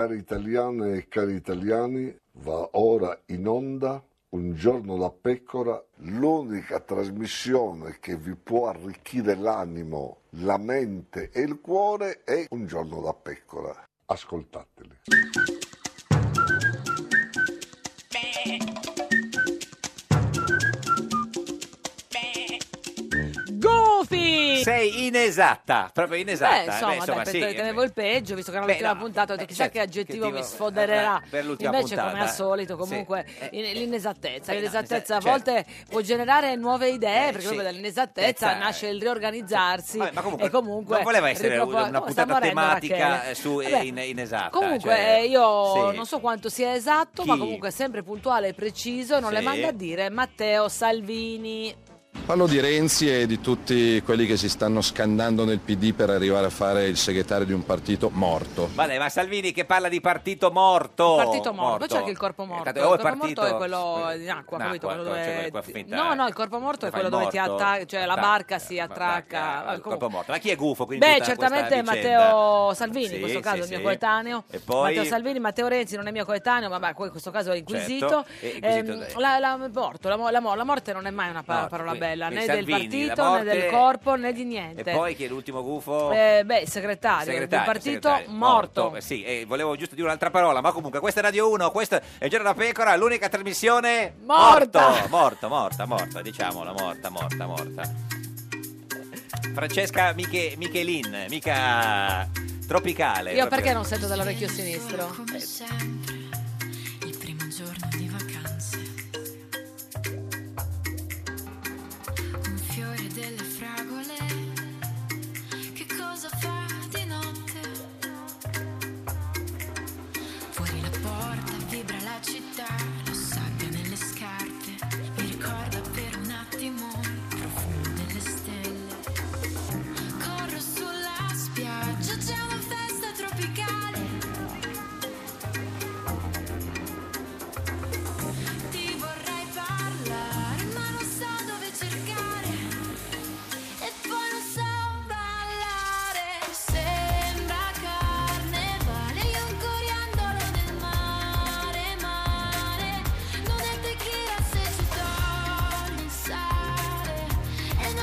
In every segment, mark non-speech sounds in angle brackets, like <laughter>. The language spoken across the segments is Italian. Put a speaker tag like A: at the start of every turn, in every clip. A: Cari italiane e cari italiani, va ora in onda Un giorno da pecora, l'unica trasmissione che vi può arricchire l'animo, la mente e il cuore è Un giorno da pecora. Ascoltateli.
B: Goofy!
C: Sei inesatta, proprio
B: Beh,
C: inesatta.
B: Eh, insomma,
C: Esatto, eh, Beh, insomma,
B: dai, per
C: sì, eh,
B: tenevo il peggio, visto che era
C: Beh,
B: l'ultima
C: no,
B: puntata, ho detto
C: eh,
B: chissà
C: certo,
B: che aggettivo mi
C: aggettivo,
B: sfondererà.
C: eh, per l'ultima
B: Invece, come
C: puntata,
B: al solito,
C: sì.
B: comunque,
C: Eh,
B: in- l'inesattezza.
C: no,
B: L'inesattezza a
C: esatto, certo.
B: volte può generare nuove idee, perché
C: sì.
B: proprio dall'inesattezza
C: Tezza,
B: nasce il riorganizzarsi
C: Vabbè, ma comunque
B: e comunque...
C: non voleva essere
B: ripropor-
C: una- una
B: Come sta
C: puntata
B: morendo
C: tematica,
B: Rachele?
C: eh, su, eh,
B: Vabbè,
C: in- inesatta,
B: Comunque,
C: cioè,
B: eh, io
C: sì.
B: non so quanto sia esatto, ma
C: Chi?
B: comunque sempre puntuale e preciso, e non le
D: Sì.
B: manda a dire Matteo Salvini.
D: Parlo di Renzi e di tutti quelli che si stanno scannando nel PD per arrivare a fare il segretario di un partito morto.
C: Vabbè, ma Salvini che parla di partito morto.
B: Partito morto, poi c'è anche il corpo morto.
C: Eh, tanto-
B: il
C: oh,
B: corpo
C: è partito-
B: morto è quello in acqua,
C: in
B: capito?
C: acqua,
B: Quello
C: cioè
B: dove
C: quello qua
B: ti-
C: finta-
B: No, no, il corpo morto è
C: Fai
B: quello
C: il
B: dove ti
C: morto,
B: attacca, cioè la
C: attacca,
B: barca si attacca.
C: Ah,
B: al
C: il
B: corpo-
C: corpo morto. Ma chi è gufo? quindi, in
B: Beh,
C: tutta questa
B: certamente
C: vicenda?
B: Matteo Salvini,
C: Sì,
B: in questo
C: sì,
B: caso il
C: sì.
B: mio coetaneo.
C: E poi-
B: Matteo Salvini, Matteo Renzi non è mio coetaneo, ma beh, in questo caso è inquisito.
C: Certo, è inquisito,
B: Ehm,
C: eh.
B: la, la- morto, la, mo- la mo- la morte non è mai una pa-
C: No,
B: parola
C: quindi-
B: bella, né
C: quindi
B: del
C: Salvini, la
B: partito, né del
C: morte-
B: corpo, né di niente.
C: E poi chi è l'ultimo gufo?
B: Eh, beh, il segretario, del partito
C: segretario,
B: morto.
C: Eh, Sì, eh, volevo giusto dire un'altra parola, ma comunque questa è Radio 1, questa è Il Giorno della Pecora, l'unica trasmissione
B: Morta!
C: morto, morta, morta, morta, diciamola, morta, morta, morta. Francesca Miche- Michelin, mica tropicale.
B: Io
C: proprio.
B: perché non sento dall'orecchio sinistro?
E: Come sempre, il primo giorno di vacanze. Un fiore delle fragole. Che cosa fa di notte? Fuori la porta vibra la città, lo sabbia nelle scarpe. Mi ricorda per un attimo il profumo delle stelle. Corro sulla spiaggia, c'è una festa tropicale. Ti vorrei parlare, ma non so dove cercare. E poi non so ballare. Sembra carnevale, io un coriandolo nel mare, mare. Non è tequila se ci togli il sale.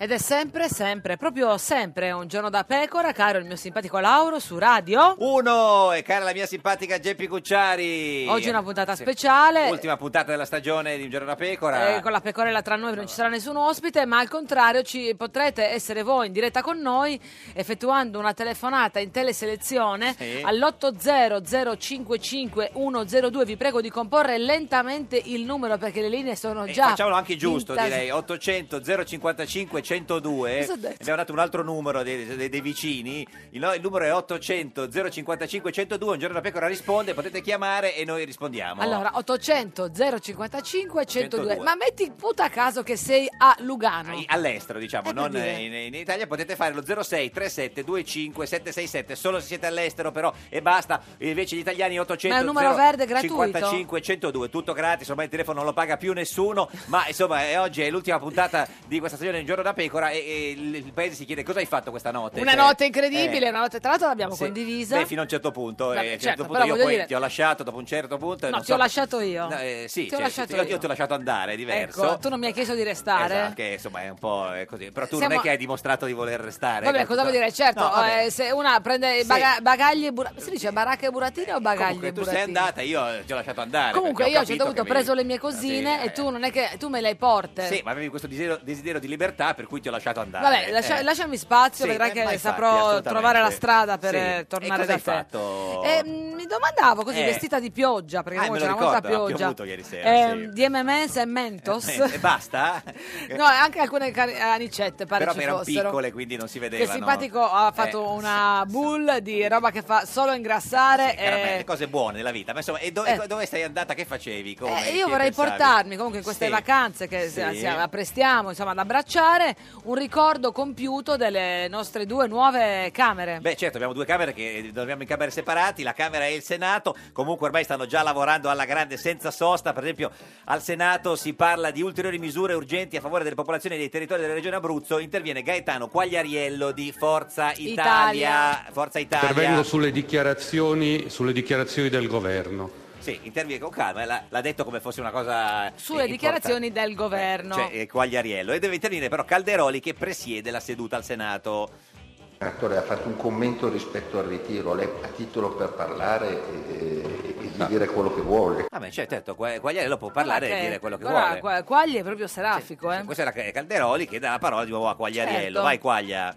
B: Ed è sempre, sempre, proprio sempre un giorno da pecora, caro il mio simpatico Lauro su radio.
C: Uno, Oh, e cara la mia simpatica Geppi Cucciari.
B: Oggi è una puntata
C: Sì.
B: speciale.
C: Ultima puntata della stagione di Un giorno da pecora.
B: Eh, con la pecorella tra noi non ci sarà nessun ospite, ma al contrario ci potrete essere voi in diretta con noi effettuando una telefonata in teleselezione
C: Sì.
B: all'800552102. Vi prego di comporre lentamente il numero perché le linee sono
C: E
B: già.
C: Eh, facciamolo anche giusto,
B: intas-
C: direi 800 055 102.
B: Cosa ho detto?
C: Abbiamo dato un altro numero dei, dei- dei vicini. Il, no- il numero è 800 055 102. Un giorno da pecora risponde, potete chiamare e noi rispondiamo.
B: Allora, 800 055 102.
C: 102.
B: Ma metti puta a caso che sei a Lugano.
C: Ah, I- All'estero, diciamo, non eh, in, in Italia potete fare lo 06 37 25 767 solo se siete all'estero, però e basta. Invece gli italiani 800
B: Ma è un numero verde gratuito?
C: 55 102, tutto gratis. Ormai il telefono non lo paga più nessuno. Ma insomma, eh, oggi è l'ultima puntata di questa stagione di Un giorno da pecora. E, e il, il paese si chiede cosa hai fatto questa notte.
B: Una
C: Cioè,
B: notte incredibile,
C: eh,
B: una notte tra l'altro l'abbiamo
C: sì.
B: condivisa.
C: Beh, fino a un certo punto. eh,
B: Vabbè,
C: a un
B: certo,
C: certo
B: però
C: punto io
B: voglio
C: poi
B: dire-
C: ti ho lasciato dopo un certo punto.
B: No,
C: non
B: ti
C: so-
B: ho lasciato io.
C: No, eh, sì,
B: Ti ho
C: cioè,
B: lasciato
C: io,
B: io.
C: ti ho lasciato andare, è diverso.
B: Ecco, tu non mi hai chiesto di restare.
C: Esatto, che insomma è un po' eh, così. Però tu non
B: Siamo-
C: è che hai dimostrato di voler restare.
B: Vabbè,
C: con
B: cosa
C: tutta-
B: vuol dire? Certo,
C: ecco, No, vabbè.
B: eh, se una prende i baga- bagagli e buratini, si dice baracche e burattine o bagagli
C: Comunque
B: e
C: tu sei
B: buratini?
C: andata, io eh, ti ho lasciato andare.
B: Comunque
C: perché
B: io
C: ho
B: a un certo
C: capito
B: punto ho
C: che avevi-
B: preso le mie cosine
C: Sì, eh.
B: e tu non è che tu me le porte.
C: Sì, ma avevi questo desiderio, desiderio di libertà, per cui ti ho lasciato andare.
B: Vabbè, lascia-
C: Eh.
B: lasciami spazio,
C: Sì,
B: vedrai
C: eh,
B: che
C: ma infatti,
B: saprò
C: assolutamente.
B: trovare la strada per
C: Sì.
B: eh, tornare
C: e cosa hai
B: da te.
C: Fatto?
B: Eh, mh, mi domandavo così
C: Eh.
B: vestita di pioggia, perché
C: Ah,
B: comunque
C: me lo
B: c'era molta
C: ricordo, ha
B: pioggia.
C: piovuto ieri sera,
B: Eh,
C: sì.
B: Di MMS e Mentos.
C: Eh, e
B: <laughs>
C: basta?
B: no, e anche alcune cari- eh, anicette pare
C: Però
B: ci
C: erano
B: fossero.
C: piccole, quindi non si
B: Che
C: vedevano.
B: simpatico ha fatto
C: Eh,
B: una bull di roba che fa solo ingrassare.
C: caramelle,
B: eh,
C: cose buone della vita. Ma insomma, e do-
B: Eh.
C: dove sei andata? Che facevi? Come?
B: eh,
C: Che
B: io vorrei
C: pensavi?
B: portarmi comunque in queste
C: Sì.
B: vacanze che se-
C: Sì.
B: se apprestiamo insomma, ad abbracciare un ricordo compiuto delle nostre due nuove camere.
C: Beh, certo, abbiamo due camere che dormiamo in camere separate, la Camera e il Senato. Comunque ormai stanno già lavorando alla grande senza sosta. Per esempio, al Senato si parla di ulteriori misure urgenti a favore delle popolazioni dei territori della Regione Abruzzo. Interviene Gaetano Quagliariello di Forza Italia.
B: Italia.
C: Forza Italia.
F: Intervengo sulle dichiarazioni, sulle dichiarazioni del governo.
C: Sì, interviene con calma, eh, l'ha, l'ha detto come fosse una cosa
B: Sulle
C: eh,
B: dichiarazioni del governo.
C: importante. Cioè, eh, Quagliariello e deve intervenire però Calderoli che presiede la seduta al Senato.
G: Il senatore ha fatto un commento rispetto al ritiro, lei ha titolo per parlare e, e- e di dire quello che vuole.
C: Ah, beh, cioè, certo, Qua- Quagliariello può parlare e
B: Guarda
C: dire quello che
B: guarda,
C: vuole.
B: Qua- Quagli è proprio serafico, eh.
C: Questa è la Calderoli che dà la parola di nuovo a Quagliariello.
B: Certo.
C: Vai Quaglia.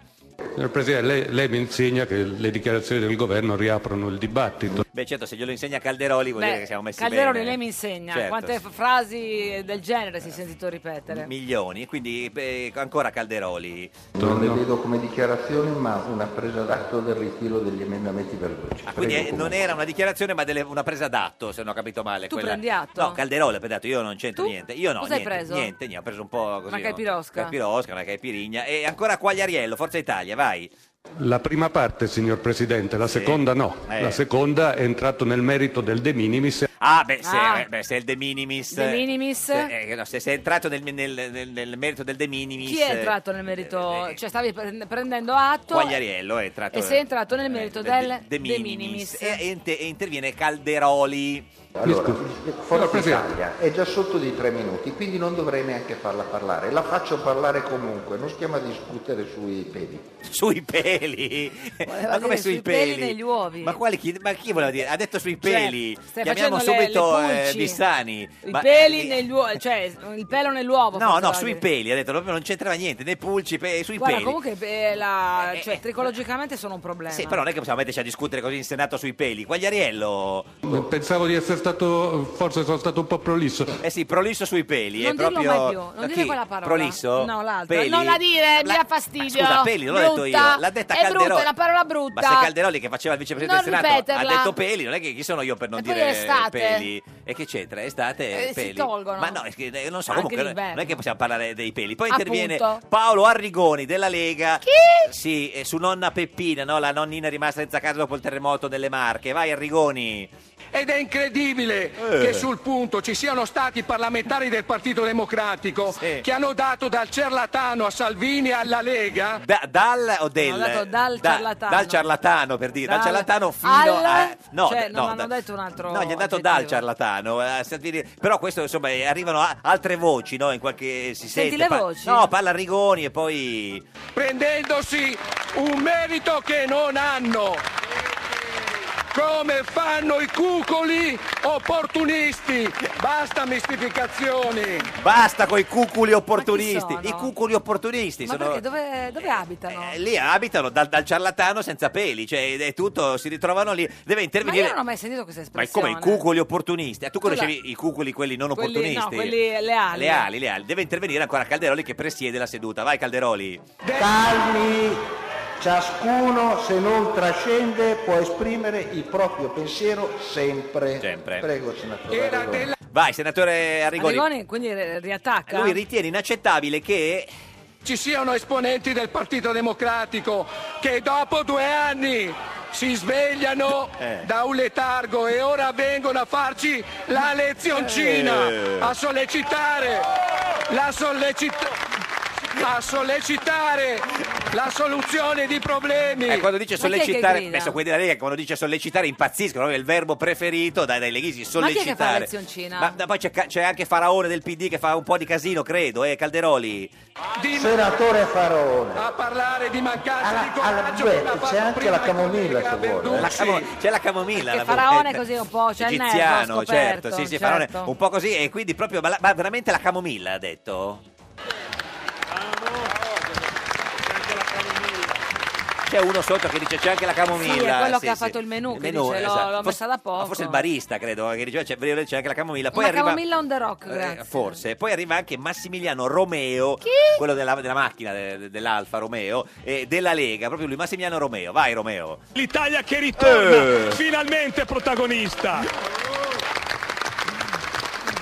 F: Signor Presidente, lei, lei mi insegna che le dichiarazioni del governo riaprono il dibattito.
C: Beh, certo, se glielo insegna Calderoli vuol
B: Beh,
C: dire che siamo messi
B: Calderoni
C: bene.
B: lei mi insegna
C: Certo,
B: quante
C: sì.
B: f- frasi del genere si è sentito ripetere.
C: milioni, quindi beh, ancora Calderoli.
G: Non le vedo come dichiarazioni ma una presa d'atto del ritiro degli emendamenti veloci.
C: Ah, quindi eh, non era una dichiarazione, ma delle- una presa d'atto, se non ho capito male.
B: Tu prendi atto?
C: No, Calderoli ha preso atto, io non c'entro
B: Tu?
C: niente. Io no,
B: Cosa hai
C: niente,
B: preso?
C: niente, niente, ho preso un po' così.
B: Una
C: no?
B: caipirosca.
C: Una caipirosca, una caipirigna. E ancora Quagliariello, Forza Italia, vai.
F: La prima parte, signor Presidente, la
C: Sì.
F: seconda no.
C: Eh.
F: La seconda è entrato nel merito del de minimis.
C: Ah, beh, se,
B: Ah.
C: eh, beh, se è il De Minimis.
B: De minimis?
C: Se, eh, no, se- se è entrato nel, nel- nel- nel merito del De Minimis.
B: Chi è
C: eh,
B: entrato nel merito?
C: eh, eh,
B: cioè stavi pre- prendendo atto
C: Quagliariello è entrato.
B: e sei entrato nel merito
C: eh,
B: del
C: De
B: De
C: Minimis.
B: Minimis.
C: E, e inter- e interviene Calderoli.
G: Allora,
F: Mi scusi.
G: il-
F: Signor
G: Forza
F: Presidente.
G: Italia è già sotto di tre minuti, quindi non dovrei neanche farla parlare. La faccio parlare comunque, non stiamo a discutere sui peli.
C: Sui peli.
B: Voleva
C: ma come
B: dire
C: sui
B: sui peli negli uovi.
C: Ma, quali chi, ma chi voleva dire? Ha detto sui
B: Cioè,
C: peli.
B: stai
C: Chiamiamo
B: facendo le-
C: subito
B: le pulci.
C: eh, Bissani.
B: I
C: Ma-
B: peli
C: eh,
B: nell'uovo, cioè il pelo nell'uovo.
C: No, no,
B: faceva
C: sui
B: dire.
C: peli, ha detto, proprio non c'entrava niente, né pulci, pe- sui
B: Guarda,
C: peli.
B: comunque eh, la-
C: Eh,
B: cioè,
C: eh.
B: tricologicamente sono un problema.
C: Sì, però non è che possiamo metterci a discutere così in Senato sui peli. Quagliariello,
F: Pensavo di essere stato, forse sono stato un po' prolisso.
C: eh sì, prolisso sui peli.
B: Non
C: è
B: dirlo
C: proprio...
B: mai più, non
C: Ma
B: dire
C: chi?
B: quella parola.
C: Prolisso?
B: No, l'altra.
C: Peli?
B: Non la dire, mi
C: La-
B: dà fastidio.
C: Ma scusa, peli, non l'ho detto
B: Brutta.
C: io. L'ha detta
B: È
C: Calderoli.
B: brutta, è una parola brutta.
C: Ma se Calderoli, che faceva il vicepresidente
B: Non
C: del Senato,
B: ripeterla.
C: ha detto peli, non è che chi sono io per non
B: E poi
C: dire
B: estate.
C: peli? E che c'entra? Estate
B: Eh,
C: e
B: si
C: peli.
B: tolgono.
C: Ma no, è che, eh, non so,
B: Anche
C: comunque non è-
B: d'inverno.
C: non è che possiamo parlare dei peli. Poi
B: Appunto.
C: interviene Paolo Arrigoni della Lega. Chi? Sì, eh, su nonna Peppina, no? la nonnina rimasta senza casa dopo il terremoto delle Marche. Vai Arrigoni.
H: Ed è incredibile
I: Eh.
H: che sul punto ci siano stati parlamentari del Partito Democratico che hanno dato dal ciarlatano a Salvini e alla Lega.
C: Da- dal o del?
H: Hanno dato
B: dal
C: da-
B: ciarlatano.
C: dal ciarlatano, per dire, dal,
B: Dal-
C: ciarlatano fino
B: al-
C: a... No,
B: cioè,
C: d-
B: non
C: no,
B: hanno
C: da-
B: detto un altro.
C: No, gli è andato dal ciarlatano, eh, Salvini. però questo insomma eh, arrivano a- altre voci, no? In qualche si sente,
H: Senti le voci?
C: No, parla Rigoni e poi
H: prendendosi un merito che non hanno. Come fanno i cucoli opportunisti? Basta mistificazioni.
C: basta con i cuculi opportunisti. I cuculi opportunisti
B: Ma
C: sono Eh,
B: perché dove, dove abitano?
C: lì abitano dal, dal ciarlatano senza peli, cioè è tutto si ritrovano lì, deve
B: Ma
C: intervenire
B: io non ho mai sentito questa
C: Ma come
B: espressione.
C: i cuculi opportunisti? Ah, tu
B: Tu la-
C: conoscevi i cuculi quelli non
B: Quelli-
C: opportunisti?
B: no, quelli leali.
C: Leali, leali. Deve intervenire ancora Calderoli che presiede la seduta. Vai Calderoli.
J: Calmi, ciascuno se non trascende può esprimere il proprio pensiero sempre.
C: Sempre.
J: Prego, senatore.
K: Eh,
J: Arrigo.
C: Vai, senatore Arrigoni.
B: Arrigoni quindi ri- riattacca.
C: Lui ritiene inaccettabile che
H: Ci siano esponenti del Partito Democratico che dopo due anni si svegliano
I: Eh.
H: da un letargo e ora vengono a farci la lezioncina,
I: Eh.
H: a sollecitare, la sollecita- a sollecitare la soluzione di problemi.
C: eh, quando dice sollecitare, adesso quelli della Lega quando dice sollecitare impazziscono, è il verbo preferito dai, dai leghisti,
B: Ma chi è che fa la
C: sollecitare.
B: lezioncina?
C: Ma, ma poi c'è, ca- c'è anche Faraone del PD che fa un po' di casino, credo, eh, Calderoli.
J: Senatore Faraone.
H: A parlare di mancanza di
J: Alla
H: coraggio.
J: Bue c'è anche la camomilla se vuole.
C: La camo- c'è la camomilla.
B: Perché
C: la
B: Faraone
C: bolletta.
B: così un po', cioè il nervo
C: Egiziano,
B: scoperto,
C: certo, sì, sì,
B: certo.
C: Faraone, un po' così e quindi proprio, ma, la- ma veramente la camomilla ha detto? C'è uno sotto che dice c'è anche la camomilla.
B: Sì, è quello
C: sì,
B: che ha
C: sì.
B: fatto il menù, che
C: menù,
B: dice l'ho,
C: esatto.
B: l'ho
C: Forse-
B: messa da poco.
C: Ma forse il barista, credo, che diceva c'è, c'è anche la camomilla. Poi
B: Una
C: arriva,
B: camomilla on the rock,
C: eh,
B: grazie.
C: forse. Poi arriva anche Massimiliano Romeo, quello della, della macchina de- de- dell'Alfa Romeo, e della Lega, proprio lui, Massimiliano Romeo. Vai Romeo. <laughs>
L: L'Italia che ritorna
C: Eh.
L: finalmente protagonista.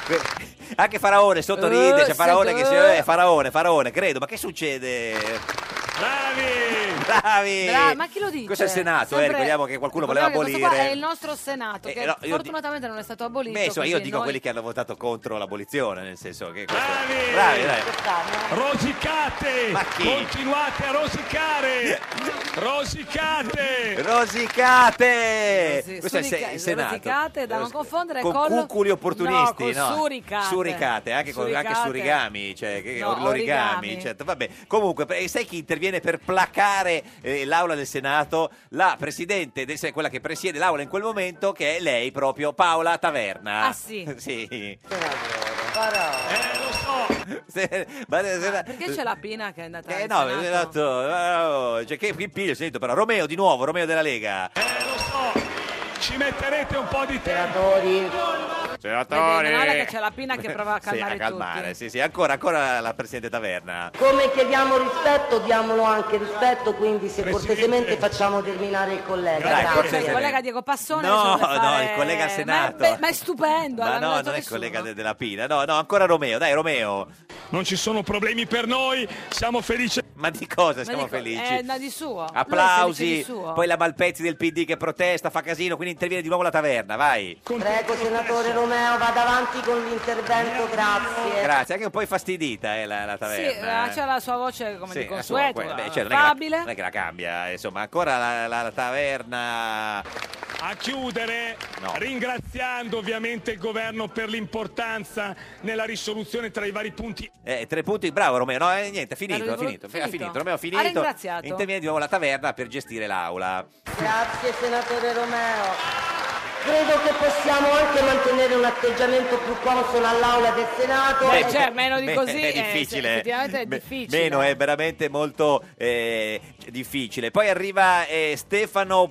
C: Que- Anche Faraone sotto
B: Oh,
L: Eh,
C: ride, c'è Faraone
L: sento-
C: che si... Eh, Faraone, Faraone, credo, ma che succede? Bravi! Bravi!
B: Bra- ma chi lo dice?
C: Questo è il Senato, eh,
B: Sempre-
C: ricordiamo che qualcuno voleva
B: Guarda che
C: abolire...
B: questo qua è il nostro Senato, che
C: Eh, no, io
B: fortunatamente non è stato abolito.
C: Beh, insomma, io
B: così
C: dico
B: noi-
C: quelli che hanno votato contro l'abolizione, nel senso che... questo- Bravi! Bravi,
L: Rosicate! Continuate a rosicare! Rosicate!
C: Rosicate! Questo è il, se-
B: Surica-
C: il Senato.
B: Suricate, da non confondere
C: Con
B: con...
C: cuculi opportunisti,
B: no, con suricate.
C: Suricate, anche, con, anche
B: Suricate.
C: surigami, cioè, che-
B: No,
C: l'origami,
B: origami.
C: certo. Vabbè, comunque, eh, sai chi interviene per placare eh, l'aula del Senato? La presidente, del- cioè, quella che presiede l'aula in quel momento, che è lei proprio, Paola Taverna.
B: Ah, sì?
C: <laughs> sì. Eh,
B: Perché
C: Se- ma- eh, se-
B: Eh, c'è la Pina che è andata
C: eh
B: al
C: no,
B: Senato?
C: esatto, oh, cioè, che, che piglio, sento però Romeo di nuovo, Romeo della Lega.
L: Ci metterete un po' di tempo.
C: Senatore.
B: Vedi, meno male che c'è la Pina che prova a calmare
C: <laughs> sì, a calmare, sì, sì, ancora, ancora la Presidente Taverna.
M: Come chiediamo rispetto, diamolo anche rispetto, quindi se cortesemente facciamo terminare il collega.
C: Dai,
M: Grazie.
C: cortesemente.
B: Il collega Diego Passone
C: No,
B: che se vuole
C: no,
B: fare-
C: il collega al Senato.
B: Ma è, be- ma è stupendo,
C: Eh, Ma
B: allora,
C: no,
B: ha detto
C: non è il
B: nessuno.
C: collega de- della Pina, no, no, ancora Romeo, dai Romeo.
L: Non ci sono problemi per noi, siamo felici.
C: Ma di cosa
B: Ma
C: siamo
B: dico,
C: felici?
B: eh, no, di suo. Lui è felice
C: Applausi,
B: di suo.
C: poi la Malpezzi del PD che protesta, fa casino, quindi interviene di nuovo la Taverna, vai.
M: Prego, senatore Romeo, vada avanti con l'intervento, grazie.
C: Grazie, anche un po' infastidita eh, la, la
B: Sì,
C: Taverna.
B: eh, c'è la sua voce come
C: Sì,
B: di
C: la sua,
B: consueto, eh,
C: que- beh, cioè, non, è che la,
B: affabile.
C: non è che la cambia, insomma, ancora la, la- la taverna.
L: A chiudere,
C: No.
L: ringraziando ovviamente il governo per l'importanza nella risoluzione tra i vari punti.
C: Eh, tre punti, bravo Romeo. No, eh, niente, è finito,
L: Era
C: è finito,
L: finito.
C: ha finito. Romeo ha
L: Ha
C: finito.
M: ringraziato.
C: Interviene di nuovo la taverna per gestire l'aula.
M: Grazie, senatore Romeo. Credo che possiamo anche mantenere un atteggiamento più consono all'Aula del Senato.
B: Beh,
M: E-
B: cioè, meno di
C: Beh,
B: così
C: è
B: eh,
C: difficile.
B: se- effettivamente è
C: Me-
B: difficile.
C: Meno è veramente molto eh, difficile. Poi arriva eh, Stefano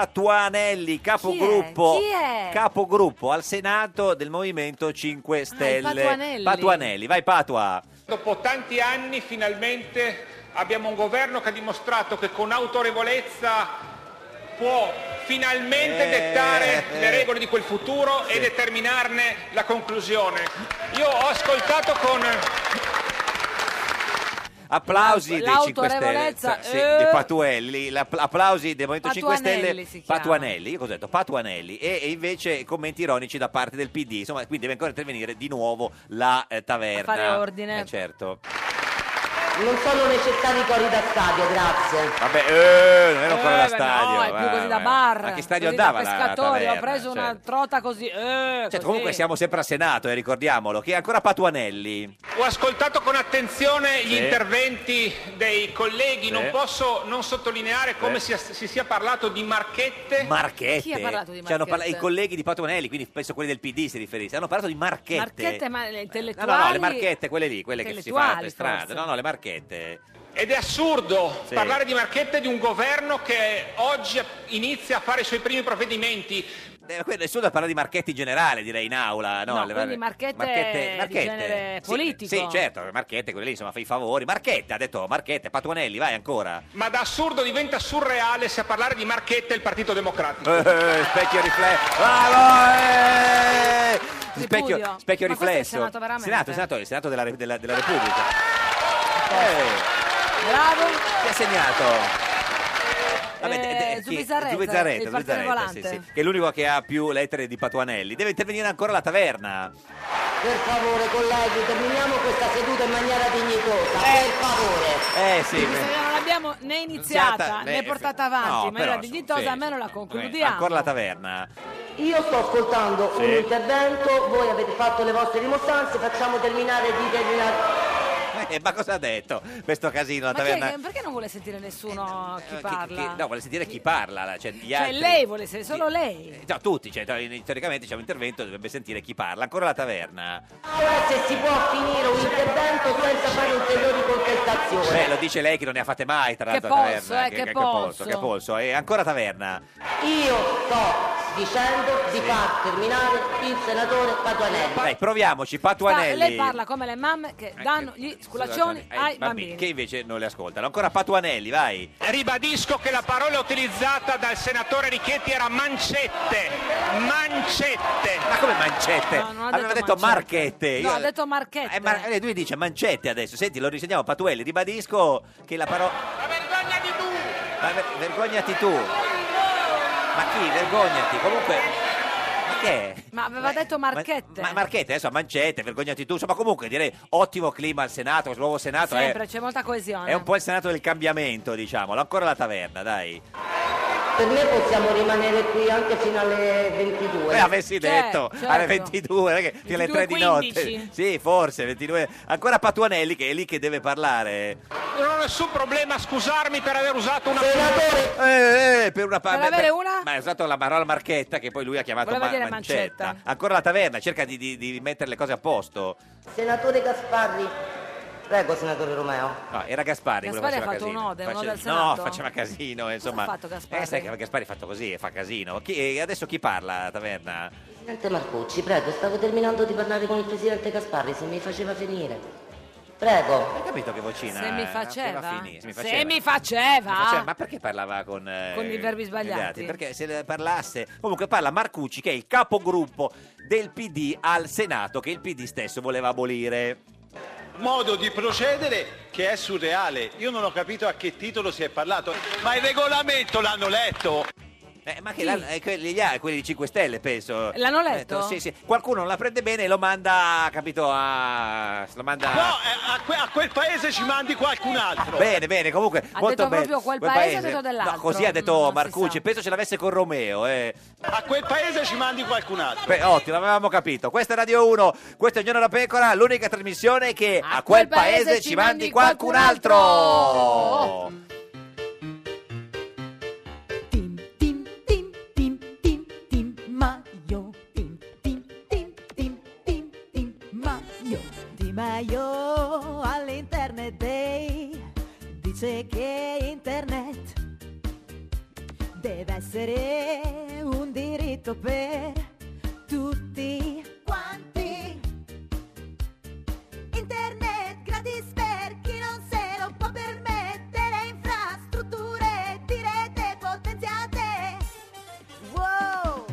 C: Patuanelli, capogruppo,
B: Chi è?
C: capogruppo al Senato del Movimento 5 Stelle.
N: Patuanelli.
C: Patuanelli, vai Patua.
N: Dopo tanti anni finalmente abbiamo un governo che ha dimostrato che con autorevolezza può finalmente
C: Eh,
N: dettare
C: eh.
N: le regole di quel futuro e determinarne la conclusione. Io ho ascoltato con...
C: applausi dei 5 Stelle
B: L'autorevolezza,
C: sa- sì,
B: eh.
C: di Patuelli, l'app- applausi del Movimento 5 Stelle
B: Patuanelli si chiama.
C: Patuanelli, io cosa ho detto? Patuanelli e, e invece commenti ironici da parte del PD, insomma, quindi deve ancora intervenire di nuovo la eh, taverna.
M: A fare ordine.
C: Eh, certo.
M: Non sono necessari cori da stadio, grazie.
C: Vabbè, eh, non era ancora
M: Eh,
C: da
M: beh,
C: stadio.
M: no, è più
C: eh,
M: così da
C: eh.
B: bar.
C: A che stadio
B: così da
C: andava la- la
B: pescatori, ho
C: taverna,
B: preso una
C: certo.
B: trota così. Eh,
C: Certo,
B: così.
C: comunque siamo sempre a Senato, eh, ricordiamolo, che è ancora Patuanelli.
N: Ho ascoltato con attenzione gli
C: Sì.
N: interventi dei colleghi,
C: Sì.
N: non posso non sottolineare come
C: Sì.
N: sia- si sia parlato di marchette.
C: Marchette.
B: Eh, Chi ha parlato di
C: Ci hanno parla-
B: marchette?
C: I colleghi di Patuanelli, quindi penso quelli del PD si riferissero, hanno parlato di marchette.
B: Marchette ma le
C: No,
B: intellettuali.
C: no, le marchette, quelle lì, quelle che si fanno per
B: Intellettuali,
C: strada.
B: forse.
C: No, no, le marchette.
N: Ed è assurdo
C: Sì.
N: parlare di marchette di un governo che oggi inizia a fare i suoi primi provvedimenti.
C: Eh, que- Nessuno parla di marchetti in generale, direi in aula. No,
B: No,
C: le-
B: quindi marchette di genere
C: Sì,
B: politico.
C: Sì, certo, marchette, quelle lì, insomma, fai i favori. Marchette, ha detto Marchette, Patuanelli, vai ancora.
N: Ma da assurdo diventa surreale se a parlare di marchette è il Partito Democratico.
C: Eh, specchio riflesso. Bravo! Ah, eh! Specchio, specchio
N: Ripudio. Ma questo è il
C: riflesso.
N: Senato veramente?
C: Senato, Senato, il Senato della, Re- della- della Repubblica. Eh.
B: Bravo.
C: Ti ha segnato. Vabbè,
B: Eh,
C: de- de- chi- Zubizarreta,
B: Zubizarreta, il partito
C: Zubizarreta,
B: regolante.
C: sì, sì, che è l'unico che ha più lettere di Patuanelli. Deve intervenire ancora la taverna.
M: Per favore, colleghi, terminiamo questa seduta in maniera dignitosa. Per favore.
C: Eh sì.
B: Quindi se non l'abbiamo né iniziata
C: Iniziata,
B: né
C: né-
B: portata avanti,
C: no,
B: ma era
C: però,
B: dignitosa,
C: sì,
B: almeno la
C: Eh,
B: concludiamo.
C: Ancora la taverna.
M: Io sto ascoltando
C: Sì.
M: un intervento, voi avete fatto le vostre dimostranze, facciamo terminare di terminare.
C: Eh, ma cosa ha detto questo casino? La
B: Ma chi è-
C: taverna. Eh,
B: perché non vuole sentire nessuno chi
C: Chi-
B: parla?
C: chi- no, vuole sentire chi parla. Cioè, gli
B: cioè
C: altri.
B: lei vuole sentire, solo lei.
C: Eh, No, tutti, cioè, teoricamente c'è un intervento, dovrebbe sentire chi parla. Ancora la taverna.
M: Ora se si può finire un intervento senza fare ulteriori contestazioni.
C: Beh, lo dice lei che non ne ha fatte mai, tra
M: Che
C: l'altro, a
M: polso,
C: taverna.
M: eh, che polso.
C: che polso. E ancora taverna.
M: Io sto dicendo di far terminare il senatore Patuanelli.
C: Dai, proviamoci,
B: Sta-
C: Patuanelli.
B: lei parla come le mamme che
C: Ecco.
B: danno gli sculaccioni
C: eh,
B: ai bambini.
C: Che invece non le ascoltano. Ancora Patuanelli, vai.
N: Ribadisco che la parola utilizzata dal senatore Richetti era mancette. Mancette.
C: Ma come mancette?
B: No, non ha
C: Aveva
B: detto
C: detto marchette.
B: No,
C: Io-
B: ha detto marchette.
C: Eh, ma- eh, lui dice mancette adesso. Senti, lo risegniamo Patuelli, ribadisco che la parola. Ma ver- vergognati tu! Ma chi? Vergognati! Comunque. Ma che è?
B: Ma aveva detto marchette.
C: Ma Marchette, adesso a mancette, vergognati tu. Insomma, comunque direi ottimo clima al Senato, questo nuovo Senato è,
B: Sempre, c'è molta coesione.
C: è un po' il Senato del cambiamento, diciamolo. Ancora la taverna, dai.
M: Per me possiamo rimanere qui anche fino alle 22.
C: Beh, Eh, avessi
M: Cioè,
C: detto
M: certo.
C: alle 22, non è che fino alle 3 di notte.
M: 22:15.
C: Sì, forse 22. Ancora Patuanelli che è lì che deve parlare.
N: Non ho nessun problema a scusarmi per aver usato una...
C: Eh, eh, per una pa-
N: Per avere
C: per-
N: una?
C: Ma ha usato la parola marchetta che poi lui ha chiamato
M: Voleva
C: ma-
M: dire
C: mancetta.
M: mancetta.
C: Ancora la taverna, cerca di, di- di mettere le cose a posto.
M: Senatore Gasparri. Prego, senatore Romeo.
C: No, era Gaspari. quello
M: Gaspari
C: che
M: ha
C: faceva
M: fatto un
C: casino.
M: ode, un ode
C: Faceva-
M: al Senato.
C: No, faceva casino, eh, insomma.
M: fatto Gaspari?
C: Eh, sai che Gaspari ha fatto così, fa casino. Chi- eh, adesso chi parla a taverna?
M: Presidente Marcucci, prego, stavo terminando di parlare con il presidente Gasparri, se mi faceva finire.
C: Hai
M: Prego.
C: capito che vocina?
B: Se mi
C: eh,
B: faceva.
C: doveva finire, Se mi faceva.
B: Se mi faceva.
C: Faceva- ma perché parlava con, eh,
B: Con i verbi sbagliati?
C: Perché se ne parlasse. Comunque parla Marcucci, che è il capogruppo del PD al Senato, che il PD stesso voleva abolire.
I: modo di procedere che è surreale. Io non ho capito a che titolo si è parlato,
C: Eh,
I: ma il regolamento l'hanno letto.
C: ma che l'hanno- eh, quelli, gli ha- quelli di 5 Stelle, penso.
I: L'hanno letto?
C: Hanno sì, sì. Qualcuno non la prende bene e lo manda, capito, a... Lo manda...
I: No, eh, a, que- a quel paese ci mandi qualcun altro.
C: Bene, bene, comunque
I: Ha
C: molto
I: detto
C: bene.
I: proprio quel paese, ha detto dell'altro.
C: No, così ha detto Marcucci, penso ce l'avesse con Romeo. eh.
I: A quel paese ci mandi qualcun altro.
C: Beh, ottimo, avevamo capito. Questa è Radio 1, questo è Il Giorno da Pecora, l'unica trasmissione che a, quel paese, ci mandi qualcun altro.
O: Maio, tim, tim, tim, tim, tim, tim, Maio. Di Maio all'internet day dice che internet deve essere un diritto per tutti quanti. Internet gratis per chi non se lo può permettere, infrastrutture di rete potenziate. Wow!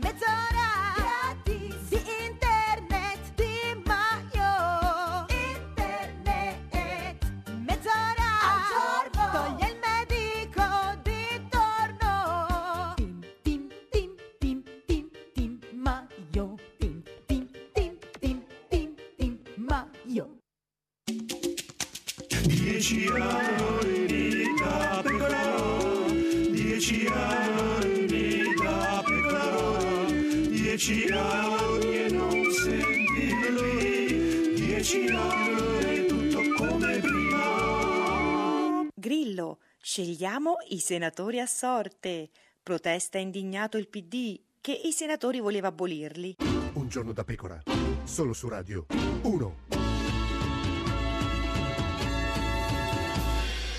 O: Mezz'ora gratis di internet di Maio. Internet,
P: Dieci anni di tapecarò, dieci anni di tapecarò, dieci anni e non sentirli, dieci anni e tutto come prima.
Q: Grillo, scegliamo i senatori a sorte. Protesta indignato il PD che i senatori voleva abolirli.
R: Un giorno da pecora, solo su Radio 1.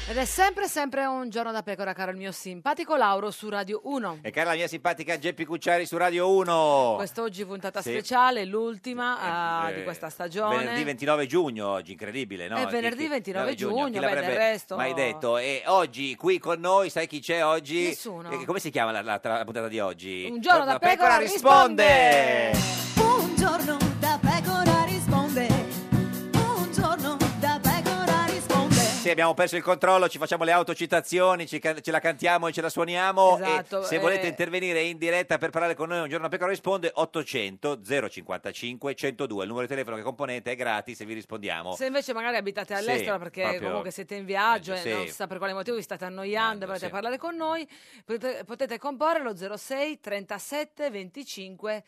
B: Ed è sempre, sempre un giorno da pecora, caro il mio simpatico Lauro su Radio 1.
C: E cara la mia simpatica Geppi Cucciari su Radio 1.
B: Quest'oggi puntata
C: Oh. Sì.
B: speciale, l'ultima ah,
C: eh,
B: di questa stagione.
C: Venerdì 29 giugno oggi, incredibile, no?
B: È venerdì 29 giugno,
C: chi
B: beh, del
C: l'avrebbe
B: resto-
C: Mai detto. E oggi qui con noi, sai chi c'è oggi?
B: Nessuno.
C: Eh, come si chiama la, la- la puntata di oggi?
B: Un giorno da
C: La
B: pecora risponde!
O: Un giorno da pecora risponde, un giorno da pecora risponde.
C: Sì, abbiamo perso il controllo, ci facciamo le autocitazioni, ci can- ce la cantiamo e ce la suoniamo.
B: Esatto,
C: e se
B: eh.
C: volete intervenire in diretta per parlare con noi, un giorno da pecora risponde 800 055 102. Il numero di telefono che componete è gratis e vi rispondiamo. Eh
B: Se invece magari abitate
C: Sì,
B: all'estero perché
C: proprio-
B: comunque siete in viaggio
C: Sì.
B: e non si sa per quale motivo vi state annoiando e volete
C: sì.
B: parlare con noi, potete, potete comporre lo 06 37 25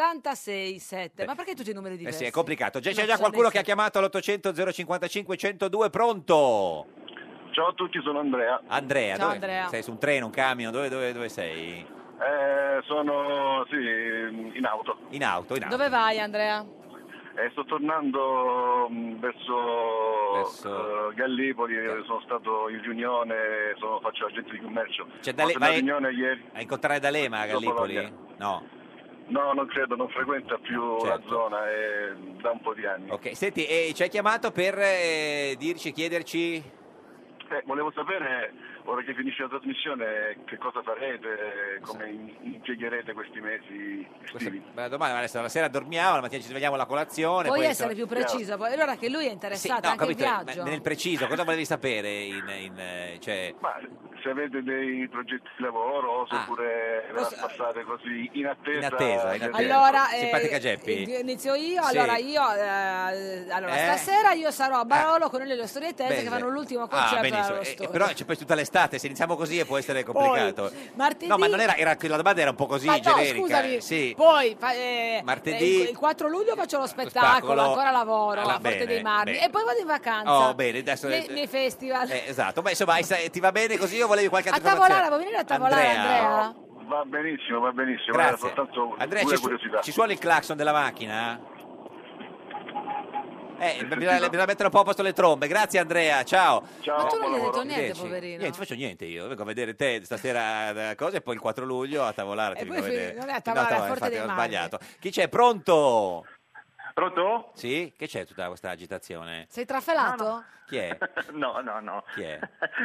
B: 76 7. Ma perché tutti i numeri
C: Eh
B: diversi?
C: sì, è complicato. Già,
B: Non
C: c'è
B: so
C: già qualcuno che
B: adesso.
C: ha chiamato all'800 055 102, pronto?
K: Ciao a tutti, sono Andrea.
C: Andrea,
K: Ciao,
C: dove-
K: Andrea.
C: sei su un treno, un camion, dove, dove- dove sei?
K: Eh, sono sì, in auto.
C: In auto, in auto.
B: Dove vai Andrea?
K: Eh, sto tornando mm, verso, eh, Gallipoli, eh, sono stato in riunione, sono, faccio agente di commercio.
C: C'è
K: Sono
C: D'Ale-
K: stato in
C: vai-
K: riunione ieri.
C: A incontrare D'Alema a
K: Dopo
C: Gallipoli?
K: Bologna.
C: No.
K: No, non credo, non frequenta più
C: Certo.
K: la zona eh, da un po' di anni.
C: Ok, senti, e ci hai chiamato per eh, dirci, chiederci...
K: Eh, volevo sapere, ora che finisce la trasmissione, che cosa farete, come in- impiegherete questi mesi estivi.
C: Ma domani, adesso la sera dormiamo, la mattina ci svegliamo alla colazione.
B: Puoi
C: poi-
B: essere più preciso, poi- allora che lui è
C: Sì,
B: interessato
C: no,
B: anche
C: capito,
B: al
C: ma
B: viaggio.
C: nel preciso, cosa volevi sapere? In, in, eh, cioè...
K: Ma se avete dei progetti di lavoro oppure ve la passate così in attesa,
C: Ah. In attesa, in attesa.
B: Allora, eh,
C: Ecco, Simpatica Geppi.
B: in- inizio io,
C: Sì.
B: allora io, eh, allora
C: Eh?
B: stasera io sarò a Barolo con le storie tese
C: Beh,
B: che fanno
C: beh.
B: l'ultimo
C: Ah,
B: concerto
C: benissimo.
B: allo
C: Eh,
B: Storia.
C: però c'è poi tutta l'estate, se iniziamo così può essere complicato.
B: Martedì,
C: No, ma non era, era- la domanda era un po' così
B: Ma no,
C: generica. eh.
B: scusami,
C: Sì.
B: poi fa- eh,
C: Martedì.
B: eh, il- il 4 luglio faccio lo spettacolo,
C: spettacolo.
B: ancora lavoro
C: Alla
B: a Forte
C: bene,
B: dei Marmi
C: bene.
B: e poi vado in vacanza.
C: Oh, bene, adesso-
B: nei, nei festival.
C: Eh, esatto, ma insomma, hai sa- ti va bene così o volevi qualche
B: a
C: altra
B: tavolare,
C: informazione?
B: vuoi venire a tavolare Andrea?
C: Andrea.
K: va benissimo, va benissimo.
C: Grazie.
K: Era soltanto
C: Andrea,
K: pure
C: ci, su-
K: curiosità.
C: ci suona il clacson della macchina? Eh, bisogna, bisogna mettere un po' a posto le trombe. Grazie Andrea, ciao.
K: Ciao, Ma tu non gli hai buon detto lavoro.
B: niente,
C: Dieci.
B: poverino.
C: Niente, faccio niente io. Vengo a vedere te stasera eh, cose e poi il 4 luglio a tavolare.
B: E
C: ti
B: poi
C: vengo a
B: fi-
C: vedere.
B: non è a Tavolare, a Forte
C: infatti,
B: dei
C: ho
B: Marmi.
C: sbagliato. Chi c'è? Pronto?
K: Pronto?
C: Sì? Che c'è tutta questa agitazione?
B: Sei trafelato?
C: Chi è?
K: <laughs> no, no, no.
C: Chi è?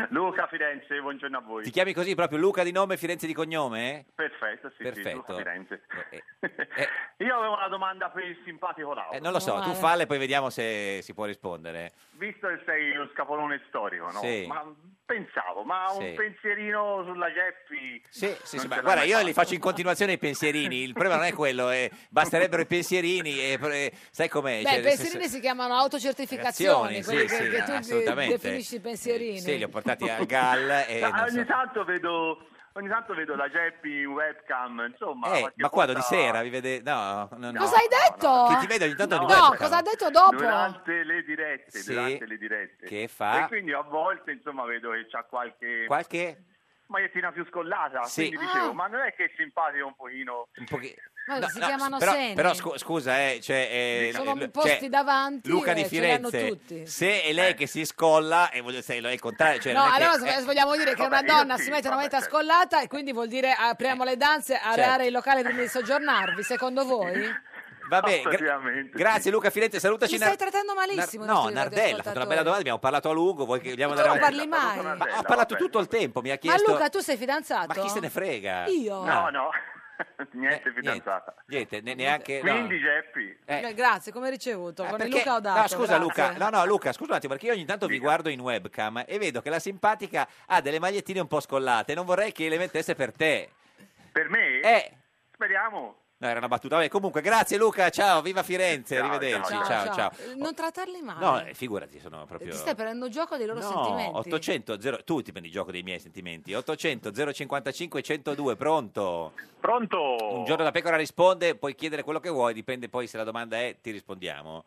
K: Luca Firenze, buongiorno a voi.
C: Ti chiami così proprio Luca di nome, Firenze di cognome?
K: Perfetto, sì, sì,
C: Perfetto.
K: Luca Firenze. <laughs>
C: Eh,
K: Io avevo una domanda per il simpatico Lauro.
C: eh, non lo so, tu falle e poi vediamo se si può rispondere.
K: Visto che sei lo scapolone storico, no?
C: Sì.
K: Ma pensavo, ma
C: Sì.
K: un pensierino sulla Geppi...
C: Sì, sì,
K: Non
C: sì,
K: ce
C: ma
K: l'ha
C: guarda,
K: mai
C: io
K: fatto.
C: li faccio in continuazione i pensierini, il problema non è quello, eh, basterebbero i pensierini, e, e- sai com'è?
B: Beh,
C: cioè,
B: i
C: nel senso-
B: pensierini si chiamano autocertificazioni,
C: Sì,
B: quelli che,
C: sì,
B: che tu de-
C: assolutamente.
B: definisci pensierini.
C: Sì, li ho portati al GAL
K: <laughs>
C: e
K: Ma
C: non so.
K: Cioè, ogni, tanto vedo, ogni tanto vedo la Geppi in webcam, insomma...
C: Eh,
K: qualche
C: ma qua di
K: volta-
C: sera vi vede... No, no, no.
B: cosa hai detto?
C: Che ti vedo ogni tanto
B: No,
C: di
K: eh,
C: webcam.
B: cosa ha detto dopo?
K: Durante le dirette,
C: Sì.
K: durante le dirette.
C: Che fa?
K: E quindi a volte, insomma, vedo che c'ha qualche...
C: Qualche...
K: magliettina più scollata,
C: Sì.
K: quindi dicevo,
B: Ah.
K: ma non è che è simpatico un pochino...
C: Un pochino...
B: Ma si
C: no,
B: chiamano
C: però,
B: segni.
C: però scu- scusa, eh, cioè, eh,
B: Sono
C: l-
B: posti
C: cioè,
B: davanti
C: Luca
B: e
C: di
B: ce l'hanno
C: Firenze,
B: tutti.
C: se è
K: Eh.
C: lei che si scolla, e voglio se lo è il contrario, cioè
B: no,
C: non è che-
B: allora
C: eh,
B: se vogliamo dire che
K: vabbè,
B: una
K: io
B: donna
K: sì,
B: si mette una
K: vabbè,
B: moneta
K: certo. Eh.
B: scollata e quindi vuol dire apriamo le danze,
C: Certo.
B: areare il locale prima di soggiornarvi, secondo voi?
C: Vabbè, gra- grazie Luca Firenze, salutaci.
B: Ci
C: Nar-
B: stai trattando malissimo.
C: no,
B: questi
C: Nardella, ha fatto una bella
B: radioascoltatori.
C: domanda, abbiamo parlato a lungo, vuoi che vogliamo
B: Tu non
C: andare
B: parli
C: avanti?
B: mai.
C: Ma ha parlato tutto il tempo, mi ha
B: Ma
C: chiesto...
B: Luca, tu sei fidanzato?
C: Ma chi se ne frega?
B: Io?
K: No, <laughs>
C: Ah,
K: no, niente fidanzata.
C: Niente, ne- neanche... no.
K: Quindi Geppi,
B: Beh, Eh, Grazie, come ricevuto? Con
C: Eh, Perché-
B: Luca ho dato.
C: no, scusa
B: grazie.
C: Luca, no, no, Luca, scusa un attimo, perché io ogni tanto vi guardo in webcam e vedo che la simpatica ha delle magliettine un po' scollate, non vorrei che le mettesse per te.
K: per me?
C: Eh.
K: Speriamo.
C: No, era una battuta. Vabbè, comunque, grazie Luca, ciao, viva Firenze, arrivederci, ciao, ciao.
B: Eh, Non trattarli male.
C: No, eh, figurati, sono proprio...
B: Ti stai prendendo gioco dei loro
C: No,
B: sentimenti.
C: 800, zero- tu ti prendi gioco dei miei sentimenti. 800 055 102, pronto?
K: Pronto?
C: Un giorno la pecora risponde, puoi chiedere quello che vuoi, dipende poi se la domanda è, ti rispondiamo.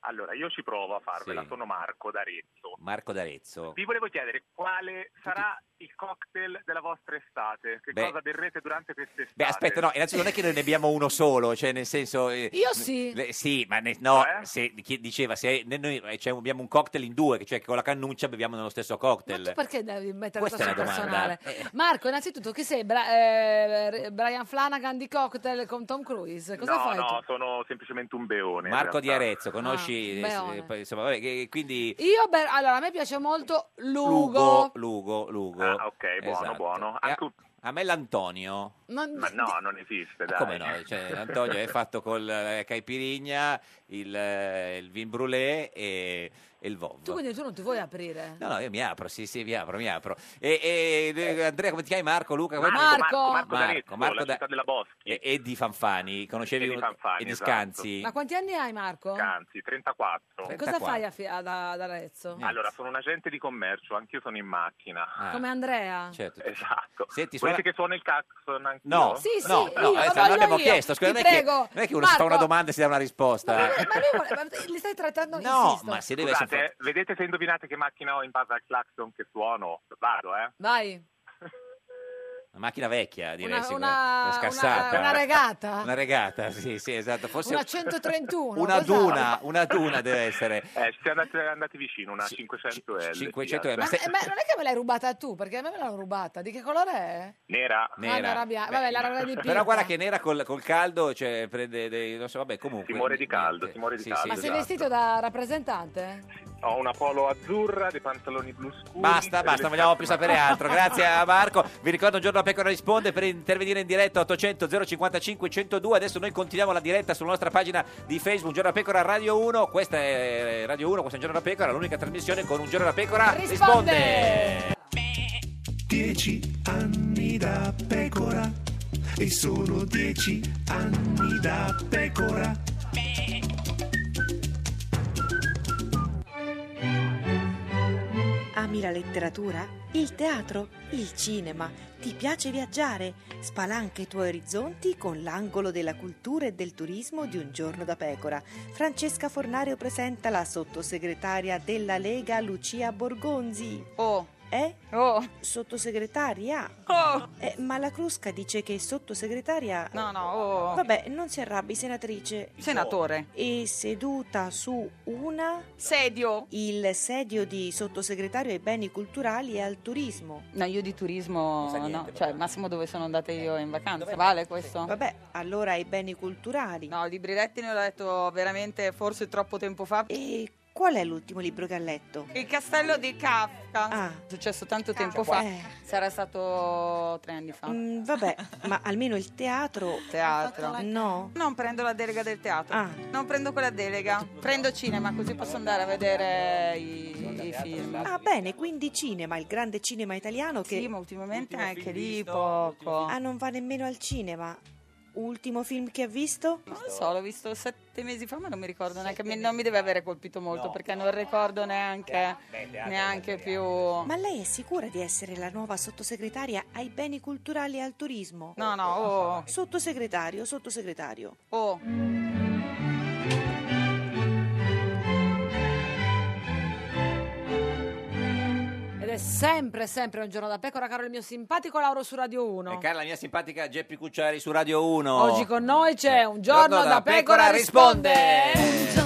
K: Allora, io ci provo a farvela,
C: Sì.
K: sono Marco d'Arezzo.
C: Marco d'Arezzo.
K: Vi volevo chiedere quale sarà il cocktail della vostra estate? Che
C: Beh.
K: cosa berrete durante quest'estate?
C: Beh, aspetta, no, innanzitutto non è che noi ne abbiamo uno solo, cioè nel senso... eh,
K: Io sì.
C: le- sì, ma ne- no,
K: Ah, eh?
C: se- chi- diceva, se ne- noi eh, cioè, abbiamo un cocktail in due, cioè che con la cannuccia beviamo nello stesso cocktail.
B: Tu perché devi mettere
C: Questa è
B: cose
C: una domanda. Eh,
B: personale? Marco, innanzitutto, che sei? Bra- eh, Re- Brian Flanagan di cocktail con Tom Cruise? Cosa
K: no,
B: fai
K: no,
B: tu?
K: sono semplicemente un beone. in
C: Marco di
K: realtà.
C: Arezzo, conosci...
B: Ah,
C: eh,
B: Beone.
C: eh, poi, insomma, vabbè, che- quindi...
B: Io, beh, allora, a me piace molto
C: Lugo,
B: Lugo.
C: Lugo, Lugo.
K: Ah, ok, buono, buono.
C: E A, a me l'Antonio.
B: Non-
K: Ma no, non esiste, dai.
C: Come no? Cioè, l'Antonio è fatto col eh, caipirigna, il, eh, il vin brûlé e, e il
B: Tu
C: vov.
B: quindi tu non ti vuoi aprire?
C: No, no, io mi apro, sì, sì, mi apro, mi apro. E, e- eh, Andrea, come ti chiami? Marco, Luca? come ti-
B: Marco. Marco, Marco
K: d'Arezzo, la città
C: della Boschi. E, e di Fanfani, conoscevi?
K: E di
C: uno-
K: Fanfani,
C: e di
K: esatto.
C: Scanzi.
B: Ma quanti anni hai, Marco?
K: Anzi, 34.
B: Cosa fai a Fi- ad, ad Arezzo?
K: Allora, sono un agente di commercio, anch'io sono in macchina.
B: Come Andrea?
C: Ah. Certo.
K: Esatto. Volete
C: Senti, suona-
K: che suona il clacson anch'io?
C: No,
B: Sì, sì,
C: no, eh,
B: io
C: no,
B: lo
C: adesso
B: voglio
C: non l'abbiamo
B: io.
C: chiesto, scusa,
B: Ti
C: non è, che,
B: prego.
C: non è che uno si fa una
B: Marco.
C: domanda e si dà una risposta.
B: Ma lui vuole- ma li stai trattando
C: No,
B: insisto.
C: ma se deve
K: Scusate,
C: essere...
K: vedete se indovinate che macchina ho in base al clacson che suono? Vado, eh.
B: Vai,
C: Una macchina vecchia, direi,
B: una,
C: sicuramente.
B: una-
C: Una scassata.
B: una- una regata,
C: Una regata, sì, sì, esatto. Forse
B: una 131.
C: una
B: cos'è?
C: duna, una duna deve essere.
K: Eh, ci siamo andati, andati vicino, una 500L.
C: 500
K: Fiat.
C: euro.
B: Eh, ma non è che me l'hai rubata tu, perché a me me l'hanno rubata. Di che colore è?
K: Nera.
B: Ah, no, arrabbia- Vabbè, la roba di Pippa.
C: Però guarda che nera col, col caldo, cioè prende dei... non so, vabbè, comunque...
K: Si muore di caldo,
C: niente.
K: si muore di
C: Sì, esatto.
K: caldo.
C: sì,
B: Ma sei vestito da rappresentante?
K: Ho una polo azzurra, dei pantaloni blu scuri.
C: Basta, basta, non vogliamo più sapere altro. Grazie a Marco. Vi ricordo un giorno la pecora risponde per intervenire in diretta 800 055 102. Adesso noi continuiamo la diretta sulla nostra pagina di Facebook, Un giorno la pecora Radio 1. Questa è eh, Radio 1, questa è un giorno la pecora, l'unica trasmissione con un giorno la pecora risponde.
P: Dieci anni da pecora e sono dieci anni da pecora.
Q: Ami la letteratura? Il teatro? Il cinema? Ti piace viaggiare? Spalanca i tuoi orizzonti con l'angolo della cultura e del turismo di Un giorno da pecora. Francesca Fornario presenta la sottosegretaria della Lega Lucia Borgonzi. Oh! Eh? Oh! Sottosegretaria? Oh! ma la Crusca dice che sottosegretaria...
S: No, no, oh.
Q: Vabbè, non si arrabbi, senatrice.
S: Senatore.
Q: E seduta su una... Sedio. Il sedio di sottosegretario ai beni culturali e al turismo.
S: No, io di turismo,
Q: sa niente, Eh,
S: no, cioè massimo dove sono andata io in vacanza, vale questo?
Q: Vabbè, allora ai beni culturali.
S: No, libri letti ne ho letto veramente forse troppo tempo fa.
Q: E qual è l'ultimo libro che ha letto?
S: Il castello di Kafka.
Q: Ah.
S: È successo tanto tempo fa.
Q: Eh.
S: Sarà stato tre anni fa.
Q: Mm, vabbè, ma almeno il teatro...
S: Teatro.
Q: No.
S: Non prendo la delega del teatro.
B: Ah.
S: Non prendo quella delega. Prendo cinema, così posso andare a vedere i, i film.
Q: Ah bene, quindi cinema, il grande cinema italiano che...
S: Sì, ma ultimamente
Q: Ultimo
S: anche
Q: film
S: lì
Q: visto?
S: poco.
Q: Ah, non va nemmeno al cinema. Ultimo film che ha visto?
S: Non lo so, l'ho visto sette mesi fa, ma non mi ricordo neanche. mi- non mi deve avere colpito molto perché non ricordo neanche, neanche più.
Q: Ma lei è sicura di essere la nuova sottosegretaria ai beni culturali e al turismo?
S: No, no, oh.
Q: Sottosegretario, sottosegretario.
S: Oh.
B: Ed è sempre, sempre un giorno da pecora, caro il mio simpatico Lauro su Radio 1.
C: E cara la mia simpatica Geppi Cucciari su Radio 1.
B: Oggi con noi c'è un giorno,
C: Eh, Giorno
B: da, pecora, risponde.
C: risponde.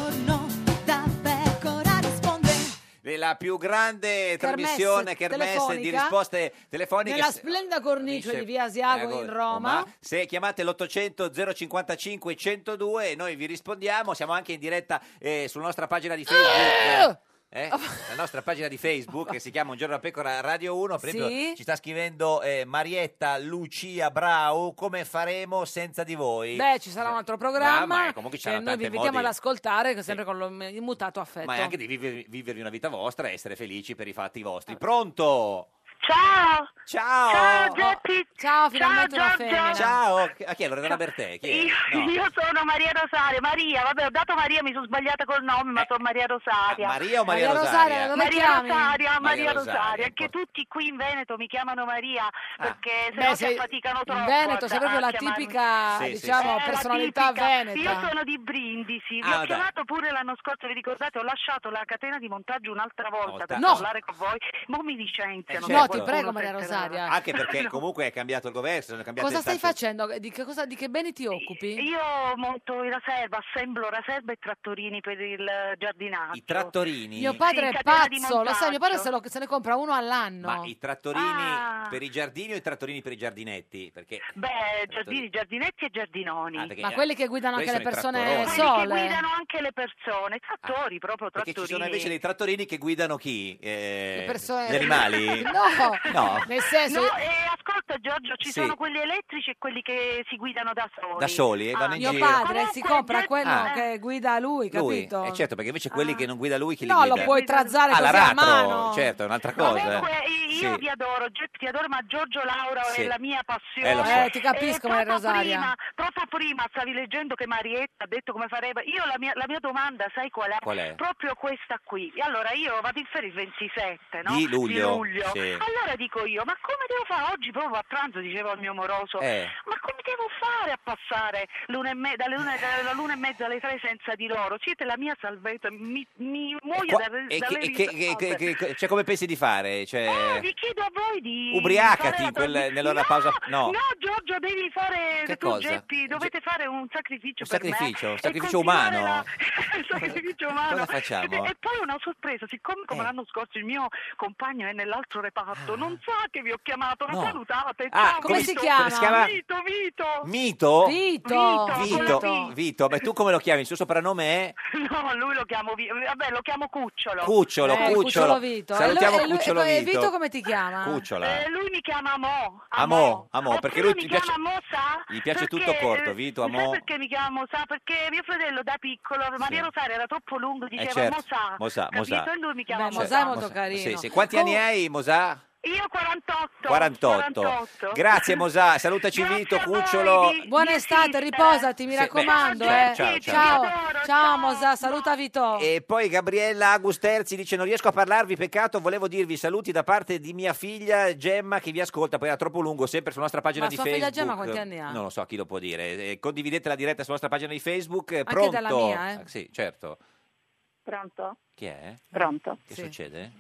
C: La più grande
B: Kermesse
C: trasmissione kermesse di
B: telefonica
C: risposte telefoniche.
B: Nella
C: Se- Eh,
B: splendida cornice di via Asiago in Roma.
C: Se chiamate l'800 055 102 noi vi rispondiamo, siamo anche in diretta eh, sulla nostra pagina di Facebook.
B: Ah!
C: eh, la nostra pagina di Facebook che si chiama Un giorno da pecora Radio 1 per
B: Sì.
C: esempio, ci sta scrivendo eh, Marietta Lucia Brau come faremo senza di voi
B: Beh, ci sarà un altro
C: Ma-
B: programma
C: ma eh, comunque ci
B: che
C: saranno
B: noi vi
C: tanti
B: invitiamo ad
C: modi.
B: ascoltare, che sempre con lo- il mutato affetto.
C: ma è anche di viver- vivervi una vita vostra e essere felici per i fatti vostri pronto
T: Ciao!
C: Ciao!
T: Ciao Geppi!
B: Ciao,
C: finalmente una
T: Giorgio!
C: femmina. Ciao, chi- ah, chi è Loredana Bertè? Chi è?
T: Io,
C: No.
T: io sono Maria Rosaria, Maria, vabbè ho dato Maria, mi sono sbagliata col nome, ma sono Maria Rosaria.
C: Eh. Ah, Maria o Maria Maria Rosaria? Rosaria, dove
T: Maria
C: chiami?
T: Rosaria, Maria,
C: Maria Rosaria, ecco. Ah.
T: Rosaria, che tutti qui in Veneto mi chiamano Maria perché se
B: Beh,
T: no si
B: sei-
T: affaticano troppo.
B: in Veneto sei
T: a-
B: proprio
T: a
B: la
T: chiamarmi.
B: tipica
T: Sì, sì,
B: diciamo,
T: sì. Eh, la
B: personalità
T: tipica.
B: veneta.
T: Io sono di Brindisi, vi
B: Ah,
T: ho
B: dai.
T: chiamato pure l'anno scorso, vi ricordate? Ho lasciato la catena di montaggio un'altra volta per
C: No.
T: parlare con voi, ma mi licenziano.
C: Eh, No,
T: se
C: ti
T: qualcuno
B: prego, Maria
T: sentirà.
B: Rosaria.
C: Anche
T: <laughs>
C: perché comunque è cambiato il governo, sono cambiate
B: Cosa stai
C: tante-
B: facendo? Di che, cosa- di che beni ti occupi?
T: Io monto i raserba, assemblo raserba e trattorini per il giardinaggio.
C: I trattorini?
B: Mio padre
T: Sì,
B: è
T: catena di
B: pazzo, lo sai, mio padre se, lo- se ne compra uno all'anno.
C: Ma i trattorini
T: Ah.
C: per i giardini o i trattorini per i giardinetti? Perché...
T: Beh, giardini, giardinetti e giardinoni.
C: Ah, perché-
B: Ma quelli che guidano
C: quelli
B: anche le
C: sono i
B: persone
C: trattoroni.
B: sole.
T: Quelli che guidano anche le persone, trattori, proprio
C: Perché ci sono
T: trattorini.
C: invece dei trattorini che guidano chi? Eh,
T: Le persone-
C: Gli
B: <laughs>
C: animali?
T: <laughs> No.
C: No.
B: Nel senso-
T: No, eh, ascolta Giorgio, ci
C: Sì.
T: sono quelli elettrici e quelli che si guidano da soli.
C: Da soli, eh, vanno in
B: Mio
C: giro.
B: padre si compra quello
C: Ah.
B: che guida lui,
C: Lui,
B: capito? Ah.
C: eh, certo, perché invece quelli che non guida lui, chi
B: No,
C: li
B: lo
C: guida?
B: puoi trazzare
C: ah,
B: così a
C: l'aratro,
B: mano.
C: certo, è un'altra cosa. eh.
T: Comunque io
C: Sì.
T: vi adoro, Geppi ti adoro, ma Giorgio Laura
C: Sì.
T: è la mia passione.
C: Eh, lo so. Eh,
B: ti capisco,
T: E
B: Maria
T: proprio
B: Rosaria.
T: Prima, proprio prima stavi leggendo che Marietta ha detto come farebbe. Io la mia, la mia domanda, sai qual è?
C: Qual è?
T: Proprio questa qui. E Allora io vado in ferie il 27, no?
C: Di luglio, sì.
T: Allora dico io, ma come devo fare oggi proprio a pranzo, dicevo al mio moroso,
C: Eh.
T: ma come devo fare a passare l'una e me- dalle una, dalla l'una e mezza alle tre senza di loro? Siete la mia salvezza, mi, mi muoio
C: Qua-
T: dalle,
C: Eh, e che-
T: dalle
C: e che-
T: risate.
C: che- che- che- cioè, come pensi di fare? Cioè,
T: Vi chiedo a voi di
C: ubriacati
T: Eh, fare
C: in quel-
T: la trasmissione.
C: nell'ora pausa. No,
T: No, Giorgio, devi fare
C: Che
T: tu,
C: cosa?
T: Geppi, dovete fare un sacrificio
C: un
T: per me
C: sacrificio, un
T: e
C: sacrificio
T: continuare
C: umano.
T: la- il sacrificio umano.
C: Eh, Cosa facciamo? Eh.
T: E poi una sorpresa, siccome come l'anno scorso il mio compagno è nell'altro reparto, non sa che vi ho chiamato, non
C: Ah. No.
T: salutate.
C: Ah,
T: ciao,
C: come
T: Vito.
C: si chiama? Come si chiama?
T: Vito, Vito.
C: Mito?
T: Vito.
C: Vito,
T: con la
C: Vito, ma tu come lo chiami? Il suo soprannome è
T: V. No, lui lo chiamo Vi- Vabbè, lo chiamo Cucciolo.
C: Cucciolo,
B: Eh,
C: Cucciolo.
B: Vito.
C: Salutiamo
B: e lui, e lui-
C: Cucciolo
B: e
C: Vito.
B: come ti chiama?
C: Cucciola.
T: Eh, lui mi chiama Mo. Ah,
C: Amò, amò, perché lui
T: mi
C: ti piace,
T: chiama Mo, sa?
C: gli piace
T: Perché,
C: tutto corto,
T: eh,
C: Vito,
T: Sai
C: amò.
T: perché mi chiamo Sa? Perché mio fratello da piccolo, Maria Rosaria era troppo lungo, diceva
C: certo,
T: Mo Sa.
C: Mo Sa, Mo
T: capito?
C: Sa. Eh, certo.
T: E lui mi chiama
B: Beh,
T: Mo
B: Mo Sa è molto carino.
C: Sì, sì. Quanti anni
B: Comunque-
C: hai, Mosà?
T: Io 48.
C: 48. Grazie Mosà, salutaci Vito, Cucciolo.
B: Buona estate, riposati, mi
C: Sì,
B: raccomando.
C: beh,
B: eh.
C: ciao, ciao, ciao.
B: ciao. Ciao, Mosà, saluta Vito.
C: E poi Gabriella Agusterzi dice non riesco a parlarvi, peccato, volevo dirvi saluti da parte di mia figlia Gemma che vi ascolta, poi era troppo lungo, sempre sulla nostra pagina
B: Ma
C: di
B: sua
C: Facebook.
B: figlia Gemma quanti anni ha?
C: Non lo so, chi lo può dire. Eh, Condividete la diretta sulla nostra pagina di Facebook. Anche Pronto?
T: dalla mia, eh.
C: Ah, Sì, certo.
T: Pronto?
C: Chi è?
T: Pronto.
C: Che succede?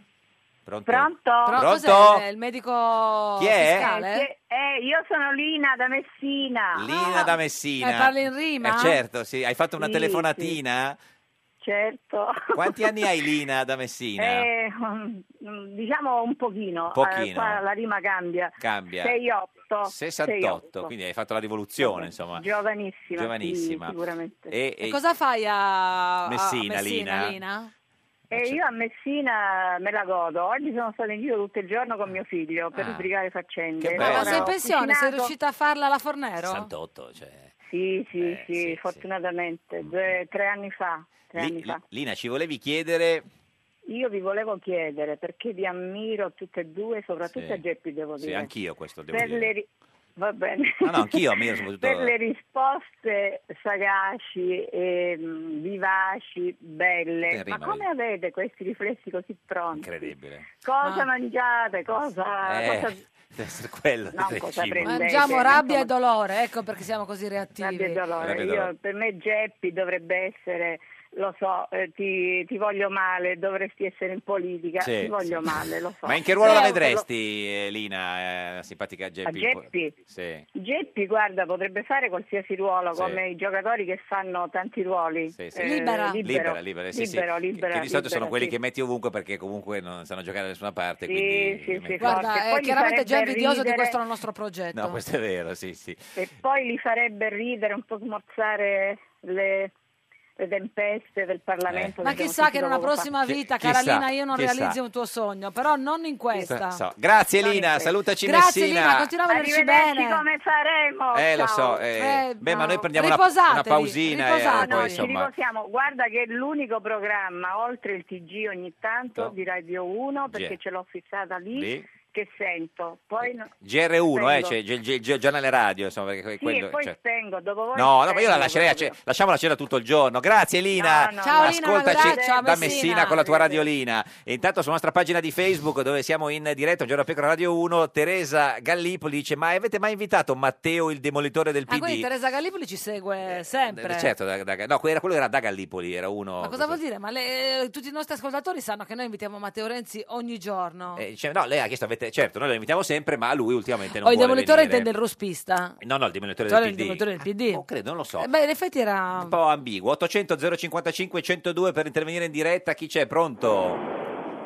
C: Pronto?
B: Però
C: Pronto?
B: cos'è il medico
C: Chi è?
U: Eh,
B: fiscale?
U: io sono Lina da Messina.
C: Lina da Messina.
U: Eh, parli in rima?
C: Eh, certo, sì. Hai fatto una
U: Sì,
C: telefonatina?
U: Certo.
C: Quanti anni hai Lina da Messina?
U: Eh, mm, diciamo un pochino.
C: Pochino.
U: Eh, qua la rima cambia.
C: Cambia.
U: 68.
C: 68, quindi hai fatto la rivoluzione, insomma.
U: Giovanissima.
C: Giovanissima.
U: sì, sicuramente.
C: E, e-
U: E
B: Cosa fai a a
C: Messina, Lina?
U: Eh, io a Messina me la godo. Oggi sono stata in giro tutto il giorno con mio figlio per
C: Ah.
U: sbrigare faccende.
C: Che
B: Ma
C: bello.
U: Sono
B: sei in pensione? Sei
U: cucinato-
B: riuscita a farla alla Fornero?
C: 68, cioè.
U: Sì, sì, sì, fortunatamente. Due- tre anni fa. Tre anni
C: Mm. Li-
U: Eh, fa.
C: Lina, ci volevi chiedere...
U: Io vi volevo chiedere perché vi ammiro tutte e due, soprattutto
C: Sì.
U: a Geppi devo
C: Sì,
U: dire.
C: anch'io questo devo
U: per
C: dire.
U: le ri- Va bene.
C: No, no, anch'io ammiro soprattutto-
U: <laughs> per le risposte sagaci, e, mh, vivaci, belle.
C: Te rima,
U: Ma come avete questi riflessi così pronti?
C: Eh, Incredibile.
U: Cosa mangiate? Cosa...
C: Eh,
U: Ah, cosa-
C: <laughs> deve essere quello.
U: No,
C: del
U: cosa
C: cibo.
U: prendete?
B: Mangiamo
U: Sì,
B: rabbia e dolore, ecco perché siamo così reattivi.
U: Rabbia e dolore.
C: Rabbia e
U: Io-
C: dolore.
U: per me Geppi dovrebbe essere, lo so, eh, ti, ti voglio male, dovresti essere in politica,
C: Sì,
U: ti voglio
C: sì.
U: male, lo so.
C: Ma in che ruolo la
U: Però
C: vedresti, eh, Lina, eh, la simpatica Geppi?
U: Geppi?
C: Sì.
U: lo- Geppi, guarda, potrebbe fare qualsiasi ruolo,
C: Sì.
U: come i giocatori che fanno tanti ruoli.
C: Sì, sì.
U: Eh,
C: libera, libera, sì, sì.
U: libero,
C: Che-
U: libera,
C: che di solito sono
U: libera,
C: quelli
U: sì.
C: che metti ovunque perché comunque non sanno giocare da nessuna parte.
U: Sì, Eh,
C: quindi
U: sì,
C: li
U: sì,
C: metti-
U: sì.
B: Guarda,
U: Che
B: è
U: poi mi
B: chiaramente già
U: farebbe
B: invidioso di
U: ridere-
B: questo nostro progetto.
C: <laughs>
U: certo.
C: No, questo è vero, sì, sì.
U: E poi li farebbe ridere, un po' smorzare le, le tempeste del
C: Eh.
U: Parlamento.
B: Ma
U: che abbiamo
B: chissà che in
U: sentito
B: una
U: poco fa.
B: prossima
C: Chi-
B: vita,
C: chissà,
B: cara Lina, io non
C: chissà.
B: realizzi un tuo sogno, però non in questa.
C: So. Grazie Lina, salutaci
B: Grazie
C: Messina.
B: Lina, continua a volerci
U: Arrivederci,
B: bene.
U: come faremo?
C: Eh, lo so. eh,
U: Oh, Eh,
C: beh, ma noi prendiamo una,
U: Riposatevi,
C: una pausina e
U: riposatevi.
C: poi
U: No, ci
C: insomma...
U: riposiamo. Guarda che è l'unico programma, oltre il TG ogni tanto, di Radio 1, perché
C: Sì.
U: ce l'ho fissata lì,
C: Lì.
U: che sento, poi no-
C: GR1, eh,
U: spengo.
C: c'è il, gi- gi- giornale radio, insomma, perché que-
U: Sì,
C: quello,
U: e poi
C: cioè-
U: spengo, dopo voi
C: No, no, ma io la
U: spengo
C: lascerei a ce-
U: proprio.
C: lasciamo la cena tutto il giorno. Grazie Lina.
U: No, no, Ciao, Lina, un
C: Ascoltaci
U: abbraccio a
C: da
U: Messina
C: Messina con la tua radiolina. E intanto sulla nostra pagina di Facebook dove siamo in diretta, un giorno a pecora Radio 1, Teresa Gallipoli dice "Ma avete mai invitato Matteo il demolitore del
B: Ah, quindi
C: PD?"
B: Teresa Gallipoli ci segue sempre.
C: Eh, Certo, da- da- no, que- era- quello era da Gallipoli, era uno
B: Ma cosa vuol dire? Ma le- eh, tutti i nostri ascoltatori sanno che noi invitiamo Matteo Renzi ogni giorno.
C: Eh, dice, no, lei ha chiesto, avete- certo, noi lo invitiamo sempre, ma lui ultimamente non
B: o Oh, il
C: vuole
B: demolitore
C: venire.
B: intende il ruspista.
C: No, no, il demolitore
B: Cioè,
C: del
B: il
C: PD.
B: demolitore del PD.
C: Non credo, non lo so.
B: Eh, beh, in effetti era...
C: un po' ambiguo. 800 055 102 per intervenire in diretta. Chi c'è? Pronto?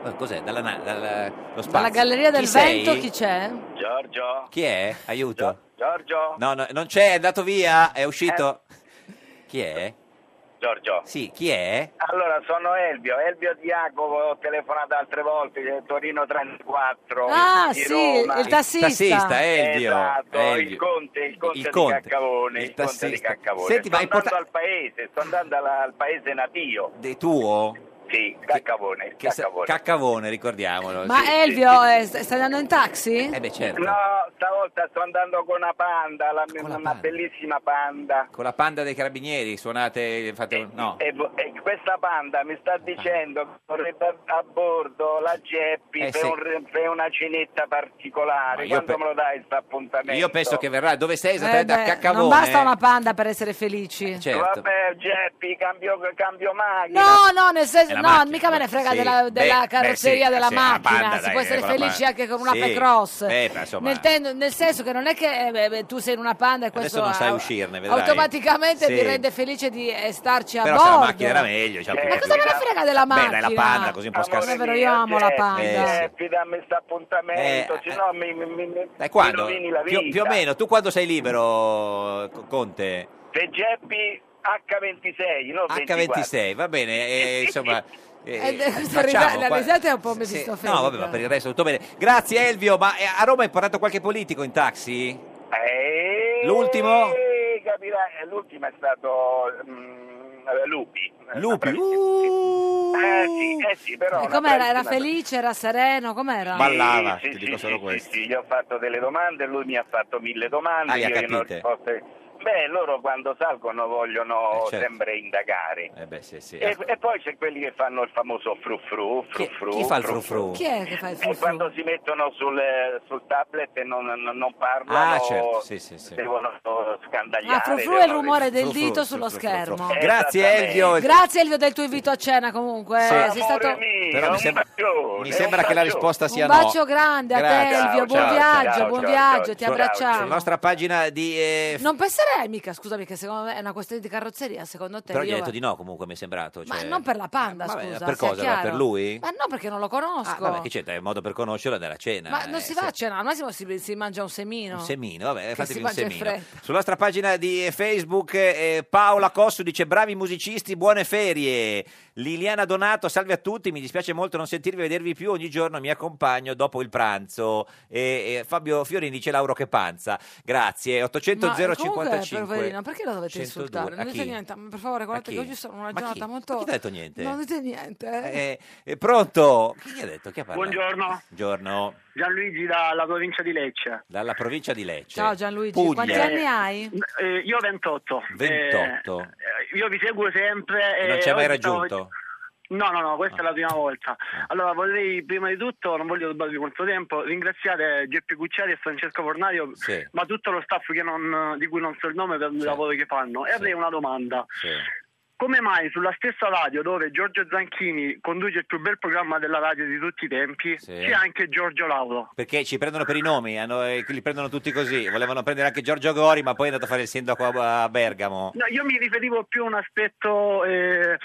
C: Eh, Cos'è? Dalla, na- dalla- lo spazio.
B: Dalla Galleria del
C: Chi
B: Vento
C: sei? Oh,
B: chi c'è?
C: Giorgio. Chi è? Aiuto.
K: Giorgio?
C: No, no, non c'è, è andato via, è uscito. Chi è?
K: Eh. Giorgio.
C: Sì, chi è?
K: Allora, sono Elvio, Elvio Di Jacopo, ho telefonato altre volte, eh, Torino 34.
B: Ah,
K: di
B: sì,
K: Roma.
B: il tassista. Il tassista, eh. Elvio,
K: Esatto, il
C: Elvio.
K: Conte, il Conte,
C: Il Conte,
K: di Caccavone, il,
C: il
K: Conte di
C: tassista.
K: Caccavone.
C: Senti,
K: sto
C: ma è
K: andando
C: porta-
K: al paese, sto andando alla- al paese natio.
C: De tuo?
K: Sì, Caccavone,
C: Che sa-
K: Caccavone.
C: Caccavone, ricordiamolo.
B: Ma
C: sì.
B: Elvio, eh, st- stai andando in taxi?
C: Eh beh, certo.
K: No, stavolta sto andando con una panda, la- una bellissima panda.
C: Con la panda dei carabinieri suonate... Fate... un- No.
K: E, vo- e questa panda mi sta dicendo che vorrebbe a- a bordo la Geppi
C: Eh,
K: per,
C: sì.
K: un re- per una cenetta
C: Ma
K: particolare.
C: io
K: Quando
C: pe-
K: me lo dai questo appuntamento?
C: Io penso che verrà... Dove sei
B: Eh,
C: esattamente?
B: beh,
C: a Caccavone.
B: non basta una panda per essere felici.
C: Certo.
K: Vabbè, Geppi, cambio, cambio macchina.
B: No, no, nel
K: È
B: senso,
K: la
B: no,
K: macchina,
B: mica me ne frega
K: sì.
B: della, della
K: Beh,
B: carrozzeria
K: beh, sì,
B: della
K: sì, la
B: macchina,
K: Panda,
B: si
K: dai,
B: può
K: eh,
B: essere
K: con la
B: felici
K: Panda.
B: anche con una
K: Sì.
B: Pecross.
C: Beh, ma insomma-
B: Nel, ten- nel senso che non è che eh, beh, beh, tu sei in una Panda e questo
C: Adesso non sai
B: au-
C: uscirne, vedrai.
B: automaticamente
C: Sì.
B: ti rende felice di eh, starci a
C: Però se
B: bordo.
C: la macchina era meglio.
K: Eh,
C: diciamo,
B: Ma
C: più-
B: cosa me ne frega della
C: Beh,
B: macchina?
C: dai, la panda
B: <laughs>
C: così un po'
B: Amore
C: scarsina.
B: mio, Io amo la Panda.
C: Eh, sì.
K: Geppi, dammi questo appuntamento, se no mi, mi, mi, mi
C: Dai, Eh, quando?
K: rovini la vita.
C: Più, più o meno, tu quando sei libero, Co- Conte?
K: Se Geppi H26, no 24.
C: H26, va bene, eh,
B: <laughs>
C: insomma... eh,
B: Eh, questa
C: facciamo
B: risa- la
C: qua-
B: risata è un po' mefistofelica.
C: No, vabbè, ma per il resto tutto bene. Grazie Elvio, ma eh, a Roma è portato qualche politico in taxi? L'ultimo?
K: Eh, capirai, l'ultimo è stato mm, Lupi.
C: Lupi?
K: Eh sì, eh sì, però...
B: E
K: una
B: com'era? Era
K: bravissima-
B: felice, era sereno, com'era?
C: Ballava,
K: sì,
C: ti
K: sì,
C: dico solo
K: sì,
C: questo.
K: sì, gli ho fatto delle domande, lui mi ha fatto mille domande.
C: Ah, li ha
K: io non ho
C: capite?
K: risposte. Beh, loro quando salgono vogliono
C: Eh, certo.
K: sempre indagare.
C: Eh beh, sì, sì.
K: E, e poi c'è quelli che fanno il famoso fru fru, fru fru.
C: chi fa il frufru?
B: Chi è che fa il
K: E quando si mettono sul, sul tablet e non, non, non parlano,
C: Ah, certo, sì, sì, sì.
K: devono scandagliare.
B: Ah,
C: eh,
B: fru fru è il
K: devono-
B: rumore del
C: Fru fru,
B: dito
C: fru
B: sullo
C: fru, fru fru.
B: schermo.
C: Grazie Elvio.
B: Grazie Elvio del tuo invito a cena comunque.
C: Sì.
B: Sei
C: Amore
B: stato...
C: Però mi sembra, mi sembra che la risposta sia
B: Un
C: no.
B: bacio grande a te
C: Grazie.
B: Elvio,
C: Ciao,
B: buon
C: ciao,
B: viaggio,
C: ciao,
B: buon
C: ciao,
B: viaggio,
C: ciao,
B: ti
C: ciao.
B: abbracciamo.
C: Sulla nostra pagina di... eh,
B: Non penserei mica, scusami, che secondo me è una questione di carrozzeria, secondo te?
C: Però gli
B: Io-
C: ho detto di no comunque, mi è sembrato.
B: Ma
C: cioè-
B: non per la panda,
C: Vabbè,
B: scusa.
C: per
B: sia
C: cosa? Ma per
B: chiaro.
C: lui?
B: Ma no, perché non lo
C: Ah,
B: conosco.
C: vabbè, che c'è? Dai, È un modo per conoscerlo della cena.
B: Ma non
C: eh,
B: si va
C: se-
B: a cena, al massimo si, si mangia un semino.
C: Un semino, vabbè, fatevi
B: si
C: un
B: mangia in
C: semino.
B: fretta.
C: Sulla nostra pagina di eh, Facebook eh, Paola Cossu dice bravi musicisti, buone ferie. Liliana Donato, salve a tutti, mi dispiace molto non sentirvi e vedervi più, ogni giorno mi accompagno dopo il pranzo. E, e Fabio Fiorini dice Lauro che panza. Grazie, 800
B: Ma comunque,
C: 055.
B: poverino, perché lo dovete
C: 102?
B: insultare?
C: A
B: Non dite
C: chi?
B: niente, ma per favore, guardate
C: chi?
B: che oggi sono una
C: Ma chi?
B: giornata molto...
C: Ma chi ha detto niente?
B: Non dite niente. eh.
C: Eh, eh, pronto? Chi gli ha detto? Chi ha parlato?
A: Buongiorno,
C: Buongiorno,
A: Gianluigi dalla provincia di Lecce.
C: dalla provincia di Lecce.
A: Ciao,
B: Gianluigi,
C: Puglia.
B: quanti anni hai?
A: Eh, io ho 28.
C: 28.
A: Eh, io vi seguo sempre.
C: E
A: eh,
C: non ci hai mai
A: oggi stavo-
C: raggiunto? Ah.
A: No, no, no, questa è la prima volta. Allora vorrei prima di tutto, non voglio rubarvi molto tempo, ringraziare Geppi Cucciari e Francesco Fornario,
C: Sì.
A: ma tutto lo staff che non- di cui non so il nome per il lavoro che fanno. E avrei una domanda. Come mai sulla stessa radio dove Giorgio Zanchini conduce il più bel programma della radio di tutti i tempi c'è anche Giorgio Lauro?
C: Perché ci prendono per i nomi, hanno- eh, li prendono tutti così. Volevano prendere anche Giorgio Gori, ma poi è andato a fare il sindaco a, a Bergamo. Eh,
A: No, io mi riferivo più a un aspetto eh,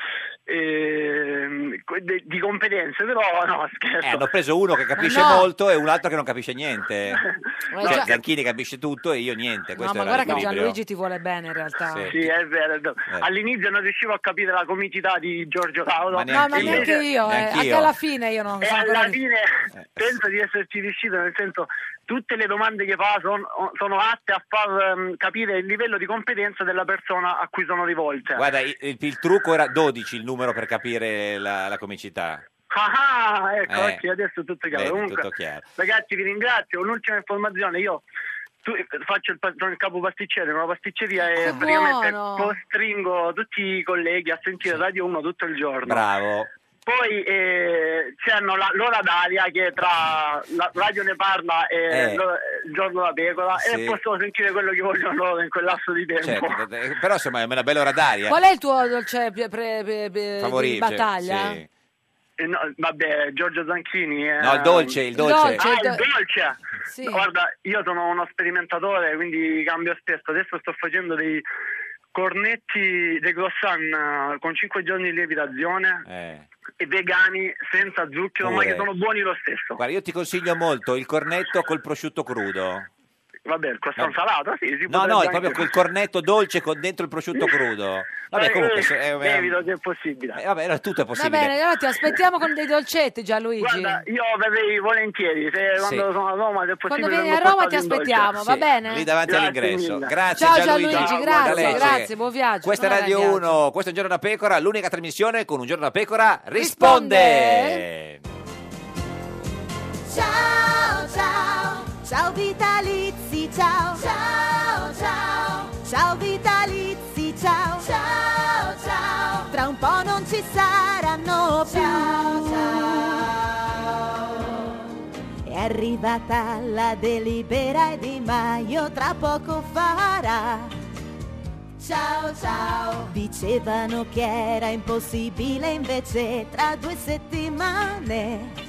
A: ehm, que- de- di competenze, però no,
C: Eh,
A: scherzo.
C: hanno preso uno che capisce
A: Ma no!
C: molto e un altro che non capisce niente.
B: <laughs>
A: <laughs> Ma
C: Cioè,
A: già-
C: Zanchini capisce tutto e io niente.
B: No,
C: Questo
B: ma
C: era
B: guarda che
C: l'equilibrio.
B: Gianluigi ti vuole bene in realtà.
C: Sì.
A: Sì, è vero, è vero. All'inizio non riuscivo a capire la comicità di Giorgio Lauro.
C: Ma
B: No, Eh. ma
A: Invece-
B: neanche io, eh. anche alla fine io non
A: E
B: sono ancora
A: Eh, alla
B: lì.
A: fine
C: Eh.
A: penso di esserci riuscito, nel senso tutte le domande che fa son- sono atte a far ehm, capire il livello di competenza della persona a cui sono rivolte.
C: Guarda, il, il- il trucco era 12 il numero per capire la, la comicità.
A: Ah, ah, ecco,
C: Eh.
A: ok, adesso è tutto chiaro.
C: Vedi,
A: Comunque,
C: tutto chiaro.
A: ragazzi, vi ringrazio. Un'ultima informazione, io tu- faccio il, pa- il capo pasticcere in una pasticceria e
B: Che
A: praticamente
B: buono!
A: costringo tutti i colleghi a sentire Radio 1 tutto il giorno.
C: Bravo.
A: Poi eh, c'hanno la- l'ora d'aria che è tra la Radio ne parla e
C: Eh.
A: lo- il giorno da pecora
C: Sì.
A: e possono sentire quello che vogliono loro in quel lasso di tempo.
C: Certo, eh, però insomma è una bella ora d'aria.
B: Qual è il tuo dolce pre- pre- pre- pre-
C: Eh. Favorito,
B: di battaglia?
C: sì.
A: Eh, no, vabbè, Giorgio Zanchini. eh.
C: No, il dolce, il dolce.
A: Ah, il
C: Il dolce.
A: dolce. Guarda, io sono uno sperimentatore, quindi cambio spesso. Adesso sto facendo dei cornetti de croissant eh, con 5 giorni di lievitazione
C: Eh.
A: e vegani senza zucchero, ma
C: Pure.
A: che sono buoni lo stesso.
C: Guarda, io ti consiglio molto il cornetto col prosciutto crudo.
A: Vabbè, il croissant
C: No.
A: salato, sì, si
C: No,
A: potrebbe
C: no, è
A: anche-
C: proprio
A: <laughs>
C: quel cornetto dolce con dentro il prosciutto crudo. Vabbè,
A: Eh,
C: comunque
A: eh,
C: se- è, è-
A: lievito se è possibile.
C: eh, vabbè, allora tutto è
B: Va
C: possibile.
B: bene, allora ti aspettiamo con dei dolcetti Gianluigi.
A: Io avrei volentieri, se
C: Sì.
A: quando sono a Roma, se è possibile.
B: Quando vieni a
A: vengo portato
B: Roma ti
A: in dolce.
B: aspettiamo, va bene?
C: Lì davanti
A: Grazie
C: all'ingresso.
A: mille.
C: Grazie
B: Ciao
C: Gianluigi.
B: Gianluigi, grazie,
C: D'Alessio.
B: grazie, buon viaggio.
C: Questa è
B: Buon
C: Radio
B: viaggio.
C: 1, questo è Un giorno da pecora, l'unica trasmissione con Un giorno da pecora risponde.
O: Ciao ciao, ciao Vitalizi, ciao ciao ciao, ciao Vitalizi, ciao ciao ciao. Tra un po' non ci saranno più. Ciao È arrivata la delibera e Di Maio tra poco farà. Ciao ciao. Dicevano che era impossibile, invece tra due settimane.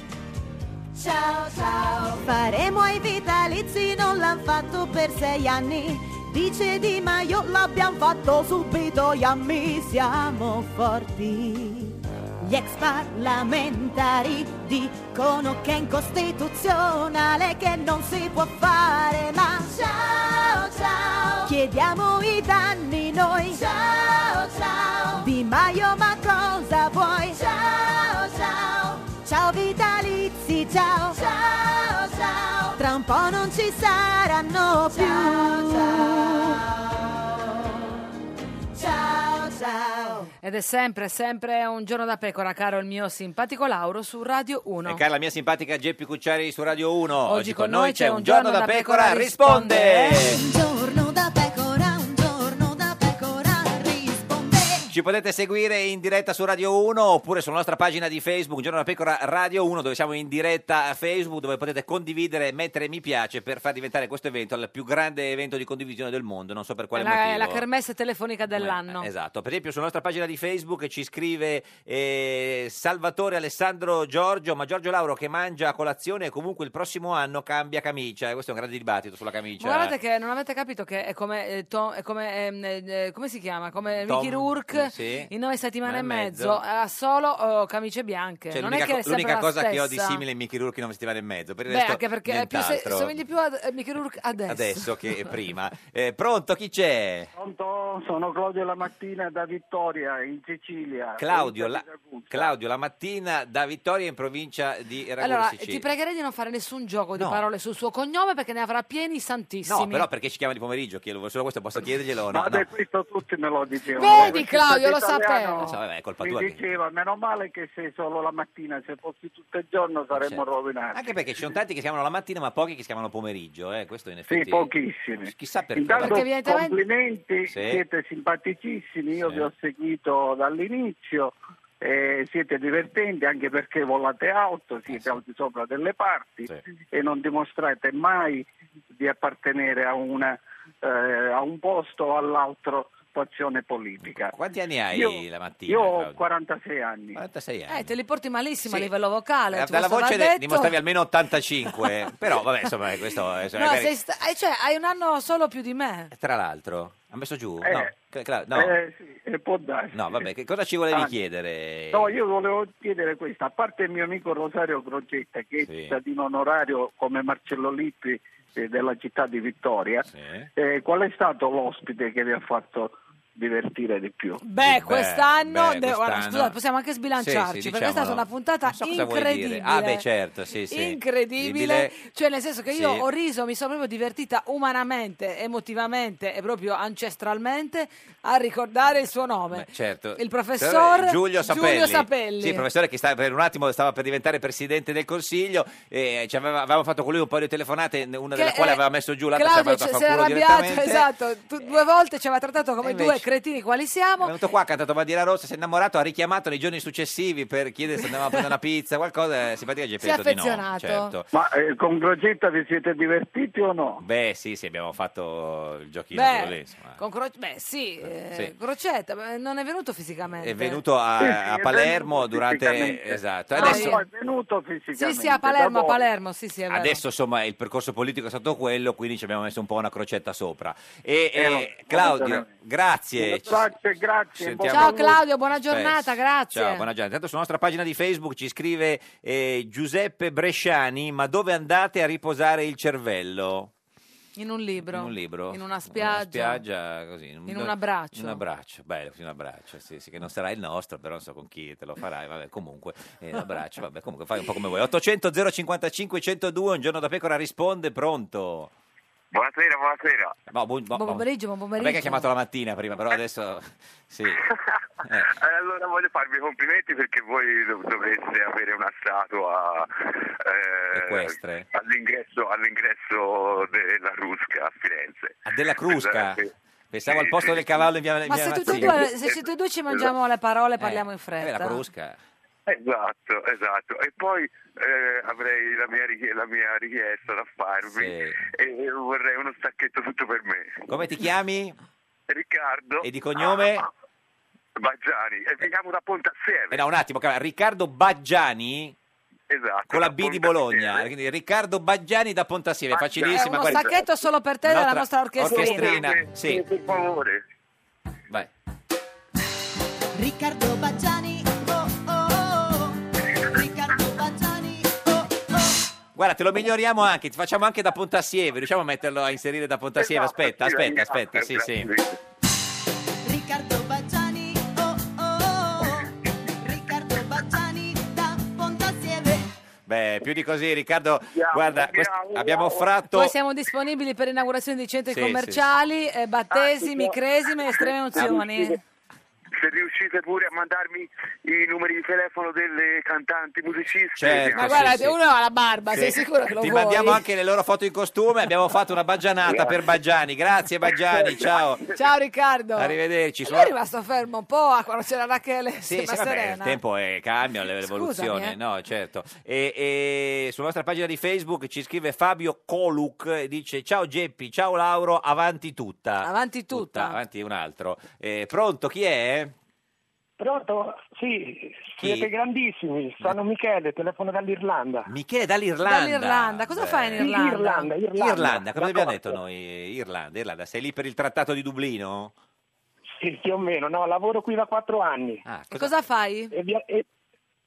O: Ciao ciao Faremo i vitalizi, non l'han fatto per sei anni Dice Di Maio, l'abbiamo fatto subito, yammi siamo forti Gli ex parlamentari dicono che è incostituzionale, che non si può fare Ma ciao ciao Chiediamo i danni noi Ciao ciao Di Maio ma cosa vuoi? Ciao ciao Ciao vitalizi, ciao Ciao ciao Tra un po' non ci saranno più Ciao ciao
B: Ed è sempre, sempre un giorno da pecora, caro il mio simpatico Lauro su Radio 1.
C: E cara la mia simpatica Geppi Cucciari su Radio 1. Oggi,
B: con
C: con noi c'è Un giorno da pecora risponde. Ci potete seguire in diretta su Radio 1 oppure sulla nostra pagina di Facebook, Un giorno da pecora Radio 1, dove siamo in diretta a Facebook, dove potete condividere e mettere mi piace per far diventare questo evento il più grande evento di condivisione del mondo. Non so per
B: È
C: quale
B: la,
C: motivo. Eh,
B: è la kermesse telefonica dell'anno.
C: Esatto, per esempio sulla nostra pagina di Facebook ci scrive eh, Salvatore Alessandro Giorgio, ma Giorgio Lauro che mangia a colazione e comunque il prossimo anno cambia camicia, e questo è un grande dibattito sulla camicia.
B: Guardate che non avete capito che è come, eh, Tom- è come, ehm, eh, come si chiama? Come
C: Tom- eh,
B: Mickey Rourke
C: sì.
B: in nove settimane e
C: Ma e mezzo.
B: mezzo ha solo oh, camicie bianche.
C: Cioè,
B: non è
C: l'unica,
B: che è
C: co-
B: sempre
C: l'unica
B: la
C: cosa che ho di
B: stessa.
C: simile in Mickey Rourke in una settimana e mezzo. Per il
B: Beh,
C: resto,
B: anche perché è più se-
C: nient'altro.
B: somigli più a eh, Mickey Rourke adesso.
C: adesso che prima. Eh, pronto, chi c'è?
D: Pronto? Sono Claudio La Mattina da Vittoria, in Sicilia.
C: Claudio la,
D: Provincia
C: Claudio, la mattina da Vittoria in provincia di Ragusicì.
B: Allora, ti pregherei di non fare nessun gioco di
C: No.
B: parole sul suo cognome perché ne avrà pieni santissimi.
C: No, però perché ci chiama di pomeriggio? Chiedo, solo questo posso chiederglielo? o No,
D: Vabbè,
C: no.
D: questo tutti me lo dicevano.
B: Vedi,
D: Questo
B: Claudio, lo
D: italiano
B: sapevo.
C: Cioè, vabbè, è colpa
D: Mi
C: tua. che-
D: diceva, meno male che sei solo la mattina, se fossi tutto il giorno saremmo
C: Certo.
D: rovinati.
C: Anche perché ci sono tanti che si chiamano la mattina, ma pochi che si chiamano pomeriggio. Eh. Questo in effetti.
D: pochissimi.
C: Chissà perché.
D: Intanto
C: vabbè.
D: complimenti,
C: Sì.
D: siete simpaticissimi, io vi ho seguito dall'inizio, eh, siete divertenti anche perché volate alto,
C: Eh
D: siete al di sopra delle parti e non dimostrate mai di appartenere a, una, eh, a un posto o all'altro fazione politica.
C: Quanti anni hai
D: Io-
C: la mattina?
D: Io ho
C: Claudio?
D: 46 anni.
C: 46 anni.
B: Eh, te li porti malissimo a livello vocale.
C: Da-
B: tu
C: dalla
B: questo va
C: voce ne-
B: detto.
C: dimostravi almeno
B: <laughs>
C: 85, però vabbè, insomma, questo è.
B: No, sei sta- eh, cioè, hai un anno solo più di me.
C: Tra l'altro, ha messo giù?
D: Eh,
C: no, Cla- Cla- no.
D: Eh, sì, eh, può darsi.
C: No, vabbè, che cosa ci volevi
D: Ah,
C: chiedere?
D: No, io volevo chiedere questo, a parte il mio amico Rosario Crocetta, che è cittadino onorario come Marcello Lippi eh, della città di Vittoria, eh, qual è stato l'ospite che vi ha fatto
J: divertire di più.
B: Beh, quest'anno,
C: Eh, beh,
B: de- guarda,
C: quest'anno-
B: scusate, possiamo anche sbilanciarci,
C: Sì, sì,
B: perché è stata
C: diciamolo.
B: una puntata
C: Cosa vuoi
B: incredibile.
C: dire? Ah, beh, certo, sì, sì.
B: Incredibile, cioè nel senso che io
C: Sì.
B: ho riso, mi sono proprio divertita umanamente, emotivamente e proprio ancestralmente a ricordare il suo nome.
C: Certo.
B: Eh, Il professor
C: Giulio Sapelli.
B: Sapelli.
C: Sì, il professore che sta- per un attimo stava per diventare presidente del consiglio. E ci aveva- avevamo fatto con lui un paio di telefonate, una
B: Che,
C: della quale
B: eh,
C: aveva messo giù l'altra. si
B: Claudio ci-
C: era
B: si
C: venuta
B: era
C: a far culo
B: arrabbiato,
C: direttamente. Eh.
B: esatto, tu- due volte ci aveva trattato come due
C: invece-
B: cretini quali
C: È
B: siamo.
C: venuto qua, ha cantato Bandiera Rossa, si è innamorato, ha richiamato nei giorni successivi per chiedere se andavamo a prendere una pizza, qualcosa. eh, Simpatica ci ha
B: Si è
C: detto di no.
B: affezionato.
C: Certo.
J: Ma eh, con Crocetta vi siete divertiti o no?
C: Beh, sì, sì, abbiamo fatto il giochino
B: Beh,
C: quello lì, insomma.
B: con Cro- beh, sì, eh,
C: Sì.
B: Crocetta beh, non è venuto fisicamente.
C: È venuto a,
J: Sì, sì,
C: a
J: è
C: Palermo
J: venuto
C: durante...
J: fisicamente.
C: Esatto.
J: Ah,
C: Adesso,
J: no, è venuto fisicamente.
B: Sì, sì, a Palermo,
J: da
B: a
J: voi.
B: Palermo, sì, sì, è vero.
C: Adesso insomma il percorso politico è stato quello, quindi ci abbiamo messo un po' una crocetta sopra. E,
J: Eh,
C: eh,
J: no,
C: Claudio,
J: assolutamente.
C: grazie. Ci-
J: Grazie,
C: ci
J: grazie.
C: sentiamo-
B: Ciao Claudio, buona giornata,
C: Spesso.
B: grazie.
C: Ciao, buona giornata. Intanto sulla nostra pagina di Facebook ci scrive eh, Giuseppe Bresciani, ma dove andate a riposare il cervello?
B: In un libro.
C: In un libro.
B: In una spiaggia.
C: Spiaggia così.
B: In un abbraccio.
C: Un abbraccio, bello, così un abbraccio, sì, sì, che non sarà il nostro, però non so con chi te lo farai, vabbè, comunque, eh, un abbraccio, vabbè, comunque fai un po' come vuoi. 800 055 102, un giorno da pecora risponde, pronto.
V: Buonasera, buonasera.
C: No, buon, bo-
B: Buon
C: bo-
B: pomeriggio, buon pomeriggio.
C: Vabbè che ha chiamato la mattina prima, però adesso
V: <laughs>
C: sì. Eh,
V: Eh, Allora voglio farvi i complimenti perché voi dov- dovreste avere una statua eh,
C: Equestre.
V: all'ingresso, all'ingresso della Rusca a Firenze.
C: ah, della Crusca.
V: Esatto.
C: Pensavo al posto del cavallo in via in
B: Ma
C: via
B: se tutti, e
C: Mazzini.
B: due, se tutti e due ci mangiamo le parole parliamo in
C: Eh,
B: fretta.
C: la Crusca.
V: Esatto, esatto. E poi eh, avrei la mia, richie- la mia richiesta da farvi e vorrei uno stacchetto tutto per me.
C: Come ti chiami?
V: Riccardo.
C: E di cognome?
V: Baggiani. E veniamo da Ponte assieme.
C: Eh, no, un attimo, calma. Riccardo Baggiani
V: Esatto.
C: con la
V: da
C: B
V: Ponte
C: di Bologna.
V: Assieme.
C: Quindi Riccardo Baggiani da Pontassieve,
B: È
C: facilissima.
B: uno
C: guarda.
B: stacchetto solo per te della
C: Nostra
B: nostra orchestrina.
C: orchestrina, sì.
V: Per favore.
C: Vai.
W: Riccardo Baggiani, oh oh oh, Riccardo Baggiani, oh oh.
C: Guarda, te lo miglioriamo anche, ti facciamo anche da Pontassieve, riusciamo a metterlo a inserire da Pontassieve.
W: Esatto,
C: Aspetta,
W: sì,
C: aspetta,
W: dai,
C: aspetta, sì, sì.
W: Riccardo Baggiani, oh oh oh, Riccardo Baggiani da Pontassieve.
C: Beh, più di così, Riccardo, guarda, quest- abbiamo offrato
B: Poi siamo disponibili per l'inaugurazione di centri
C: Sì,
B: commerciali, eh, battesimi,
J: Ah,
B: cresime, estreme unzioni.
V: Se riuscite pure a mandarmi i numeri di telefono delle cantanti musiciste.
C: Certo,
B: Ma guarda,
C: sì.
B: uno ha la barba,
C: Sì.
B: Ah, sei sicuro che lo
C: Ti
B: vuoi?
C: mandiamo anche le loro foto in costume, abbiamo fatto una baggianata per Baggiani. Grazie Baggiani, ciao.
B: Ciao Riccardo.
C: Arrivederci.
B: E
C: Sono-
B: Lui è rimasto fermo un po' a quando c'era Rachele
C: Sì, sì,
B: sembra
C: vabbè, il
B: serena.
C: tempo è cambio, l'e- l'evoluzione,
B: eh.
C: no, certo. E, e sulla nostra pagina di Facebook ci scrive Fabio Coluc e dice "Ciao Geppi, ciao Lauro, avanti tutta".
B: Avanti tutta.
C: avanti un altro. Eh, pronto, chi è?
K: Pronto? Sì,
C: Chi?
K: siete grandissimi. Sono Michele, telefono dall'Irlanda.
C: Michele dall'Irlanda.
B: Dall'Irlanda, cosa fai in
C: Beh.
B: Irlanda?
K: Irlanda,
C: Irlanda,
K: Irlanda.
C: come abbiamo
K: D'accordo.
C: detto noi? Irlanda, Irlanda, sei lì per il trattato di Dublino?
K: Sì, più o meno. No, lavoro qui da quattro anni.
C: Ah,
B: E cosa fai?
K: E, vi- e-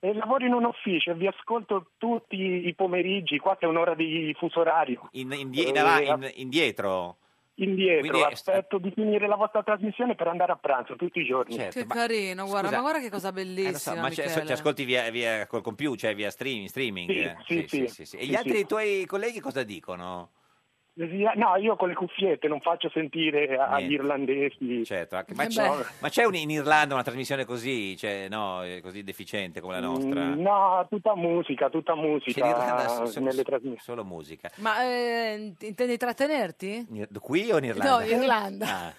K: e lavoro in un ufficio e vi ascolto tutti i pomeriggi. Qua c'è un'ora di fuso orario.
C: In- indie- in
K: Eh,
C: ava-
K: a-
C: in- indietro?
K: Indietro,
C: Quindi è-
K: aspetto di finire la vostra trasmissione per andare a pranzo tutti i giorni.
C: Certo.
B: Che carino, guarda,
C: scusa.
B: ma guarda che cosa
C: Eh, lo so,
B: bellissima.
C: ma c'è-
B: Michele.
C: ci ascolti via, via col computer, cioè via streaming? streaming
K: Sì,
C: eh?
K: sì, sì.
C: E
K: Sì,
C: gli altri
K: sì.
C: tuoi colleghi cosa dicono?
K: No, io con le cuffiette non faccio sentire agli
C: Niente.
K: irlandesi.
C: Certo, anche-
B: Eh,
C: Ma c'è, ma c'è un- in Irlanda una trasmissione così, cioè, no, eh, così deficiente come la nostra?
K: Mm, No, tutta musica, tutta musica eh,
C: Cioè, in Irlanda so- so-
K: nelle
C: so-
K: trasmissioni.
C: Solo musica.
B: Ma eh, intendi trattenerti?
C: In- Qui o in Irlanda?
B: No, in Irlanda.
C: Ah,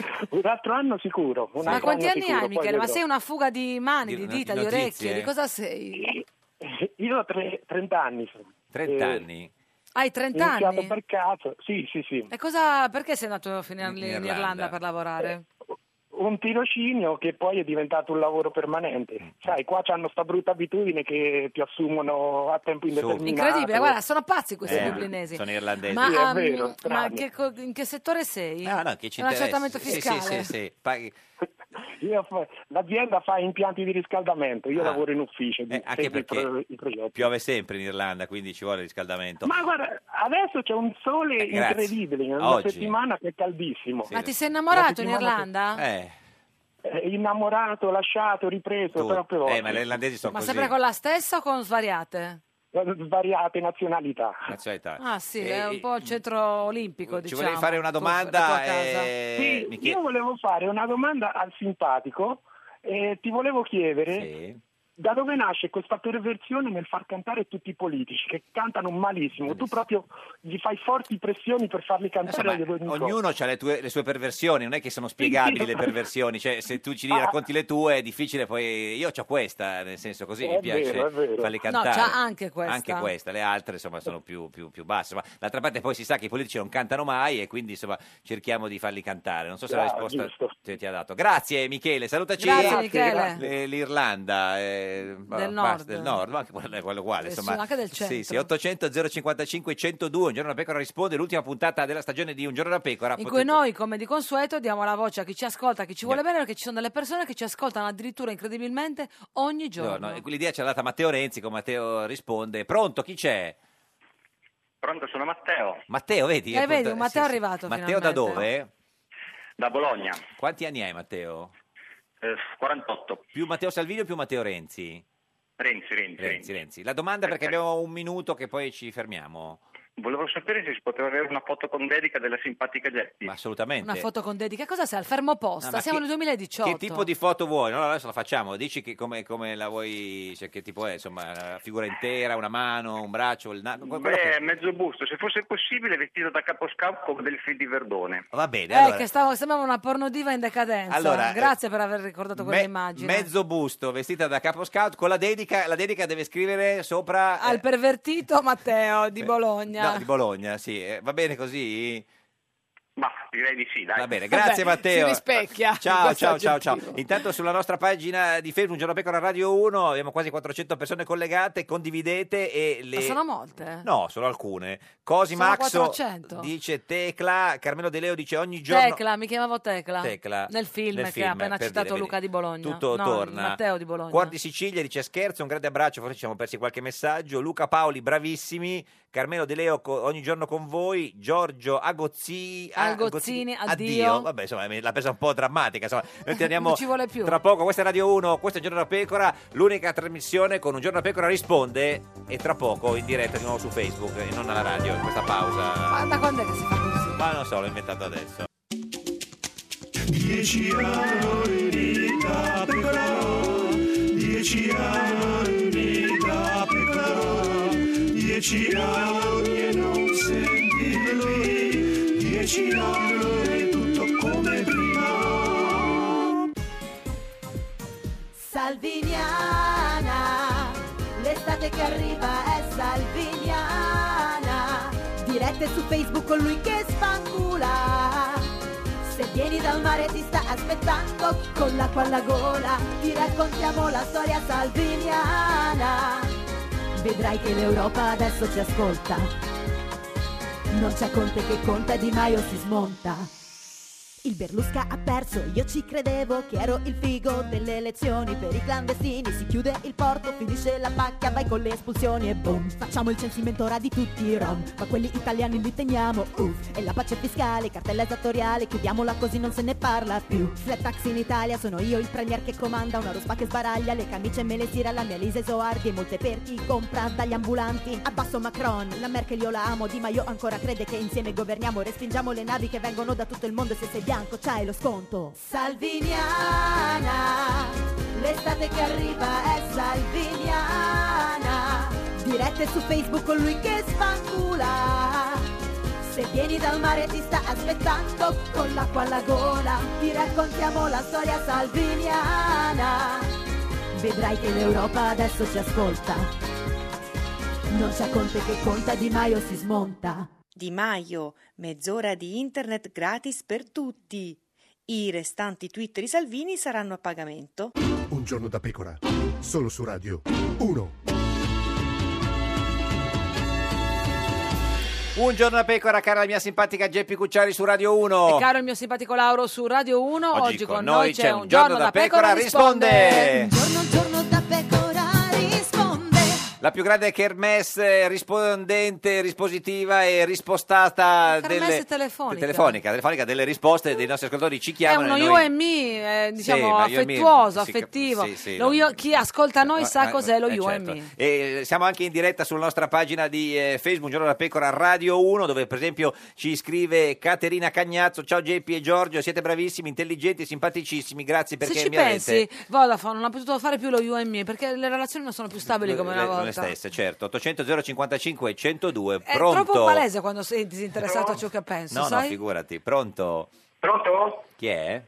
K: <laughs> Un altro anno sicuro. un
B: Ma
K: altro
B: quanti
K: anno
B: anni
K: sicuro,
B: hai
K: poi
B: Michele? Ma
K: vedrò.
B: sei una fuga di mani,
C: Di-
B: di
C: di
B: dita, di,
C: notizie?
B: orecchie, di cosa sei?
K: <laughs> Io ho tre- 30 anni.
C: 30
K: Eh,
C: anni?
B: Hai
K: ho
B: 30
K: iniziato
B: anni?
K: per caso, sì, sì, sì.
B: E cosa, perché sei andato a finire
K: In-
B: in,
K: in
B: Irlanda.
K: Irlanda.
B: per lavorare?
K: Un tirocinio che poi è diventato un lavoro
C: Mm.
K: permanente. Sai, qua c'hanno sta brutta abitudine che ti assumono a tempo indeterminato.
B: Incredibile, guarda, sono pazzi questi
K: Eh,
B: dublinesi.
K: sono
C: irlandesi.
B: Ma,
K: Sì, è
B: um,
K: vero,
B: ma
K: strani.
B: che co- in che settore sei?
C: Ah, no, che ci
B: Un
C: interessa.
B: accertamento
C: Sì, sì,
B: fiscale.
C: sì, sì. Paghi-
G: Io fa- l'azienda fa impianti di riscaldamento, io
C: Ah.
G: lavoro in ufficio di
C: Anche
G: seguo i pro-
C: perché
G: i progetti.
C: piove sempre in Irlanda, quindi ci vuole riscaldamento.
G: Ma guarda, adesso c'è un sole
C: Eh, grazie. Ah,
G: incredibile, una
C: Oggi.
G: settimana che è caldissimo.
B: Ma ti sei innamorato in
G: La settimana
B: Irlanda?
C: Eh,
G: che- eh, innamorato, lasciato, ripreso,
C: tu-
G: troppe volte.
C: eh, ma gli irlandesi sono
B: Ma
C: così.
B: sempre con la stessa o con svariate?
G: Eh, Svariate nazionalità.
C: Nazionalità.
B: Ah sì,
C: Eh,
B: è un
C: eh,
B: po' il centro olimpico,
C: Ci
B: diciamo.
C: volevi fare una
B: tu-
C: domanda,
B: da tua casa.
C: eh,
G: Sì,
C: mi chied-
G: io volevo fare una domanda al simpatico e ti volevo chiedere da dove nasce questa perversione nel far cantare tutti i politici che cantano malissimo. Tu proprio gli fai forti pressioni per farli cantare.
C: Eh, Insomma,
G: io dico,
C: ognuno ha le, tue- le sue perversioni, non è che sono spiegabili le perversioni, cioè se tu
G: Ah.
C: ci racconti le tue è difficile poi io ho questa, nel senso così
G: È
C: mi piace
G: vero, è vero.
C: farli
B: No,
C: cantare.
B: c'ha anche questa.
C: Anche questa, le altre insomma sono più, più- più basse, ma d'altra parte poi si sa che i politici non cantano mai e quindi insomma cerchiamo di farli cantare. Non so se la
G: Ah,
C: risposta
G: giusto.
C: ti, ti ha dato. Grazie Michele, salutaci
B: Grazie, Michele.
C: l- l'Irlanda eh, basta,
B: nord. Eh,
C: del nord, ma anche quello, quello uguale,
B: Sì,
C: insomma.
B: anche del cioè,
C: Sì, sì,
B: centro.
C: 800 055 102, Un giorno da pecora risponde, l'ultima puntata della stagione di Un giorno da pecora.
B: In
C: Potete-
B: cui noi, come di consueto, diamo la voce a chi ci ascolta, a chi ci vuole bene, perché ci sono delle persone che ci ascoltano addirittura incredibilmente ogni giorno.
C: Giorno. E L'idea ce l'ha data Matteo Renzi, con Matteo risponde. Pronto, chi c'è?
F: Pronto, sono Matteo,
C: Matteo, vedi?
B: Eh, vedi,
C: appunto-
B: un Matteo è arrivato
C: Matteo da
B: finalmente.
C: dove?
F: da Bologna,
C: Quanti anni hai Matteo?
F: eh, 48.
C: Più Matteo Salvini o più Matteo Renzi?
F: Renzi, Renzi,
C: Renzi, Renzi. La domanda perché abbiamo un minuto che poi ci fermiamo.
F: Volevo sapere se si poteva avere una foto con dedica della simpatica Getty.
C: assolutamente.
B: Una foto con dedica. Cosa sei? Al fermo posta?
C: No, ma
B: Siamo
C: che-
B: nel 2018.
C: Che tipo di foto vuoi? No, no, adesso la facciamo. Dici che come, come la vuoi, cioè, che tipo è, insomma, una figura intera, una mano, un braccio, il naso. quello che-
F: Beh, eh, mezzo busto, se fosse possibile vestito da caposcap come del film di Verdone.
C: Va bene,
B: Eh,
C: allora.
B: che stavo, sembrava una pornodiva in decadenza.
C: Allora, eh,
B: Grazie per aver ricordato quella
C: Me-
B: immagine.
C: mezzo busto, vestita da capo scout, con la dedica, la dedica deve scrivere sopra... eh,
B: Al pervertito Matteo di Bologna.
C: no, di Bologna, sì. Eh, Va bene così?
F: Ma direi di sì, dai.
C: Va bene, grazie
B: Vabbè,
C: Matteo.
B: Si rispecchia.
C: Ciao,
B: questo
C: ciao, ciao, ciao.
B: aggettivo.
C: Intanto sulla nostra pagina di Facebook, Un Giorno da Pecora Radio 1, abbiamo quasi 400 persone collegate, condividete e le...
B: Ma sono molte? eh.
C: No, solo alcune.
B: Sono
C: Cosimaxo
B: 400.
C: dice Tecla, Carmelo De Leo dice ogni giorno...
B: Tecla, mi chiamavo Tecla.
C: Tecla.
B: Nel film
C: Nel
B: che
C: film,
B: ha appena
C: per dire,
B: citato
C: vedi,
B: Luca di Bologna.
C: tutto
B: No,
C: torna.
B: Matteo di Bologna.
C: Cuor di Sicilia dice scherzo, un grande abbraccio, forse ci siamo persi qualche messaggio. Luca Paoli, bravissimi. Carmelo De Leo, co- ogni giorno con voi. Giorgio Agozzi... ah,
B: Algozzini, addio.
C: addio. Vabbè, insomma, mi- l'ha presa un po' drammatica. Insomma, noi ti andiamo
B: <laughs> Non ci vuole più.
C: tra poco. Questa è Radio 1, questo è Un Giorno da Pecora, l'unica trasmissione con Un Giorno da Pecora risponde e tra poco in diretta di nuovo su Facebook e non alla radio, in questa pausa.
B: Ma da quando è che si fa così?
C: Ma non so, l'ho inventato adesso.
P: Dieci anni da pecora, dieci anni da pecora, dieci anni e non sentirli, dieci anni e tutto come prima.
O: Salviniana, l'estate che arriva è Salviniana. Dirette su Facebook con lui che spangula. Se vieni dal mare ti sta aspettando con l'acqua alla gola. Ti raccontiamo la storia salviniana. Vedrai che l'Europa adesso ci ascolta. Non c'è Conte che conta e Di Maio si smonta. Il Berlusca ha perso, io ci credevo che ero il figo delle elezioni per i clandestini, si chiude il porto, finisce la pacchia, vai con le espulsioni e boom, facciamo il censimento ora di tutti i rom, ma quelli italiani li teniamo, uff, e la pace fiscale, cartella esattoriale, chiudiamola così non se ne parla più. Flat tax in Italia, sono io il premier che comanda, una rospa che sbaraglia, le camicie me le tira, la mia Elisa Esoardi e molte per chi compra dagli ambulanti. Abbasso Macron, la Merkel io la amo, Di Maio ancora crede che insieme governiamo, respingiamo le navi che vengono da tutto il mondo e se sei bianco c'hai lo sconto. Salviniana, l'estate che arriva è Salviniana, dirette su Facebook con lui che spangula. Se vieni dal mare ti sta aspettando con l'acqua alla gola, ti raccontiamo la storia salviniana. Vedrai che l'Europa adesso ci ascolta. Non c'è Conte che conta, Di Maio si smonta.
Q: Di Maio, mezz'ora di internet gratis per tutti. I restanti tweet di Salvini saranno a pagamento.
R: Un giorno da pecora, solo su Radio 1.
C: Un giorno da pecora, cara la mia simpatica Geppi Cucciari su Radio 1.
B: E caro il mio simpatico Lauro su Radio 1, oggi, con noi c'è un giorno da pecora, risponde.
C: Un giorno, un giorno da pecora risponde. La più grande kermesse rispondente, rispositiva e rispostata
B: Kermesse
C: delle-
B: telefonica.
C: telefonica, telefonica delle risposte dei nostri ascoltatori. Ci
B: È
C: chiamano
B: uno
C: e
B: you
C: noi-
B: and me, eh, diciamo
C: ma you and me,
B: affettuoso,
C: sì, cap-
B: affettivo.
C: sì, sì,
B: Lo
C: no.
B: you- chi ascolta noi sa
C: Ma-
B: cos'è lo
C: eh,
B: you and
C: certo.
B: me.
C: E siamo anche in diretta sulla nostra pagina di eh, Facebook, Un Giorno da Pecora Radio 1, dove per esempio ci scrive Caterina Cagnazzo. Ciao JP e Giorgio, siete bravissimi, intelligenti, simpaticissimi. Grazie perché
B: Se ci
C: mi avete.
B: pensi, Vodafone non ha potuto fare più lo you and me perché le relazioni non sono più stabili come una
C: le, le
B: volta.
C: stesse, certo. 800 055 102.
B: È
C: pronto?
B: troppo palese quando sei disinteressato a ciò che penso,
C: no, no,
B: sai?
C: figurati. Pronto?
K: Pronto?
C: Chi è?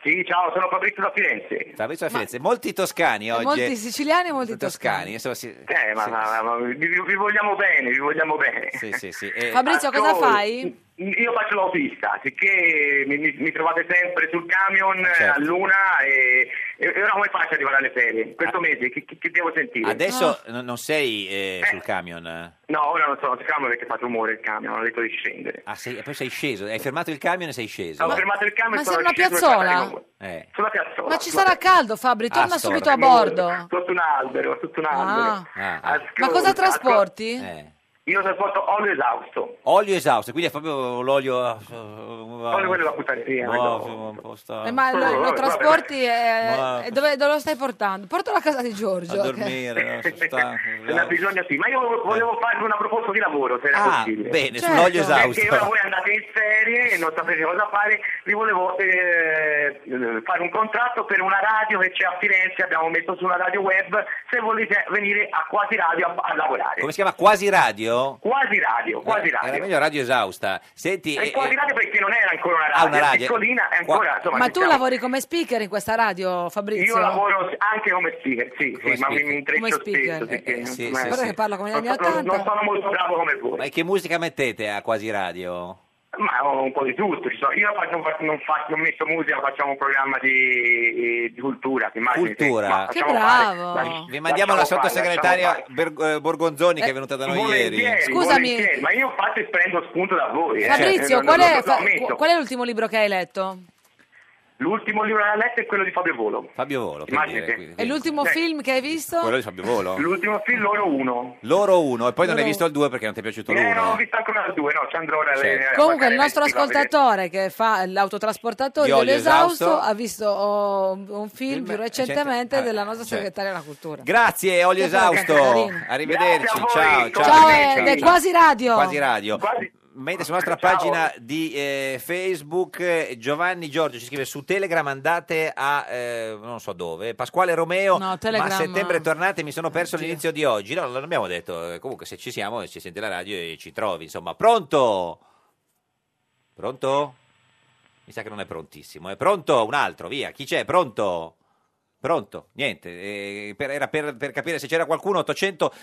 K: Sì, ciao, sono Fabrizio da Firenze.
C: Fabrizio da Firenze. Molti toscani oggi.
B: molti siciliani e molti
C: Molti toscani. insomma, sì.
K: Eh, ma,
C: Sì,
K: ma- ma- vi, vi vogliamo bene, vi vogliamo bene.
C: Sì,
K: <laughs>
C: sì, sì. Eh,
B: Fabrizio, cosa
K: Ascolti,
B: fai?
K: Io faccio l'autista, sicché mi, mi- mi trovate sempre sul camion eh,
C: Certo.
K: a luna e, e ora come faccio ad arrivare alle ferie? Questo mese che, che- che devo sentire?
C: Ah.
B: Ah.
C: Adesso non- non sei eh, sul camion.
K: No, ora non sono sul camion perché fa rumore il camion, ho detto di scendere.
C: Ah, sei- e poi sei sceso, hai fermato il camion e sei sceso.
K: Ho fermato il camion
B: ma
K: e sono
B: sei una
K: sceso e
B: piazzola?
K: sono arrivato.
C: Eh.
K: Sulla piazzola.
B: Ma ci
K: sulla
B: sarà
K: piazzola.
B: caldo, Fabri, torna
K: Ah,
B: subito a
K: sorry.
B: bordo.
K: Sotto un albero, sotto un albero.
B: Ah.
K: Ascolta,
B: Ma cosa
K: ascolta.
B: trasporti?
K: Eh. Io trasporto olio esausto.
C: Olio esausto, quindi è proprio l'olio... Olio
K: quello da puttaneria,
C: No, un po' sta-
B: Eh, ma lo, lo trasporti e,
C: Ma-
B: e dove, dove lo stai portando? Portalo a casa di Giorgio.
C: A
K: <laughs>
C: dormire, no, sono stanco. Eh.
K: Se ne ha bisogno sì, ma io volevo farvi una proposta di lavoro, se era
C: Ah,
K: possibile.
C: bene, Certo. sull'olio esausto.
K: Perché ora voi andate in ferie e non sapete cosa fare, vi volevo eh, fare un contratto per una radio che c'è a Firenze, abbiamo messo su una radio web, se volete venire a Quasi Radio a, a lavorare.
C: Come si chiama? Quasi radio?
K: Quasi Radio, eh. Quasi
C: Era
K: Radio.
C: meglio radio esausta. Senti,
K: E
C: eh,
K: Quasi
C: eh,
K: Radio perché non era ancora una radio,
C: Ah, una radio.
K: è piccolina, è ancora...
C: Qua-
K: Ah, insomma,
B: Ma
K: ci
B: tu
K: siamo.
B: lavori come speaker in questa radio, Fabrizio?
K: Io lavoro anche come speaker, sì, sì, ma mi, mi
B: Come
K: intreccio
B: speaker.
K: spesso. perché,
C: eh, sì,
K: insomma,
C: sì,
B: Però che parla come negli
K: Non
B: anni
K: sono-
B: 80.
K: non sono molto bravo come voi.
C: ma che musica mettete a quasi radio?
K: Ma ho un po' di tutto, ci sono- io faccio- faccio- non, faccio, non metto musica, facciamo un programma di, di cultura, ti immagini?
C: Cultura.
K: Ma
C: Che
K: facciamo
B: bravo.
K: lasci-
C: Vi mandiamo la
K: lasciamo fare,
C: sottosegretaria
K: lasciamo
C: Ber- eh, Borgonzoni che è venuta da
K: fare.
C: noi ieri.
K: Volentieri,
B: Scusami.
K: volentieri, ma io faccio e prendo spunto da voi. eh.
B: Fabrizio,
K: Eh,
B: qual,
K: lo-
B: è,
K: lo- lo
B: fa-
K: ammetto.
B: qu- qual è l'ultimo libro che hai letto?
K: L'ultimo libro che ho letto è quello di Fabio Volo.
C: Fabio Volo, per
K: Immaginate.
C: dire, quindi-
B: E l'ultimo
K: Eh,
B: film che hai visto?
C: Quello di Fabio Volo.
K: L'ultimo film loro uno.
C: Loro uno, e poi non
B: Loro
C: hai visto il due perché non ti è piaciuto
K: Eh, non ho
C: l'uno.
K: visto ancora il due, no, ci andrò ora.
C: Certo.
K: eh,
B: Comunque il
K: magari
B: nostro
K: venerdì, va bene.
B: ascoltatore che fa l'autotrasportatore
C: Di Olio
B: dell'esausto
C: Esausto.
B: ha visto oh, un film più recentemente
C: recente-
B: della nostra
C: certo.
B: segretaria della cultura.
C: Grazie, olio
B: Io sono
C: esausto.
B: Catarina.
C: Arrivederci. Ciao, ciao.
B: Ciao, ed è quasi radio.
C: Quasi radio. Mentre sulla nostra pagina di eh, Facebook eh, Giovanni Giorgio ci scrive su Telegram andate a eh, non so dove Pasquale Romeo
B: No, Telegram-
C: ma a settembre tornate mi sono perso l'inizio di oggi no non abbiamo detto Eh, comunque se ci siamo eh, ci senti la radio e ci trovi insomma pronto pronto mi sa che non è prontissimo è pronto un altro via chi c'è pronto Pronto, niente, eh, per- era per, per capire se c'era qualcuno, 800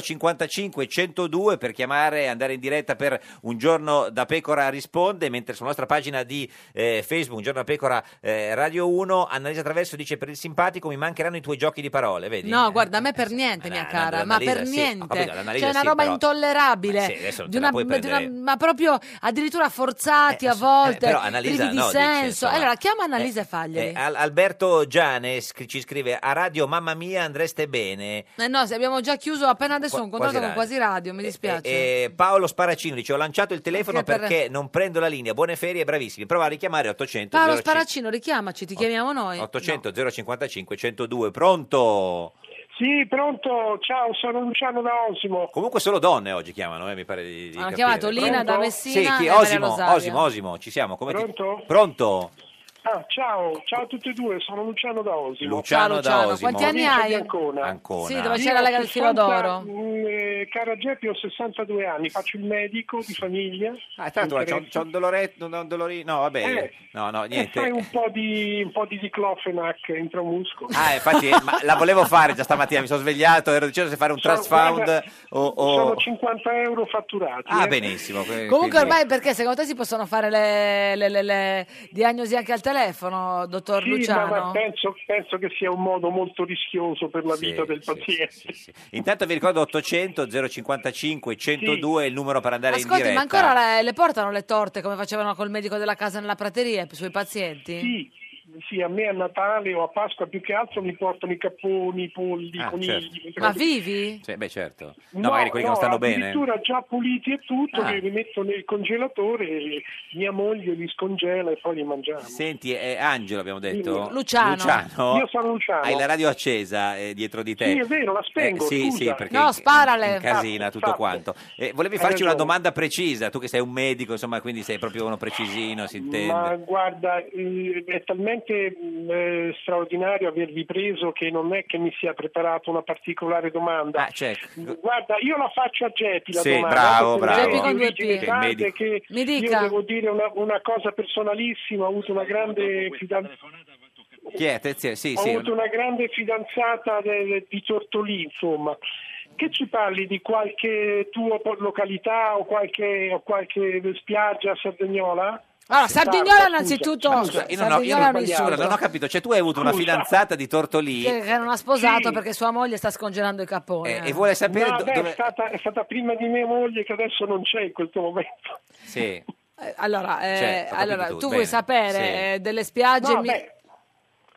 C: 055 102 per chiamare e andare in diretta per Un giorno da pecora risponde, mentre sulla nostra pagina di eh, Facebook, Un giorno da pecora eh, Radio 1, Annalisa Traverso dice per il simpatico mi mancheranno i tuoi giochi di parole, vedi? eh,
B: No, guarda, a me per niente, mia cara, ma
C: Ah, l'analisi
B: per
C: sì. Ho
B: niente.
C: capito, l'analisi
B: C'è una
C: sì,
B: roba
C: però-
B: intollerabile,
C: Ma sì, adesso non
B: di
C: te la
B: una-
C: puoi
B: di una-
C: prendere.
B: ma proprio addirittura forzati a volte,
C: eh, però Annalisa
B: privi di
C: no, dice,
B: senso.
C: insomma.
B: allora, chiama Annalisa e
C: Eh,
B: faglieli.
C: Al- Alberto Giane sc- ci scrive a radio mamma mia andreste bene.
B: Eh no, se abbiamo già chiuso appena adesso
C: Qua-
B: un contratto
C: Quasi
B: con Quasi Radio, mi dispiace.
C: Eh, eh, Paolo Sparacino dice ho lanciato il telefono
B: Perché per-
C: perché non prendo la linea buone ferie bravissimi prova a richiamare 800
B: Paolo
C: 05
B: Sparacino, richiamaci, ti chiamiamo noi.
C: 800 055 102 pronto
G: Sì, pronto, ciao, sono Luciano da Osimo.
C: comunque solo donne oggi chiamano eh, mi pare di, di
B: Hanno
C: capire.
B: chiamato Lina da
C: Pronto?
B: Messina
C: sì, chi?
B: e Maria
C: Osimo,
B: Rosaria.
C: Osimo Osimo ci siamo come ti-
G: Pronto?
C: pronto
G: Ah, ciao, ciao a tutti e due, sono Luciano da Osimo.
C: Luciano Ciao, da Luciano, Osimo. quanti anni
G: Provincia
B: hai?
G: di Ancona.
C: Ancona.
B: Sì, dove c'era la
G: Io ho
B: Galfino
G: 60
B: d'Oro.
G: mh, eh, cara Geppi, ho 62 anni, faccio il medico di famiglia.
C: ah tanto guarda, c'ho, c'ho un doloretto un dolorino no va bene
G: Eh,
C: no no
G: E fai
C: niente
G: un po' di, un po' di diclofenac intramuscolo.
C: Ah, infatti, eh, ma la volevo fare già stamattina, mi sono svegliato, ero deciso se fare un
G: Sono-
C: trust fund
G: guarda,
C: o... o-
G: Sono 50 euro fatturati.
C: oh. Ah,
G: eh.
C: benissimo. que-
B: Comunque
C: quindi-
B: ormai perché secondo te si possono fare le, le- le- le diagnosi anche al telefono, dottor
G: Sì, ma
B: Luciano?
G: va- penso, penso che sia un modo molto rischioso per la
C: Sì,
G: vita del
C: sì,
G: paziente.
C: Intanto vi ricordo 800 055 102 è il numero per andare in
B: Ascolti,
C: diretta.
B: ma ancora le, le portano le torte come facevano col medico della casa nella prateria i suoi pazienti?
G: Sì. Sì, a me a Natale o a Pasqua più che altro mi portano i capponi, i polli, i
C: Ah,
G: conigli.
C: certo.
G: queste
B: Ma
G: cose.
B: vivi?
C: Sì, beh, certo. No,
G: No,
C: magari quelli che non
G: no,
C: stanno bene.
G: Addirittura già puliti e tutto,
C: Ah.
G: li rimetto nel congelatore e mia moglie li scongela e poi li mangiamo.
C: Senti, eh, Angelo abbiamo detto.
G: Dimmi. Luciano.
C: Luciano,
G: Io sono Luciano.
C: Hai la radio accesa eh, dietro di te.
G: Sì, è vero, la spengo,
C: Eh, sì,
G: scusa.
C: sì, perché
B: No, sparale.
C: incasina tutto
G: Fatto.
C: quanto. Eh, volevi
G: Hai
C: farci una
G: ragione.
C: domanda precisa, tu che sei un medico, insomma, quindi sei proprio uno precisino, si intende.
G: Ma guarda, eh, è talmente mh, eh, straordinario avervi preso che non è che mi sia preparato una particolare domanda.
C: Ah, certo.
G: Guarda, io la faccio a Geppi la
C: Sì,
G: domanda.
C: bravo,
G: perché
C: bravo.
G: lei
C: Geppi con due
G: è di origine
C: P.
G: sarda
C: Che medico.
G: che
B: Mi
G: Io
B: dica.
G: devo dire una, una cosa personalissima, ho avuto una grande fidanzata.
C: Chi è? Attenzione, sì,
G: ho
C: sì.
G: avuto una grande fidanzata de- de- di Tortolì, insomma. Che ci parli di qualche tua po- località o qualche, o qualche spiaggia sardegnola?
B: Allora, Sardegnola
G: scusa.
B: innanzitutto,
G: Ma
C: Scusa, io non ho, io
B: Sardegnola
C: non,
B: è un
C: scusa,
B: insulto.
C: non ho capito, cioè tu hai avuto una
B: Scusa.
C: fidanzata di Tortolì
B: Che, che non ha sposato perché sua moglie sta scongelando i caponi.
C: Eh, e vuole sapere
G: No,
C: do-
G: beh,
C: dove-
G: è, stata, è stata prima di mia moglie che adesso non c'è in questo momento.
C: Sì.
B: Eh, Allora, eh,
C: Cioè, ho
B: allora,
C: capito tutto,
B: tu vuoi
C: bene,
B: sapere
C: sì.
B: eh, delle spiagge
G: No,
B: mi-
G: beh.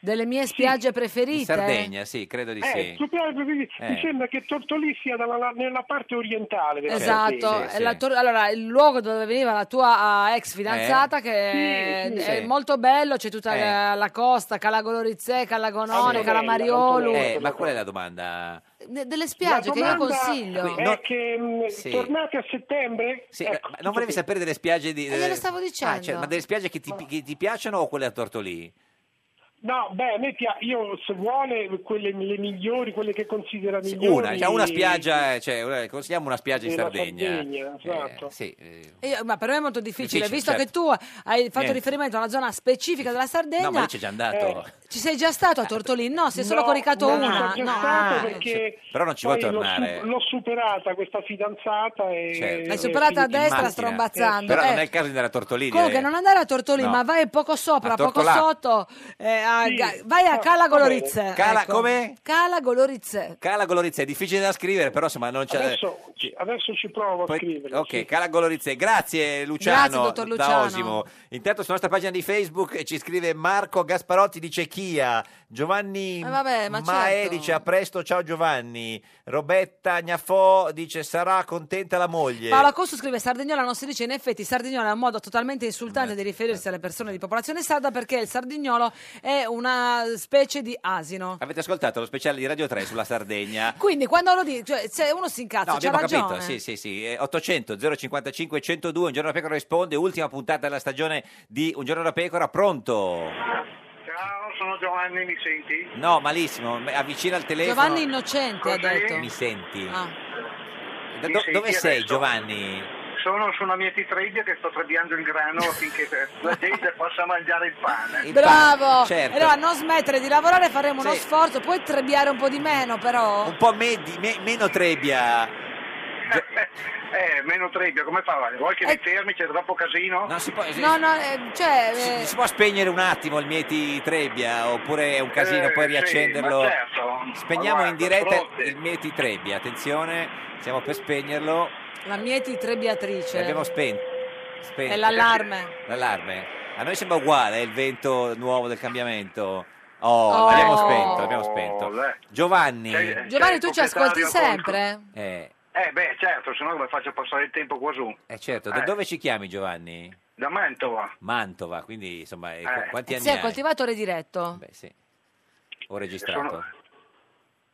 B: delle mie spiagge preferite?
C: In Sardegna, sì, credo di sì.
G: Eh, tu proprio mi-
C: Eh.
G: mi sembra che Tortolì sia dalla- la- nella parte orientale. della
B: Esatto,
G: Sardegna.
B: è la tor- allora il luogo dove veniva la tua ah, ex fidanzata che è,
C: Sì, sì. Eh. Sì.
B: molto bello, c'è tutta
C: Eh.
B: la, la costa, Calagolorizze, Calagonone,
C: Sì.
B: Calamariolo,
C: Eh, ma qual è la domanda?
B: De- delle spiagge
G: La
B: che io
G: domanda
B: consiglio.
G: È
C: No-
G: che mh,
C: Sì.
G: tornate a settembre?
C: Sì, ma non volevi sapere delle spiagge di...
B: Eh, glielo stavo dicendo.
C: Ah, cioè, ma delle spiagge che ti, che ti piacciono o quelle a Tortolì?
G: No, beh, a me pia- io se vuole quelle le migliori, quelle che considera migliori.
C: Una, cioè una spiaggia, eh, cioè, una- consigliamo una spiaggia in
G: Nella
C: Sardegna.
G: Sardegna, esatto.
C: Eh, sì, eh,
B: Eh, ma per me è molto difficile,
C: Difficile,
B: visto
C: certo.
B: che tu hai fatto
C: Niente.
B: riferimento a una zona specifica della Sardegna.
C: No,
B: Eh,
C: ma lì c'è già andato.
B: Ci sei già stato a Tortolì? No, si è solo
G: No,
B: coricato
G: non
B: una.
G: ci sono
B: No.
G: stato
B: Ah.
G: perché
C: Però non ci
G: poi
C: vuoi
G: l'ho su-
C: tornare.
G: L'ho, superata questa fidanzata e
C: certo.
B: L'hai superata a
C: In
B: destra
C: macchina.
B: strombazzando.
C: Però non
B: Eh.
C: è il caso di andare a eh. Tortolì.
B: Comunque
C: direi.
B: non andare a Tortolì,
C: No.
B: ma vai poco sopra,
C: A
B: poco
C: Tortolà.
B: sotto, eh, a
C: Sì.
B: Ga- vai a Cala Golorizze.
C: Cala come?
B: Cala Golorizze.
C: Cala Golorizze, è difficile da scrivere, però insomma non c'è...
G: adesso, adesso ci provo a scriverlo.
C: Ok, Cala Golorizze, grazie Luciano,
B: Grazie, dottor
C: da
B: Luciano.
C: Osimo. Intanto sulla nostra pagina di Facebook ci scrive Marco Gasparotti dice Chia, Giovanni
B: Eh, vabbè, ma
C: Mae
B: certo.
C: dice a presto, ciao Giovanni, Roberta Gnafò dice sarà contenta la moglie.
B: Paola Cosso scrive Sardegnola non si dice in effetti Sardegnola è un modo totalmente insultante di riferirsi alle persone di popolazione sarda perché il sardignolo è una specie di asino.
C: Avete ascoltato lo speciale di Radio 3 sulla Sardegna?
B: Quindi quando lo dice, cioè, se uno si incazza,
C: No,
B: c'ha
C: abbiamo
B: ragione.
C: capito, sì, sì, sì. Eh, 800 055 102, un giorno da pecora risponde, ultima puntata della stagione di Un giorno da pecora, pronto?
J: Ciao, sono Giovanni, mi senti?
C: No, malissimo, m- avvicina il telefono.
B: Giovanni Innocente ha detto.
C: Mi senti?
B: Ah.
C: Da-
J: Mi
C: do-
J: senti
C: dove sei
J: adesso?
C: Giovanni?
J: Sono su una mia mietitriglia che sto trebbiando il grano affinché
C: <laughs>
J: la gente possa mangiare il pane.
B: Bravo!
J: Certo.
B: E Allora non smettere di lavorare, faremo uno sforzo, puoi trebbiare un po' di meno però.
C: Un po' medi- me- meno Trebbia.
J: <laughs> Eh, meno trebbia, come fa? Vuoi che mi fermi? C'è troppo casino?
C: Non si può,
B: Eh. No, no, eh, cioè... eh,
C: Si può spegnere un attimo il mieti Trebbia oppure è un casino
J: Eh,
C: poi
J: sì,
C: riaccenderlo?
J: ma certo.
C: Spegniamo
J: Ma
C: in
J: guarda,
C: diretta
J: pronti.
C: il mieti Trebbia, attenzione, stiamo per spegnerlo.
B: La mieti trebbiatrice.
C: L'abbiamo spento. spento.
B: È l'allarme.
C: L'allarme. A noi sembra uguale eh, il vento nuovo del cambiamento. Oh, l'abbiamo spento, l'abbiamo
J: Oh,
C: spento. Giovanni.
B: Giovanni, tu ci ascolti sempre?
C: Eh,
J: Eh beh, certo, sennò come faccio a passare il tempo qua su?
C: eh, certo, da
J: Eh.
C: dove ci chiami Giovanni?
J: Da Mantova.
C: Mantova, quindi insomma, eh, qu- quanti anni
B: Sei
C: hai?
B: coltivatore diretto.
C: Beh, sì. Ho registrato.
J: Sono-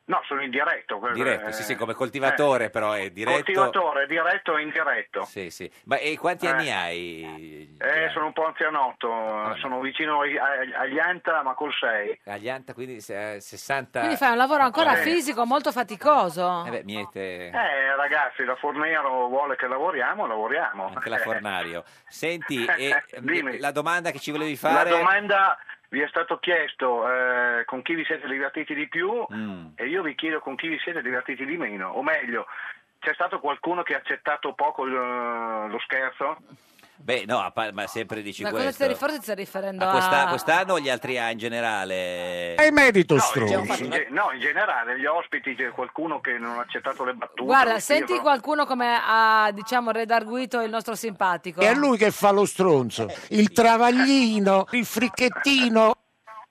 J: No, sono in diretto. quello
C: Diretto,
J: è- Eh.
C: sì, sì, come coltivatore però è diretto.
J: Coltivatore, diretto e indiretto.
C: Sì, sì. Ma e quanti
J: Eh.
C: anni hai?
J: Eh, sono un po' anzianotto,
C: Ah,
J: sono vicino ai- ai- agli Anta, ma col 6.
C: Agli Anta, quindi se- eh, 60
B: Quindi fai un lavoro ancora
J: Eh.
B: fisico, molto faticoso.
C: Eh beh, miete
J: Eh, ragazzi, la Fornero vuole che lavoriamo, lavoriamo. Eh,
C: anche la Fornario. Senti, e,
J: <laughs> Dimmi.
C: la domanda che ci volevi
J: La
C: fare
J: domanda vi è stato chiesto eh, con chi vi siete divertiti di più
C: Mm.
J: e io vi chiedo con chi vi siete divertiti di meno, o meglio, c'è stato qualcuno che ha accettato poco il- lo eh, scherzo?
C: Beh, no, a par- ma sempre dici
B: Ma cosa
C: questo.
B: stai, forse ti stai riferendo
C: Ma
B: a...
C: questa- quest'anno o gli altri anni in generale?
K: E merito
J: No,
K: stronzo.
J: infatti, in ge- no, in generale gli ospiti c'è qualcuno che non ha accettato le battute.
B: Guarda,
J: quindi
B: senti
J: io-
B: qualcuno come ha, diciamo, redarguito il nostro simpatico.
K: E è lui che fa lo stronzo, il travaglino, il fricchettino.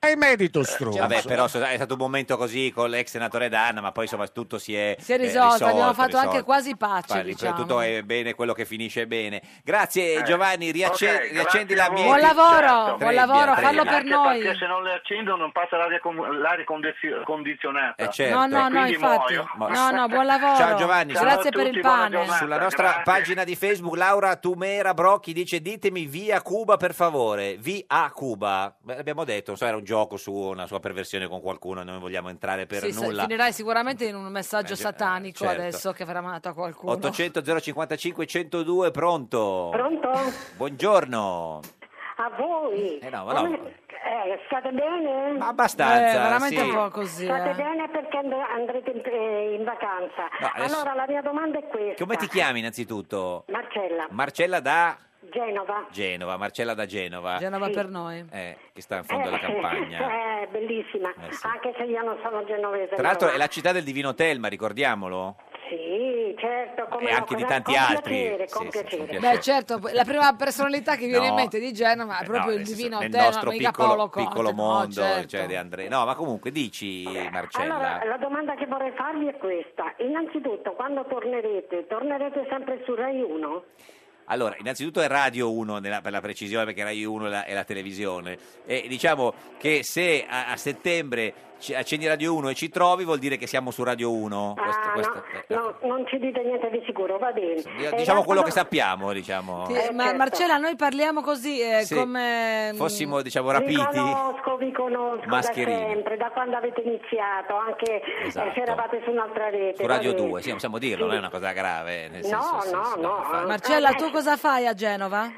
K: E merito stronzo.
C: Vabbè, però scusa, è stato un momento così con l'ex senatore D'Anna, ma poi insomma tutto si è,
B: Si è
C: eh,
B: risolto, abbiamo
C: risolto,
B: fatto anche
C: risolto.
B: quasi pace,
C: Fai-
B: diciamo.
C: Tutto è bene quello che finisce bene. Grazie
J: Eh,
C: Giovanni, riacce-
J: ok, grazie
C: riaccendi
J: a
C: la
J: voi. Certo.
C: mia.
B: Buon lavoro, buon
C: Trebbia,
B: lavoro,
C: trebbia.
B: fallo per
J: Anche
B: noi.
J: Perché se non le accendo non passa l'aria, con- l'aria condizio- condizionata.
C: Eh, certo. No,
B: No, no,
J: Quindi
B: infatti.
J: muoio.
B: No, no, buon lavoro.
C: Ciao Giovanni,
B: Grazie per il pane.
C: Sulla nostra pagina di Facebook Laura Tumera Brocchi dice ditemi via Cuba per favore, via Cuba. Beh, l'abbiamo detto, non so, era un gioco su una sua perversione con qualcuno, non vogliamo entrare per
B: Sì, sa-
C: nulla.
B: finirai sicuramente in un messaggio
C: Eh, gi- eh,
B: satanico
C: certo.
B: adesso che verrà mandato a qualcuno.
C: 800 055 102 pronto.
I: Pronto?
C: Buongiorno.
I: A voi?
C: Eh no, ma no.
I: Come- eh, state bene?
C: abbastanza, Eh, veramente sì. un po'
B: così,
I: State
B: eh.
I: bene perché and- andrete in, eh, in vacanza.
C: No, adesso-
I: Allora la mia domanda è questa.
C: Come ti chiami innanzitutto?
I: Marcella,
C: Marcella da
I: Genova.
C: Genova, Marcella da Genova.
I: Genova Sì. per
B: noi.
C: Eh, che sta Ah. in fondo alla
I: Eh,
C: campagna.
I: <laughs> eh, bellissima,
C: Eh, sì.
I: anche se io non sono genovese.
C: Tra l'altro
I: allora.
C: è la città del Divino Telma, ricordiamolo.
I: Sì, certo, come
C: E
I: no,
C: anche di
I: cosa-
C: tanti
I: con
C: altri.
I: piacere,
C: Sì,
I: con
C: sì,
I: piacere.
C: con piacere.
B: Beh, certo, la prima personalità che viene
C: No. Eh,
B: in mente di Genova
I: Eh,
B: è proprio
C: No,
B: il
C: nel senso,
B: divino
C: nel
B: Telma,
C: nostro
B: mica
C: piccolo,
B: Paolo Conte.
C: piccolo
B: No,
C: mondo,
B: certo.
C: cioè De Andrea. No, ma comunque dici Marcella.
I: Allora, la domanda che vorrei farvi è questa. Innanzitutto, quando tornerete, tornerete sempre su Rai 1?
C: Allora, innanzitutto è Radio 1 nella- per la precisione, perché Radio 1 è la, è la televisione. E diciamo che se a, a settembre ci- accendi Radio 1 e ci trovi, vuol dire che siamo su Radio 1. Questo-
I: Ah,
C: questo-
I: no, no, non ci dite niente di sicuro, va bene.
C: di-
I: Eh,
C: diciamo
I: la-
C: quello che sappiamo, diciamo.
B: Ti-
I: Eh,
B: ma
I: certo.
B: Marcella, noi parliamo così eh,
C: Sì.
B: come...
C: Fossimo, diciamo, rapiti.
I: Vi conosco, vi conosco
C: Mascherine.
I: da sempre, da quando avete iniziato, anche eh,
C: Esatto.
I: se eravate su un'altra rete.
C: Su Radio
I: va bene.
C: 2, sì, possiamo dirlo, non è una cosa grave. Nel senso, sì, sì, infatti.
I: Eh,
B: Marcella, tu cosa fai a Genova?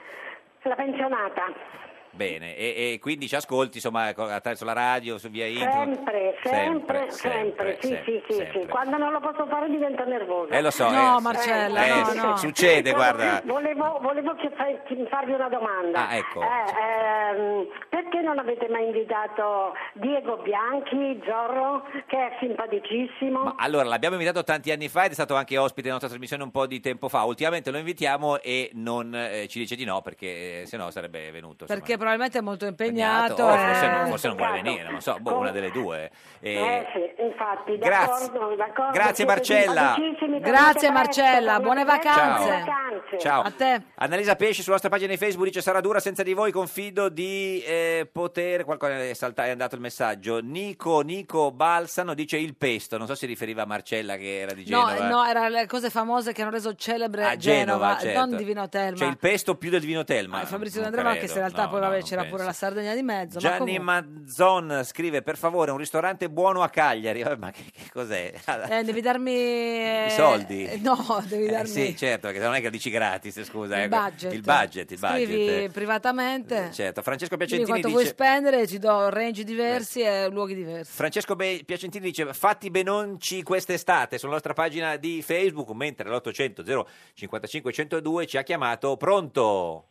I: La pensionata.
C: Bene, e, e quindi ci ascolti insomma co- attraverso la radio, su via internet.
I: Sempre, sempre, sempre,
C: sempre,
I: sì,
C: sempre,
I: sì, sì, sì.
C: sempre.
I: Quando non lo posso fare divento nervosa. Diciamo
C: Eh lo so, eh, eh, su- succede, guarda.
I: Volevo, volevo che fai- che farvi una domanda.
C: Ah, ecco.
I: Eh, ehm, perché non avete mai invitato Diego Bianchi, Zorro, che è simpaticissimo?
C: Allora, l'abbiamo invitato tanti anni fa ed è stato anche ospite della nostra trasmissione un po' di tempo fa. Ultimamente lo invitiamo e non eh, ci dice di no perché eh, se no sarebbe venuto. insomma.
B: Perché probabilmente è molto
C: Impegnato,
B: impegnato.
C: o
B: eh.
C: oh, forse, non, forse non vuole venire, non so, boh, una delle due. Eh,
I: Eh sì, infatti,
C: grazie.
I: d'accordo, d'accordo.
C: Grazie,
I: siete
C: Marcella.
I: simpaticissimi, tornate
B: Grazie
I: presto,
B: Marcella, buone vacanze.
C: Ciao. Ciao.
B: A te.
C: Annalisa Pesci sulla nostra pagina di Facebook dice sarà dura senza di voi, confido di eh, poter... Qualcosa è, saltato, è andato il messaggio. Nico, Nico Balsano dice il pesto, non so se riferiva a Marcella che era di
B: No, eh,
C: Genova.
B: no, erano le cose famose che hanno reso celebre
C: A Genova, certo.
B: non Divino Telma.
C: Cioè il pesto più del vino Telma.
B: Ah, Fabrizio
C: Non
B: D'Andrea, ma anche
C: credo,
B: se in realtà
C: no,
B: poi
C: no,
B: vabbè,
C: non
B: c'era
C: penso.
B: pure la Sardegna di mezzo. ma
C: Gianni
B: comunque.
C: Mazzon scrive per favore un ristorante buono a Cagliari. <laughs> Vabbè, ma che, che cos'è?
B: Eh, devi darmi eh,
C: <laughs> I soldi.
B: eh, No, devi
C: Eh,
B: darmi
C: sì, certo, perché non è che lo dici gratis, scusa.
B: il
C: eh.
B: budget.
C: Il budget, il budget.
B: Scrivi privatamente.
C: Certo, Francesco
B: Dimmi
C: Piacentini
B: quanto
C: dice... Eh.
B: vuoi spendere, ci do range diversi e luoghi diversi.
C: Francesco Be- Piacentini dice fatti benonci quest'estate sulla nostra pagina di Facebook mentre l'800 055 102 ci ha chiamato pronto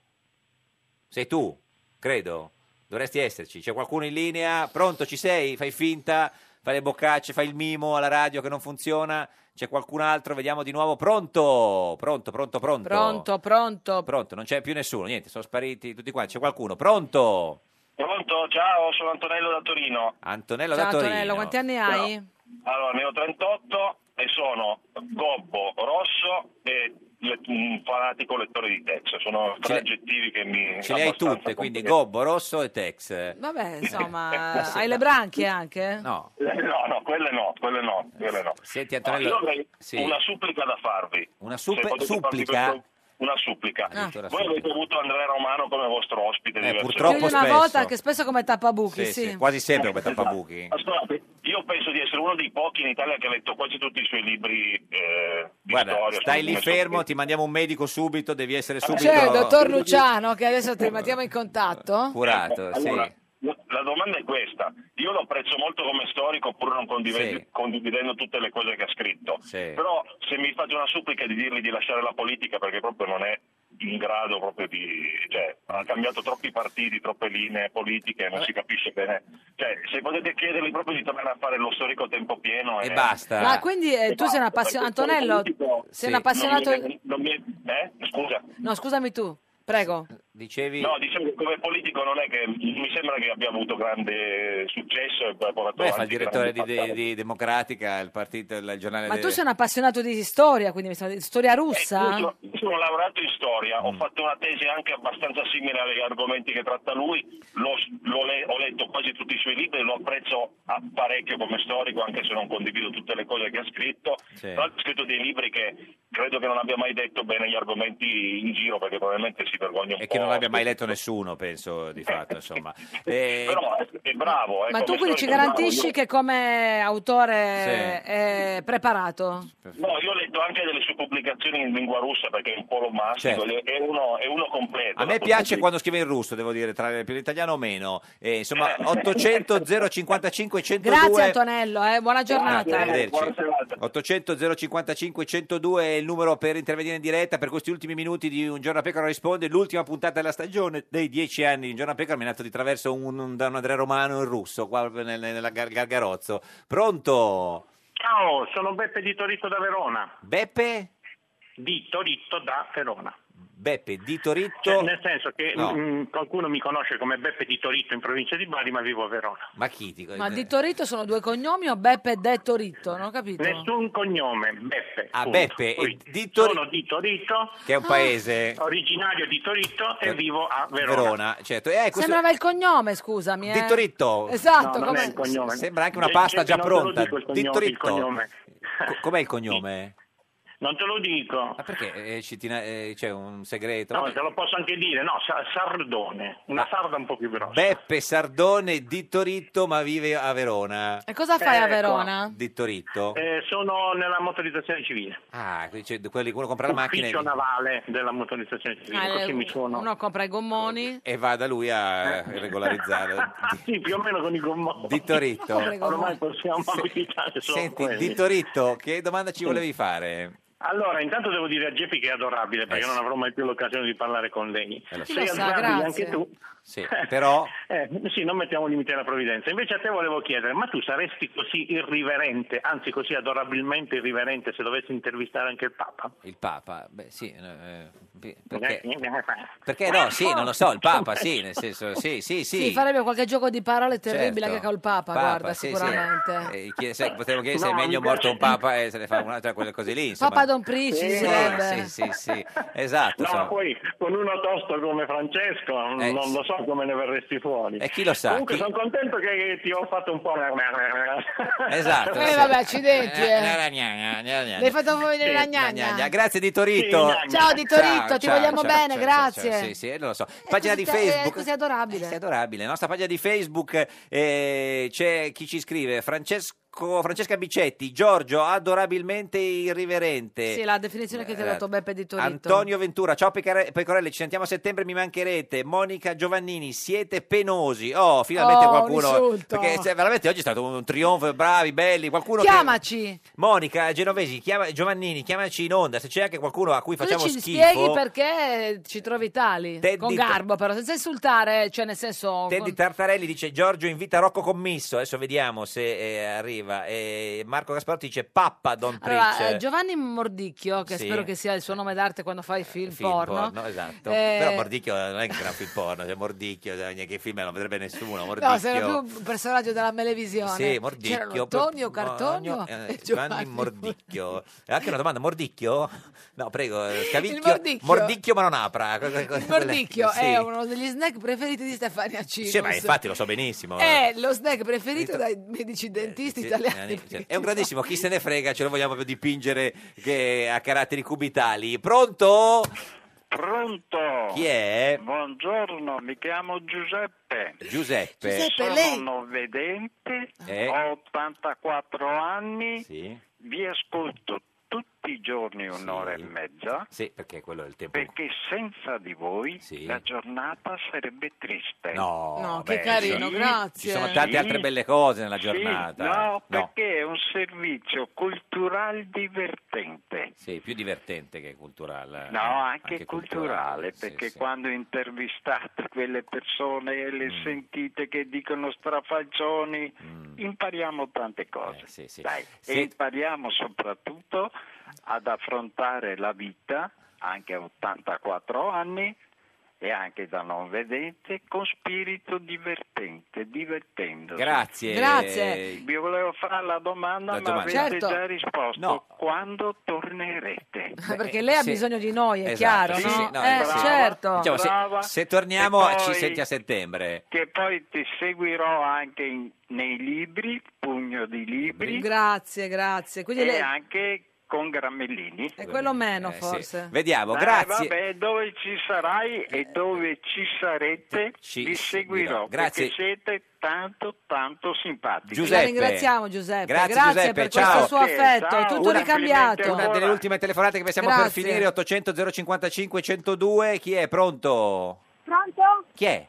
C: sei tu credo dovresti esserci c'è qualcuno in linea pronto ci sei fai finta fai le boccacce fai il mimo alla radio che non funziona c'è qualcun altro vediamo di nuovo pronto pronto pronto pronto
B: Pronto, pronto.
C: pronto non c'è più nessuno niente sono spariti tutti quanti c'è qualcuno pronto
X: Pronto, ciao, sono Antonello da Torino.
C: Antonello
B: Ciao
C: da Torino
B: Antonello, quanti anni hai?
X: Allora, ne ho 38 e sono gobbo, rosso e le- un fanatico lettore di text. Sono tre aggettivi che mi...
C: Ce le hai
X: abbastanza
C: tutte, quindi
X: complicano.
C: Gobbo, Rosso e Tex.
B: Vabbè,
C: <laughs>
B: insomma, hai le branchie anche? eh?
C: No.
X: Eh, Ah, No, no, quelle no, quelle no, quelle no.
C: Senti
X: No, io
C: Antonello,
X: avrei
C: sì.
X: una supplica da farvi.
C: Una suppe-
X: Se potete farvi
C: supplica?
X: questo- Una supplica.
C: Ah. Eh,
X: Voi avete avuto Andrea Romano come vostro ospite. diverse
C: purtroppo
B: Più di
X: volte.
B: una volta, anche spesso come tappabuchi, sì.
C: quasi sempre come
X: Esatto.
C: tappabuchi.
X: Ascoltate, io penso di essere uno dei pochi in Italia che ha letto quasi tutti i suoi libri eh, di
C: Guarda,
X: storia.
C: stai lì
X: Sono-
C: fermo, ti mandiamo un medico subito, devi essere subito
B: C'è il dottor Luciano che adesso ti mettiamo in contatto.
C: curato. Certo, Sì.
X: Eh, Allora, La domanda è questa, io lo apprezzo molto come storico pur non condivid- condividendo tutte le cose che ha scritto,
C: Sì.
X: però se mi fate una supplica di dirgli di lasciare la politica perché proprio non è in grado proprio di... Cioè, ha cambiato troppi partiti, troppe linee politiche, non si capisce bene. Cioè, se potete chiedergli proprio di tornare a fare lo storico a tempo pieno... E,
C: basta.
B: Ma quindi eh,
X: e
B: tu sei un
X: basta,
B: appassionato,
X: perché il
B: Antonello,
X: politico-
B: sei un appassionato...
X: Non mi- non mi- eh? Scusa.
B: No, scusami tu, prego.
C: Dicevi...
X: No, diciamo che come politico non è che mi sembra che abbia avuto grande successo e poi ha portato
C: Beh, fa il
X: avanti
C: direttore di,
X: grandi
C: di- di Democratica, il partito, il giornale
B: Ma
C: de-
B: tu sei un appassionato di storia, quindi mi sa- di storia russa?
X: Io sono laureato in storia, ho fatto una tesi anche abbastanza simile agli argomenti che tratta lui, L'ho- l'ho le- ho letto quasi tutti i suoi libri, lo apprezzo a- parecchio come storico, anche se non condivido tutte le cose che ha scritto.
I: Sì.
X: Tra l'altro ha scritto dei libri che credo che non abbia mai detto bene gli argomenti in giro, perché probabilmente si vergogna un
C: e
X: po'.
C: che non l'abbia mai letto nessuno, penso, di fatto,
X: <laughs>
C: insomma. Eh,
X: Però è- è bravo. eh,
B: Ma tu
X: come
B: quindi ci
X: storico è bravo.
B: garantisci
X: Io-
B: che come autore
X: Sì.
B: è preparato?
X: No, io ho letto anche delle sue pubblicazioni in lingua russa perché è un po' lo mastico,
C: Certo.
X: è, uno, è uno completo.
C: A me
X: da quel punto
C: piace
X: di-
C: quando scrive in russo, devo dire, tra più l'italiano o meno. Eh, insomma,
X: <laughs>
C: 800 055 102
B: Grazie Antonello, eh, buona giornata.
C: Arrivederci. 800 055 102 è il numero per intervenire in diretta per questi ultimi minuti di Un giorno a pecora risponde, l'ultima puntata della stagione dei dieci anni di Un giorno a pecora, mi è nato di traverso un, un- da un Andrea Romano in russo, qua nel, nella gar- Gargarozzo. Pronto?
K: Ciao, sono Beppe di Toritto da Verona.
C: Beppe?
K: Di Toritto da Verona.
C: Beppe di Toritto?
K: Cioè, nel senso che
C: No.
K: mm, qualcuno mi conosce come Beppe di Toritto in provincia di Bari, ma vivo a Verona.
C: Ma chi ti
B: Ma di Torito sono due cognomi o Beppe De Torito? Non ho capito.
K: Nessun cognome, Beppe.
C: Ah,
K: punto.
C: Beppe,
K: Poi
C: e di Tori-
K: Sono di Toritto.
C: Che è un paese-
K: Originario di Toritto e vivo a Verona.
C: Verona, certo. Eh, questo-
B: Sembrava il cognome, scusami. Eh.
C: Di Toritto.
B: Esatto,
K: No, non
B: come...
K: è il cognome.
C: Sembra anche una
K: Gente,
C: pasta già
K: non te lo
C: pronta.
K: dico il
C: Di
K: cognome, il
C: Toritto.
K: cognome.
C: Co- Com'è il cognome?
K: Non te lo dico.
C: Ma perché eh, ci tina- eh, c'è un segreto?
K: No, te lo posso anche dire, no, sa- Sardone,
C: Ah.
K: una sarda un po' più grossa.
C: Beppe Sardone di Toritto, ma vive a Verona.
B: E cosa fai a
K: Ecco.
B: Verona?
C: Di Toritto?
K: Eh, sono nella motorizzazione civile.
C: Ah, qui c'è quelli, uno compra la macchina
K: Ufficio
C: e,
K: navale della motorizzazione civile,
B: Ah,
K: così mi sono.
B: Uno compra i gommoni.
C: e va da lui a
B: Eh. <laughs>
C: regolarizzare.
K: <laughs> sì, più o meno con i gommoni.
C: Di Toritto.
K: Ormai possiamo abitare solo
C: Senti,
K: quelli.
C: di Toritto, che domanda ci volevi fare?
K: Allora, intanto devo dire a Geppi che è adorabile perché
C: Eh, sì. Eh,
K: non avrò mai più l'occasione di parlare con lei.
C: lo so.
K: Sei
C: Lo sa,
K: adorabile
C: grazie.
K: anche tu. <laughs>
C: Sì, però...
K: Eh, sì, non mettiamo limite alla provvidenza. Invece a te volevo chiedere, ma tu saresti così irriverente, anzi così adorabilmente irriverente se dovessi intervistare anche il Papa?
C: Il Papa, beh sì, eh, eh, perché,
K: Eh,
C: perché no, sì,
K: <laughs>
C: non lo so, il Papa, sì, nel senso, sì, sì, sì.
B: Sì, farebbe qualche gioco di parole terribile
C: Certo.
B: anche col Papa,
C: Papa,
B: guarda,
C: sì, sì.
B: sicuramente.
C: Eh, chi- se, potremmo chiedere se è
B: No,
C: meglio
B: mi
C: morto un Papa e se ne fa un'altra, quelle cose lì. Insomma.
B: Papa Don Pricci,
C: sì,
B: si
C: sì,
B: direbbe.
C: sì, sì, sì, esatto.
K: No,
C: insomma.
K: poi con uno tosto come Francesco
C: Eh,
K: non lo so come ne verresti fuori.
C: E chi lo sa,
K: Comunque
C: chi-
K: sono contento che ti ho fatto un po'...
C: Esatto.
B: Eh,
C: sì.
B: vabbè, accidenti, eh.
C: Gna, gna, gna, gna, gna.
B: L'hai fatto vedere
C: Sì,
B: la
C: gna,
B: gnagna.
C: gna. Grazie di Torito.
B: Sì, gna, gna. Ciao, Di Toritto, ti vogliamo bene, grazie.
C: Sì, sì, lo so.
B: È
C: Pagina
B: così
C: di
B: te- è
C: Facebook.
B: così adorabile.
C: È adorabile. La nostra pagina di Facebook eh, c'è chi ci scrive Francesco, Francesca Bicetti, Giorgio, adorabilmente irriverente.
B: Sì, la definizione che ti ha dato Beppe di Torito.
C: Eh, Antonio Ventura, ciao Pecare- Pecorelle, ci sentiamo a settembre, mi mancherete. Monica Giovannini, siete penosi. Oh, finalmente
B: Oh, un
C: qualcuno.
B: insulto.
C: Perché cioè, veramente oggi è stato un trionfo, bravi, belli. Qualcuno che-
B: Chiamaci.
C: Monica Genovesi, chiama, Giovannini, chiamaci in onda. Se c'è anche qualcuno a cui
B: Tu
C: facciamo
B: ci spieghi
C: schifo,
B: perché ci trovi tali.
C: Teddy-
B: Con garbo, però, senza insultare, cioè nel senso.
C: Teddy
B: con-
C: Tartarelli dice Giorgio invita Rocco Commisso. Adesso vediamo se eh, arriva. E Marco Gasparotti dice Pappa Don
B: Allora,
C: Pritch.
B: eh, Giovanni Mordicchio, che
C: Sì.
B: spero che sia il suo nome d'arte quando fai film,
C: Film
B: porno.
C: esatto.
B: Eh,
C: Però Mordicchio non è che era film porno, cioè Mordicchio, cioè, che film non vedrebbe nessuno. Mordicchio.
B: No, sei più un personaggio della televisione.
C: Sì, Mordicchio.
B: C'erano Tonio, Cartonio
C: Eh,
B: e
C: Giovanni
B: Giovanni.
C: Mordicchio. E anche una domanda, Mordicchio? No, prego, eh, Scavicchio.
B: Il Mordicchio.
C: ma non apra. Cosa- cosa-
B: Il Mordicchio
C: <laughs> sì.
B: è uno degli snack preferiti di Eh, Stefania Cinus.
C: Sì, ma infatti lo so benissimo.
B: È lo snack preferito dai medici dentisti
C: Sì,
B: italiani.
C: cioè, È un grandissimo, chi se ne frega, ce lo vogliamo proprio dipingere che- a caratteri cubitali. Pronto?
J: Pronto?
C: Chi è?
J: Buongiorno, mi chiamo Giuseppe.
C: Giuseppe.
J: Sono vedente,
C: Eh.
J: ho 84 anni,
C: Sì.
J: vi ascolto tutti tutti i giorni un'ora e mezza.
C: Sì, perché quello è il tempo.
J: Perché senza di voi la giornata sarebbe triste.
C: No,
B: No, che
C: beh,
B: carino,
C: sì.
B: grazie.
C: Ci sono tante altre belle cose nella
J: Sì,
C: giornata.
J: no, perché è un servizio culturale divertente.
C: Sì, più divertente che culturale.
J: No,
C: eh,
J: anche,
C: culturale,
J: culturale,
C: sì,
J: perché
C: sì.
J: quando intervistate quelle persone e le
C: Mm.
J: sentite che dicono strafalcioni, impariamo
C: Eh,
J: tante cose. Dai,
C: Sent-
J: E impariamo soprattutto ad affrontare la vita, anche a 84 anni, e anche da non vedente, con spirito divertente, divertendo.
C: Grazie. Grazie.
J: Vi volevo fare la domanda,
C: La
J: ma
C: domanda.
J: avete
B: Certo.
J: già risposto.
C: No.
J: Quando tornerete?
B: <laughs> Perché lei ha
C: eh, sì.
B: bisogno di noi, è
C: Esatto,
B: chiaro,
C: sì,
B: no?
C: sì, no,
B: eh,
C: sì.
B: certo.
C: Diciamo, se-
J: Brava.
C: se, torniamo
J: E
C: ci
J: poi-
C: senti a settembre.
J: Che poi ti seguirò anche in- nei libri, pugno di libri,
B: Grazie, grazie. Quindi
J: e
B: lei...
J: anche con Grammellini.
B: è quello meno,
C: Eh, sì.
B: forse.
C: Vediamo,
J: Dai,
C: grazie. Eh,
J: Vabbè, dove ci sarai e dove ci sarete, vi seguirò.
C: seguirò. Grazie.
J: Perché siete tanto, tanto simpatici.
B: La ringraziamo Giuseppe,
C: Grazie,
B: grazie,
C: Giuseppe,
B: per
C: ciao.
B: questo suo affetto, è tutto
C: Una-
B: ricambiato.
C: Una delle ultime telefonate che pensiamo per
B: Grazie.
C: finire, 800 055 102, chi è pronto?
I: Pronto?
C: Chi è?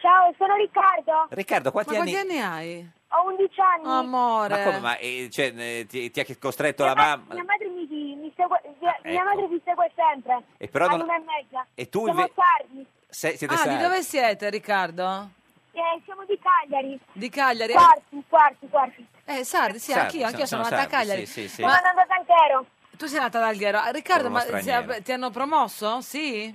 I: Ciao, sono Riccardo.
C: Riccardo, quanti
I: Ma
C: anni?
I: quanti
B: hai?
I: Ho 11 anni.
B: Amore.
C: Ma come? Ma, eh, cioè, eh, ti, ti ha costretto la
I: Mia
C: mamma?
I: madre mi, mi segue, mia
C: ecco.
I: madre mi segue sempre.
C: E però non-
I: All'una e mezza.
C: E tu
I: Siamo
C: inve-
I: tardi.
C: se- Eh, siete
B: Ah,
C: sardi?
B: di dove siete, Riccardo?
I: Eh, siamo di Cagliari.
B: Di Cagliari?
I: Quarti, quarti, quarti.
B: Eh, Sardi, sì,
I: Sardi,
B: anch'io, anch'io sono,
I: sono- sono
B: nata a
I: sardi,
B: Cagliari.
I: sì, sì, sì.
B: Ma-
I: Sono andata ad Anchero.
B: Tu sei nata ad Alghero. Ah, Riccardo,
C: Sono
B: ma
C: uno straniero.
B: ti- ti hanno promosso? Sì?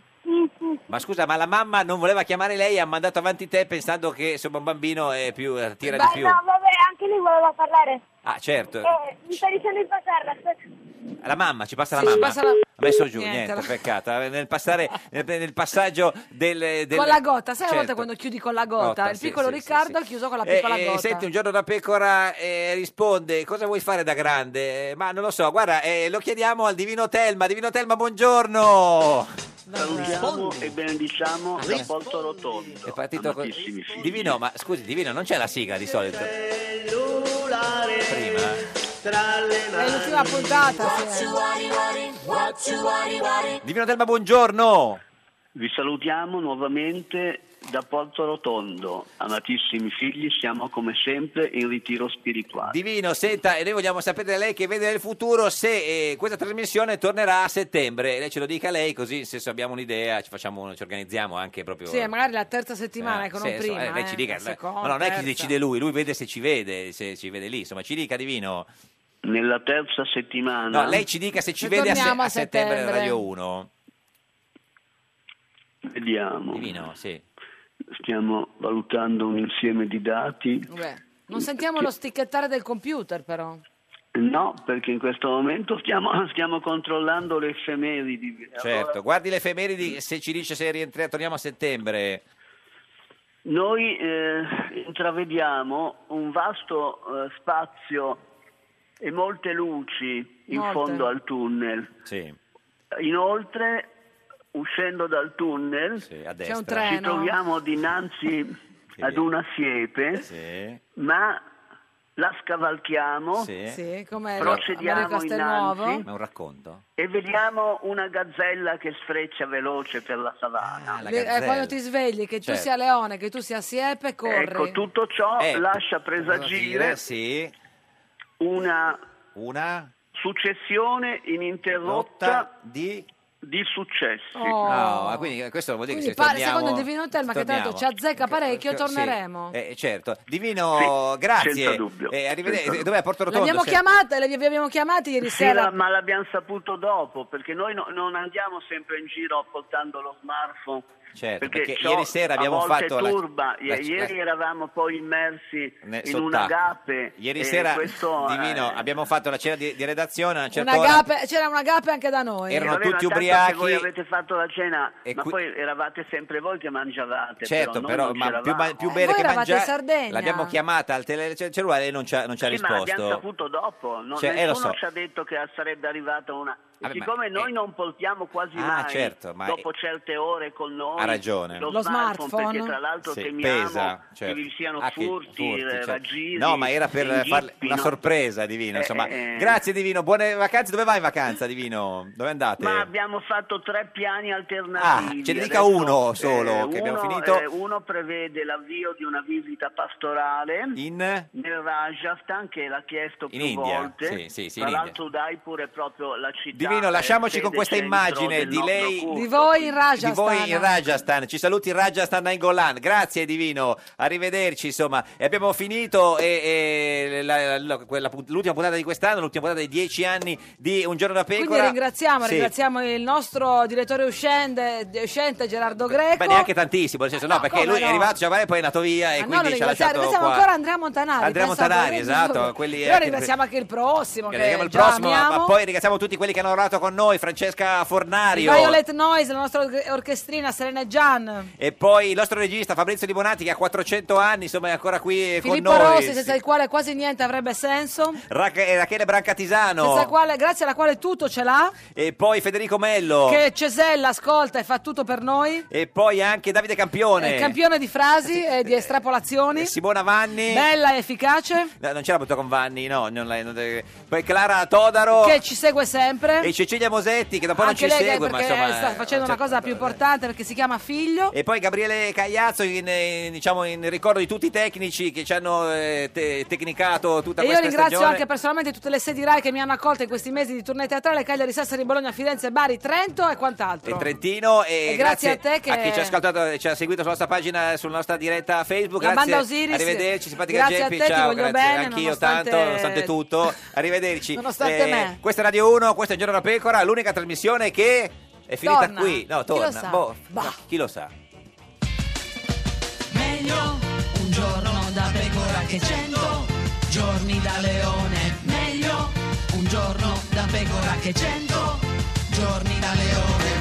C: Ma scusa, ma la mamma non voleva chiamare lei, ha mandato avanti te pensando che insomma un bambino è più, eh, tira di
I: Beh,
C: più.
I: no, vabbè, anche lui voleva parlare.
C: Ah, certo.
I: Eh, mi sta dicendo di passarla. aspetta.
C: La mamma, ci passa
I: Sì,
C: la
I: ci
C: mamma.
I: passa la-
C: Ha messo giù,
B: Niente,
C: niente,
B: la-
C: peccata. Nel, passare, nel, nel passaggio del, del-
B: Con la gotta, sai a volte
C: Certo.
B: quando chiudi con la
C: Gotta,
B: gotta? Il
C: sì,
B: piccolo
C: sì, sì,
B: Riccardo ha chiuso con la
C: Eh,
B: piccola
C: eh,
B: gotta.
C: senti, un giorno da pecora eh, risponde: Cosa vuoi fare da grande? Eh, ma non lo so, guarda, eh, lo chiediamo al Divino Telma. Divino Telma, buongiorno.
Y: Salutiamo e benediciamo da Porto Rotondo.
C: È partito con... Divino, ma scusi, Divino, non c'è la sigla di solito. Prima.
B: È l'ultima puntata. sì.
C: Divino Telma, buongiorno.
Y: Vi salutiamo nuovamente da Porto Rotondo. Amatissimi figli, siamo come sempre in ritiro spirituale.
C: Divino, senta, e noi vogliamo sapere da lei che vede nel futuro se eh, questa trasmissione tornerà a settembre. Lei ce lo dica lei, così se abbiamo un'idea, ci, facciamo, ci organizziamo anche proprio.
B: Sì, magari la terza settimana,
C: Eh,
B: ecco,
C: sì,
B: non
C: insomma,
B: prima.
C: eh, lei ci
B: eh,
C: dica,
B: la seconda,
C: ma no, non è che
B: terza.
C: decide lui, lui vede se ci vede, se ci vede lì, insomma, ci dica Divino.
Y: Nella terza settimana.
C: No, lei ci dica se ci
Y: E
C: vede a, se-
Y: torniamo a
C: a settembre
Y: settembre.
C: Radio 1.
Y: Vediamo.
C: Divino, sì.
Y: Stiamo valutando un insieme di dati.
B: Beh, Non sentiamo lo sticchettare del computer, però.
Y: No, perché in questo momento stiamo, <laughs> stiamo controllando le effemeridi.
C: Certo, guardi le effemeridi se ci dice se rientriamo, torniamo a settembre.
Y: Noi eh, intravediamo un vasto eh, spazio e molte luci in
I: Molte.
Y: fondo al tunnel.
C: Sì.
Y: Inoltre, uscendo dal tunnel,
I: destra. un
Y: ci
I: treno.
Y: troviamo dinanzi ad una siepe, ma la scavalchiamo
C: Sì.
B: Sì, come
Y: Procediamo
B: Mario Castelnuovo.
Y: innanzi.
C: Ma è un racconto?
Y: e vediamo una gazzella che sfreccia veloce per la savana.
C: Ah,
B: Le- eh, quando ti svegli, che tu
Y: Certo.
B: sia leone, che tu sia siepe, corri.
Y: Ecco, tutto ciò
C: Eh,
Y: lascia presagire
C: presagire, sì.
Y: una,
C: Una
Y: successione ininterrotta
C: di,
Y: successi.
B: Oh.
C: No, ma quindi questo vuol dire
B: Quindi
C: che se
B: pa-
C: torniamo...
B: secondo il Divino Telma, che tra l'altro ci
C: torniamo.
B: azzecca parecchio,
C: Sì,
B: torneremo.
C: eh, certo. Divino, grazie.
Y: senza dubbio,
C: Eh, arrivederci.
Y: senza dubbio.
C: Dov'è? A Porto Rotondo? certo.
B: L'abbiamo
C: se-
B: chiamata, le- vi abbiamo chiamati ieri
Y: Sì,
B: sera.
Y: la- ma l'abbiamo saputo dopo, perché noi no- non andiamo sempre in giro portando lo smartphone.
C: Certo,
Y: perché,
C: perché
Y: ciò
C: ieri sera abbiamo
Y: a volte
C: fatto la-
Y: turba.
C: la-
Y: I- ieri
C: la-
Y: eravamo poi immersi
C: ne-
Y: in una
C: sott'acqua.
Y: gape.
C: Ieri
Y: e
C: sera,
Y: questo,
C: Divino,
Y: eh,
C: abbiamo fatto la cena di, di redazione a certo una certa
B: Una
C: ora.
B: gape- c'era una gape anche da noi.
C: Erano
Y: Vabbè, ma
C: tutti
Y: tanto
C: ubriachi.
Y: che Voi avete fatto la cena,
C: E
Y: ma
C: qui-
Y: poi eravate sempre voi che mangiavate.
C: Certo,
Y: noi
C: però,
Y: non
C: ma più,
Y: c'eravamo.
C: ma- più bere
Y: voi
C: che
Y: eravate in
C: mangiare.
Y: Sardegna.
C: L'abbiamo chiamata al tele- cel- cellulare e non ci ha, non ci ha
Y: Sì, Eh, ma l'abbiamo
C: risposto.
Y: saputo dopo. no-
C: Cioè, eh, lo
Y: nessuno
C: so.
Y: ci ha detto che sarebbe arrivata una
C: Vabbè, ma- eh,
Y: siccome noi non portiamo quasi
C: Ah,
Y: mai
C: certo, ma-
Y: dopo certe ore con noi
C: Ha ragione.
Y: lo,
B: Lo
Y: smartphone,
B: smartphone.
Y: perché tra l'altro
C: Sì,
Y: temiamo
C: pesa, certo.
Y: che vi siano
C: Ah, che
Y: furti,
C: furti,
Y: eh,
C: certo.
Y: raggiri
C: No, ma era per
Y: inghippi,
C: farle una
Y: no?
C: sorpresa, Divino.
Y: Eh,
C: Insomma.
Y: eh, eh.
C: Grazie, Divino. Buone vacanze. Dove vai in vacanza, Divino? Dove andate?
Y: Ma abbiamo fatto tre piani alternativi.
C: Ah, ce ne dica
Y: Adesso,
C: uno solo,
Y: eh,
C: che abbiamo
Y: uno,
C: finito.
Y: eh, uno prevede l'avvio di una visita pastorale nel Rajasthan, che l'ha chiesto più
C: In India, sì,
Y: volte.
C: sì, sì,
Y: Tra
C: in
Y: l'altro Udaipur è proprio la città.
C: Divino,
Y: eh,
C: lasciamoci con
Y: sede
C: questa
Y: centro
C: immagine
Y: del
C: di
Y: nostro
C: lei-
Y: culto.
B: Di voi in Rajasthan.
C: Di voi in Rajasthan, ci saluti in Rajasthan in Golan, grazie Divino, arrivederci insomma. E abbiamo finito e- e la- la- quella put- l'ultima puntata di quest'anno, l'ultima puntata dei dieci anni di Un giorno da pecora.
B: Quindi ringraziamo,
C: Sì.
B: ringraziamo il nostro direttore uscente, uscente Gerardo Greco.
C: Eh Beh, neanche tantissimo, nel senso no, perché
B: Ah, come
C: lui
B: no?
C: è arrivato, Giovanni, e poi è andato via e
B: Ah, no, lo
C: quindi ci ha
B: ringraziamo,
C: lasciato
B: ringraziamo
C: qua.
B: ancora Andrea Montanari.
C: Andrea
B: pensate,
C: Montanari,
B: ridi
C: esatto,
B: <laughs> solo.
C: quelli-
B: Però ringraziamo anche il prossimo che,
C: Ringraziamo il
B: già
C: prossimo, ma-
B: amiamo.
C: ma poi ringraziamo tutti quelli che hanno lavorato con noi, Francesca
B: Il
C: Fornario.
B: Violet Noise, la nostra or- orchestrina Serena e Gian.
C: E poi il nostro regista Fabrizio Di Bonatti che ha 400 anni, insomma è ancora qui eh,
B: Filippo
C: con noi.
B: Rossi, senza il quale quasi niente avrebbe senso.
C: Ra- eh, Rachele
B: Senza il
C: Brancatisano.
B: quale, grazie alla quale tutto ce l'ha.
C: E poi Federico Mello.
B: Che Cesella ascolta e fa tutto per noi.
C: E poi anche Davide Campione.
B: È Eh, campione di frasi e di estrapolazioni.
C: Simona Vanni.
B: Bella e efficace.
C: No, non c'era buttato con Vanni, no. non l'hai- non- eh, Poi Clara Todaro.
B: Che ci segue sempre.
C: E Cecilia Mosetti che da poi non ci
B: Anche lei che-
C: segue, ma
B: perché eh,
C: insomma... eh,
B: sta facendo una cosa più importante perché si chiama figlio.
C: E poi Gabriele Cagliazzo, in, in- diciamo, in ricordo di tutti i tecnici che ci hanno eh, te- tecnicato tutta
B: E io
C: questa
B: ringrazio
C: stagione.
B: anche personalmente tutte le sedi RAI che mi hanno accolto in questi mesi di tournée teatrale Cagliari, Sassari, Bologna, Firenze, Bari, Trento e quant'altro.
C: in Trentino e,
B: E grazie a te che-
C: chi ci ha ascoltato e ci ha seguito sulla nostra pagina sulla nostra diretta Facebook
B: La
C: grazie
B: banda Osiris.
C: arrivederci simpatica
B: Grazie a
C: Geppi
B: te, ti
C: ciao
B: voglio
C: grazie
B: bene,
C: anch'io
B: nonostante-
C: tanto nonostante
B: <laughs>
C: tutto arrivederci Eh,
B: Nonostante me.
C: questa è Radio 1 questa è Il Giorno da Pecora l'unica trasmissione che è finita
B: Torna.
C: qui no
B: Chi
C: torna
B: lo sa?
C: Boh,
B: Bah.
C: no, chi lo sa
S: Meglio un giorno da pecora che cento giorni da leone. Meglio un giorno da pecora che cento giorni da leone.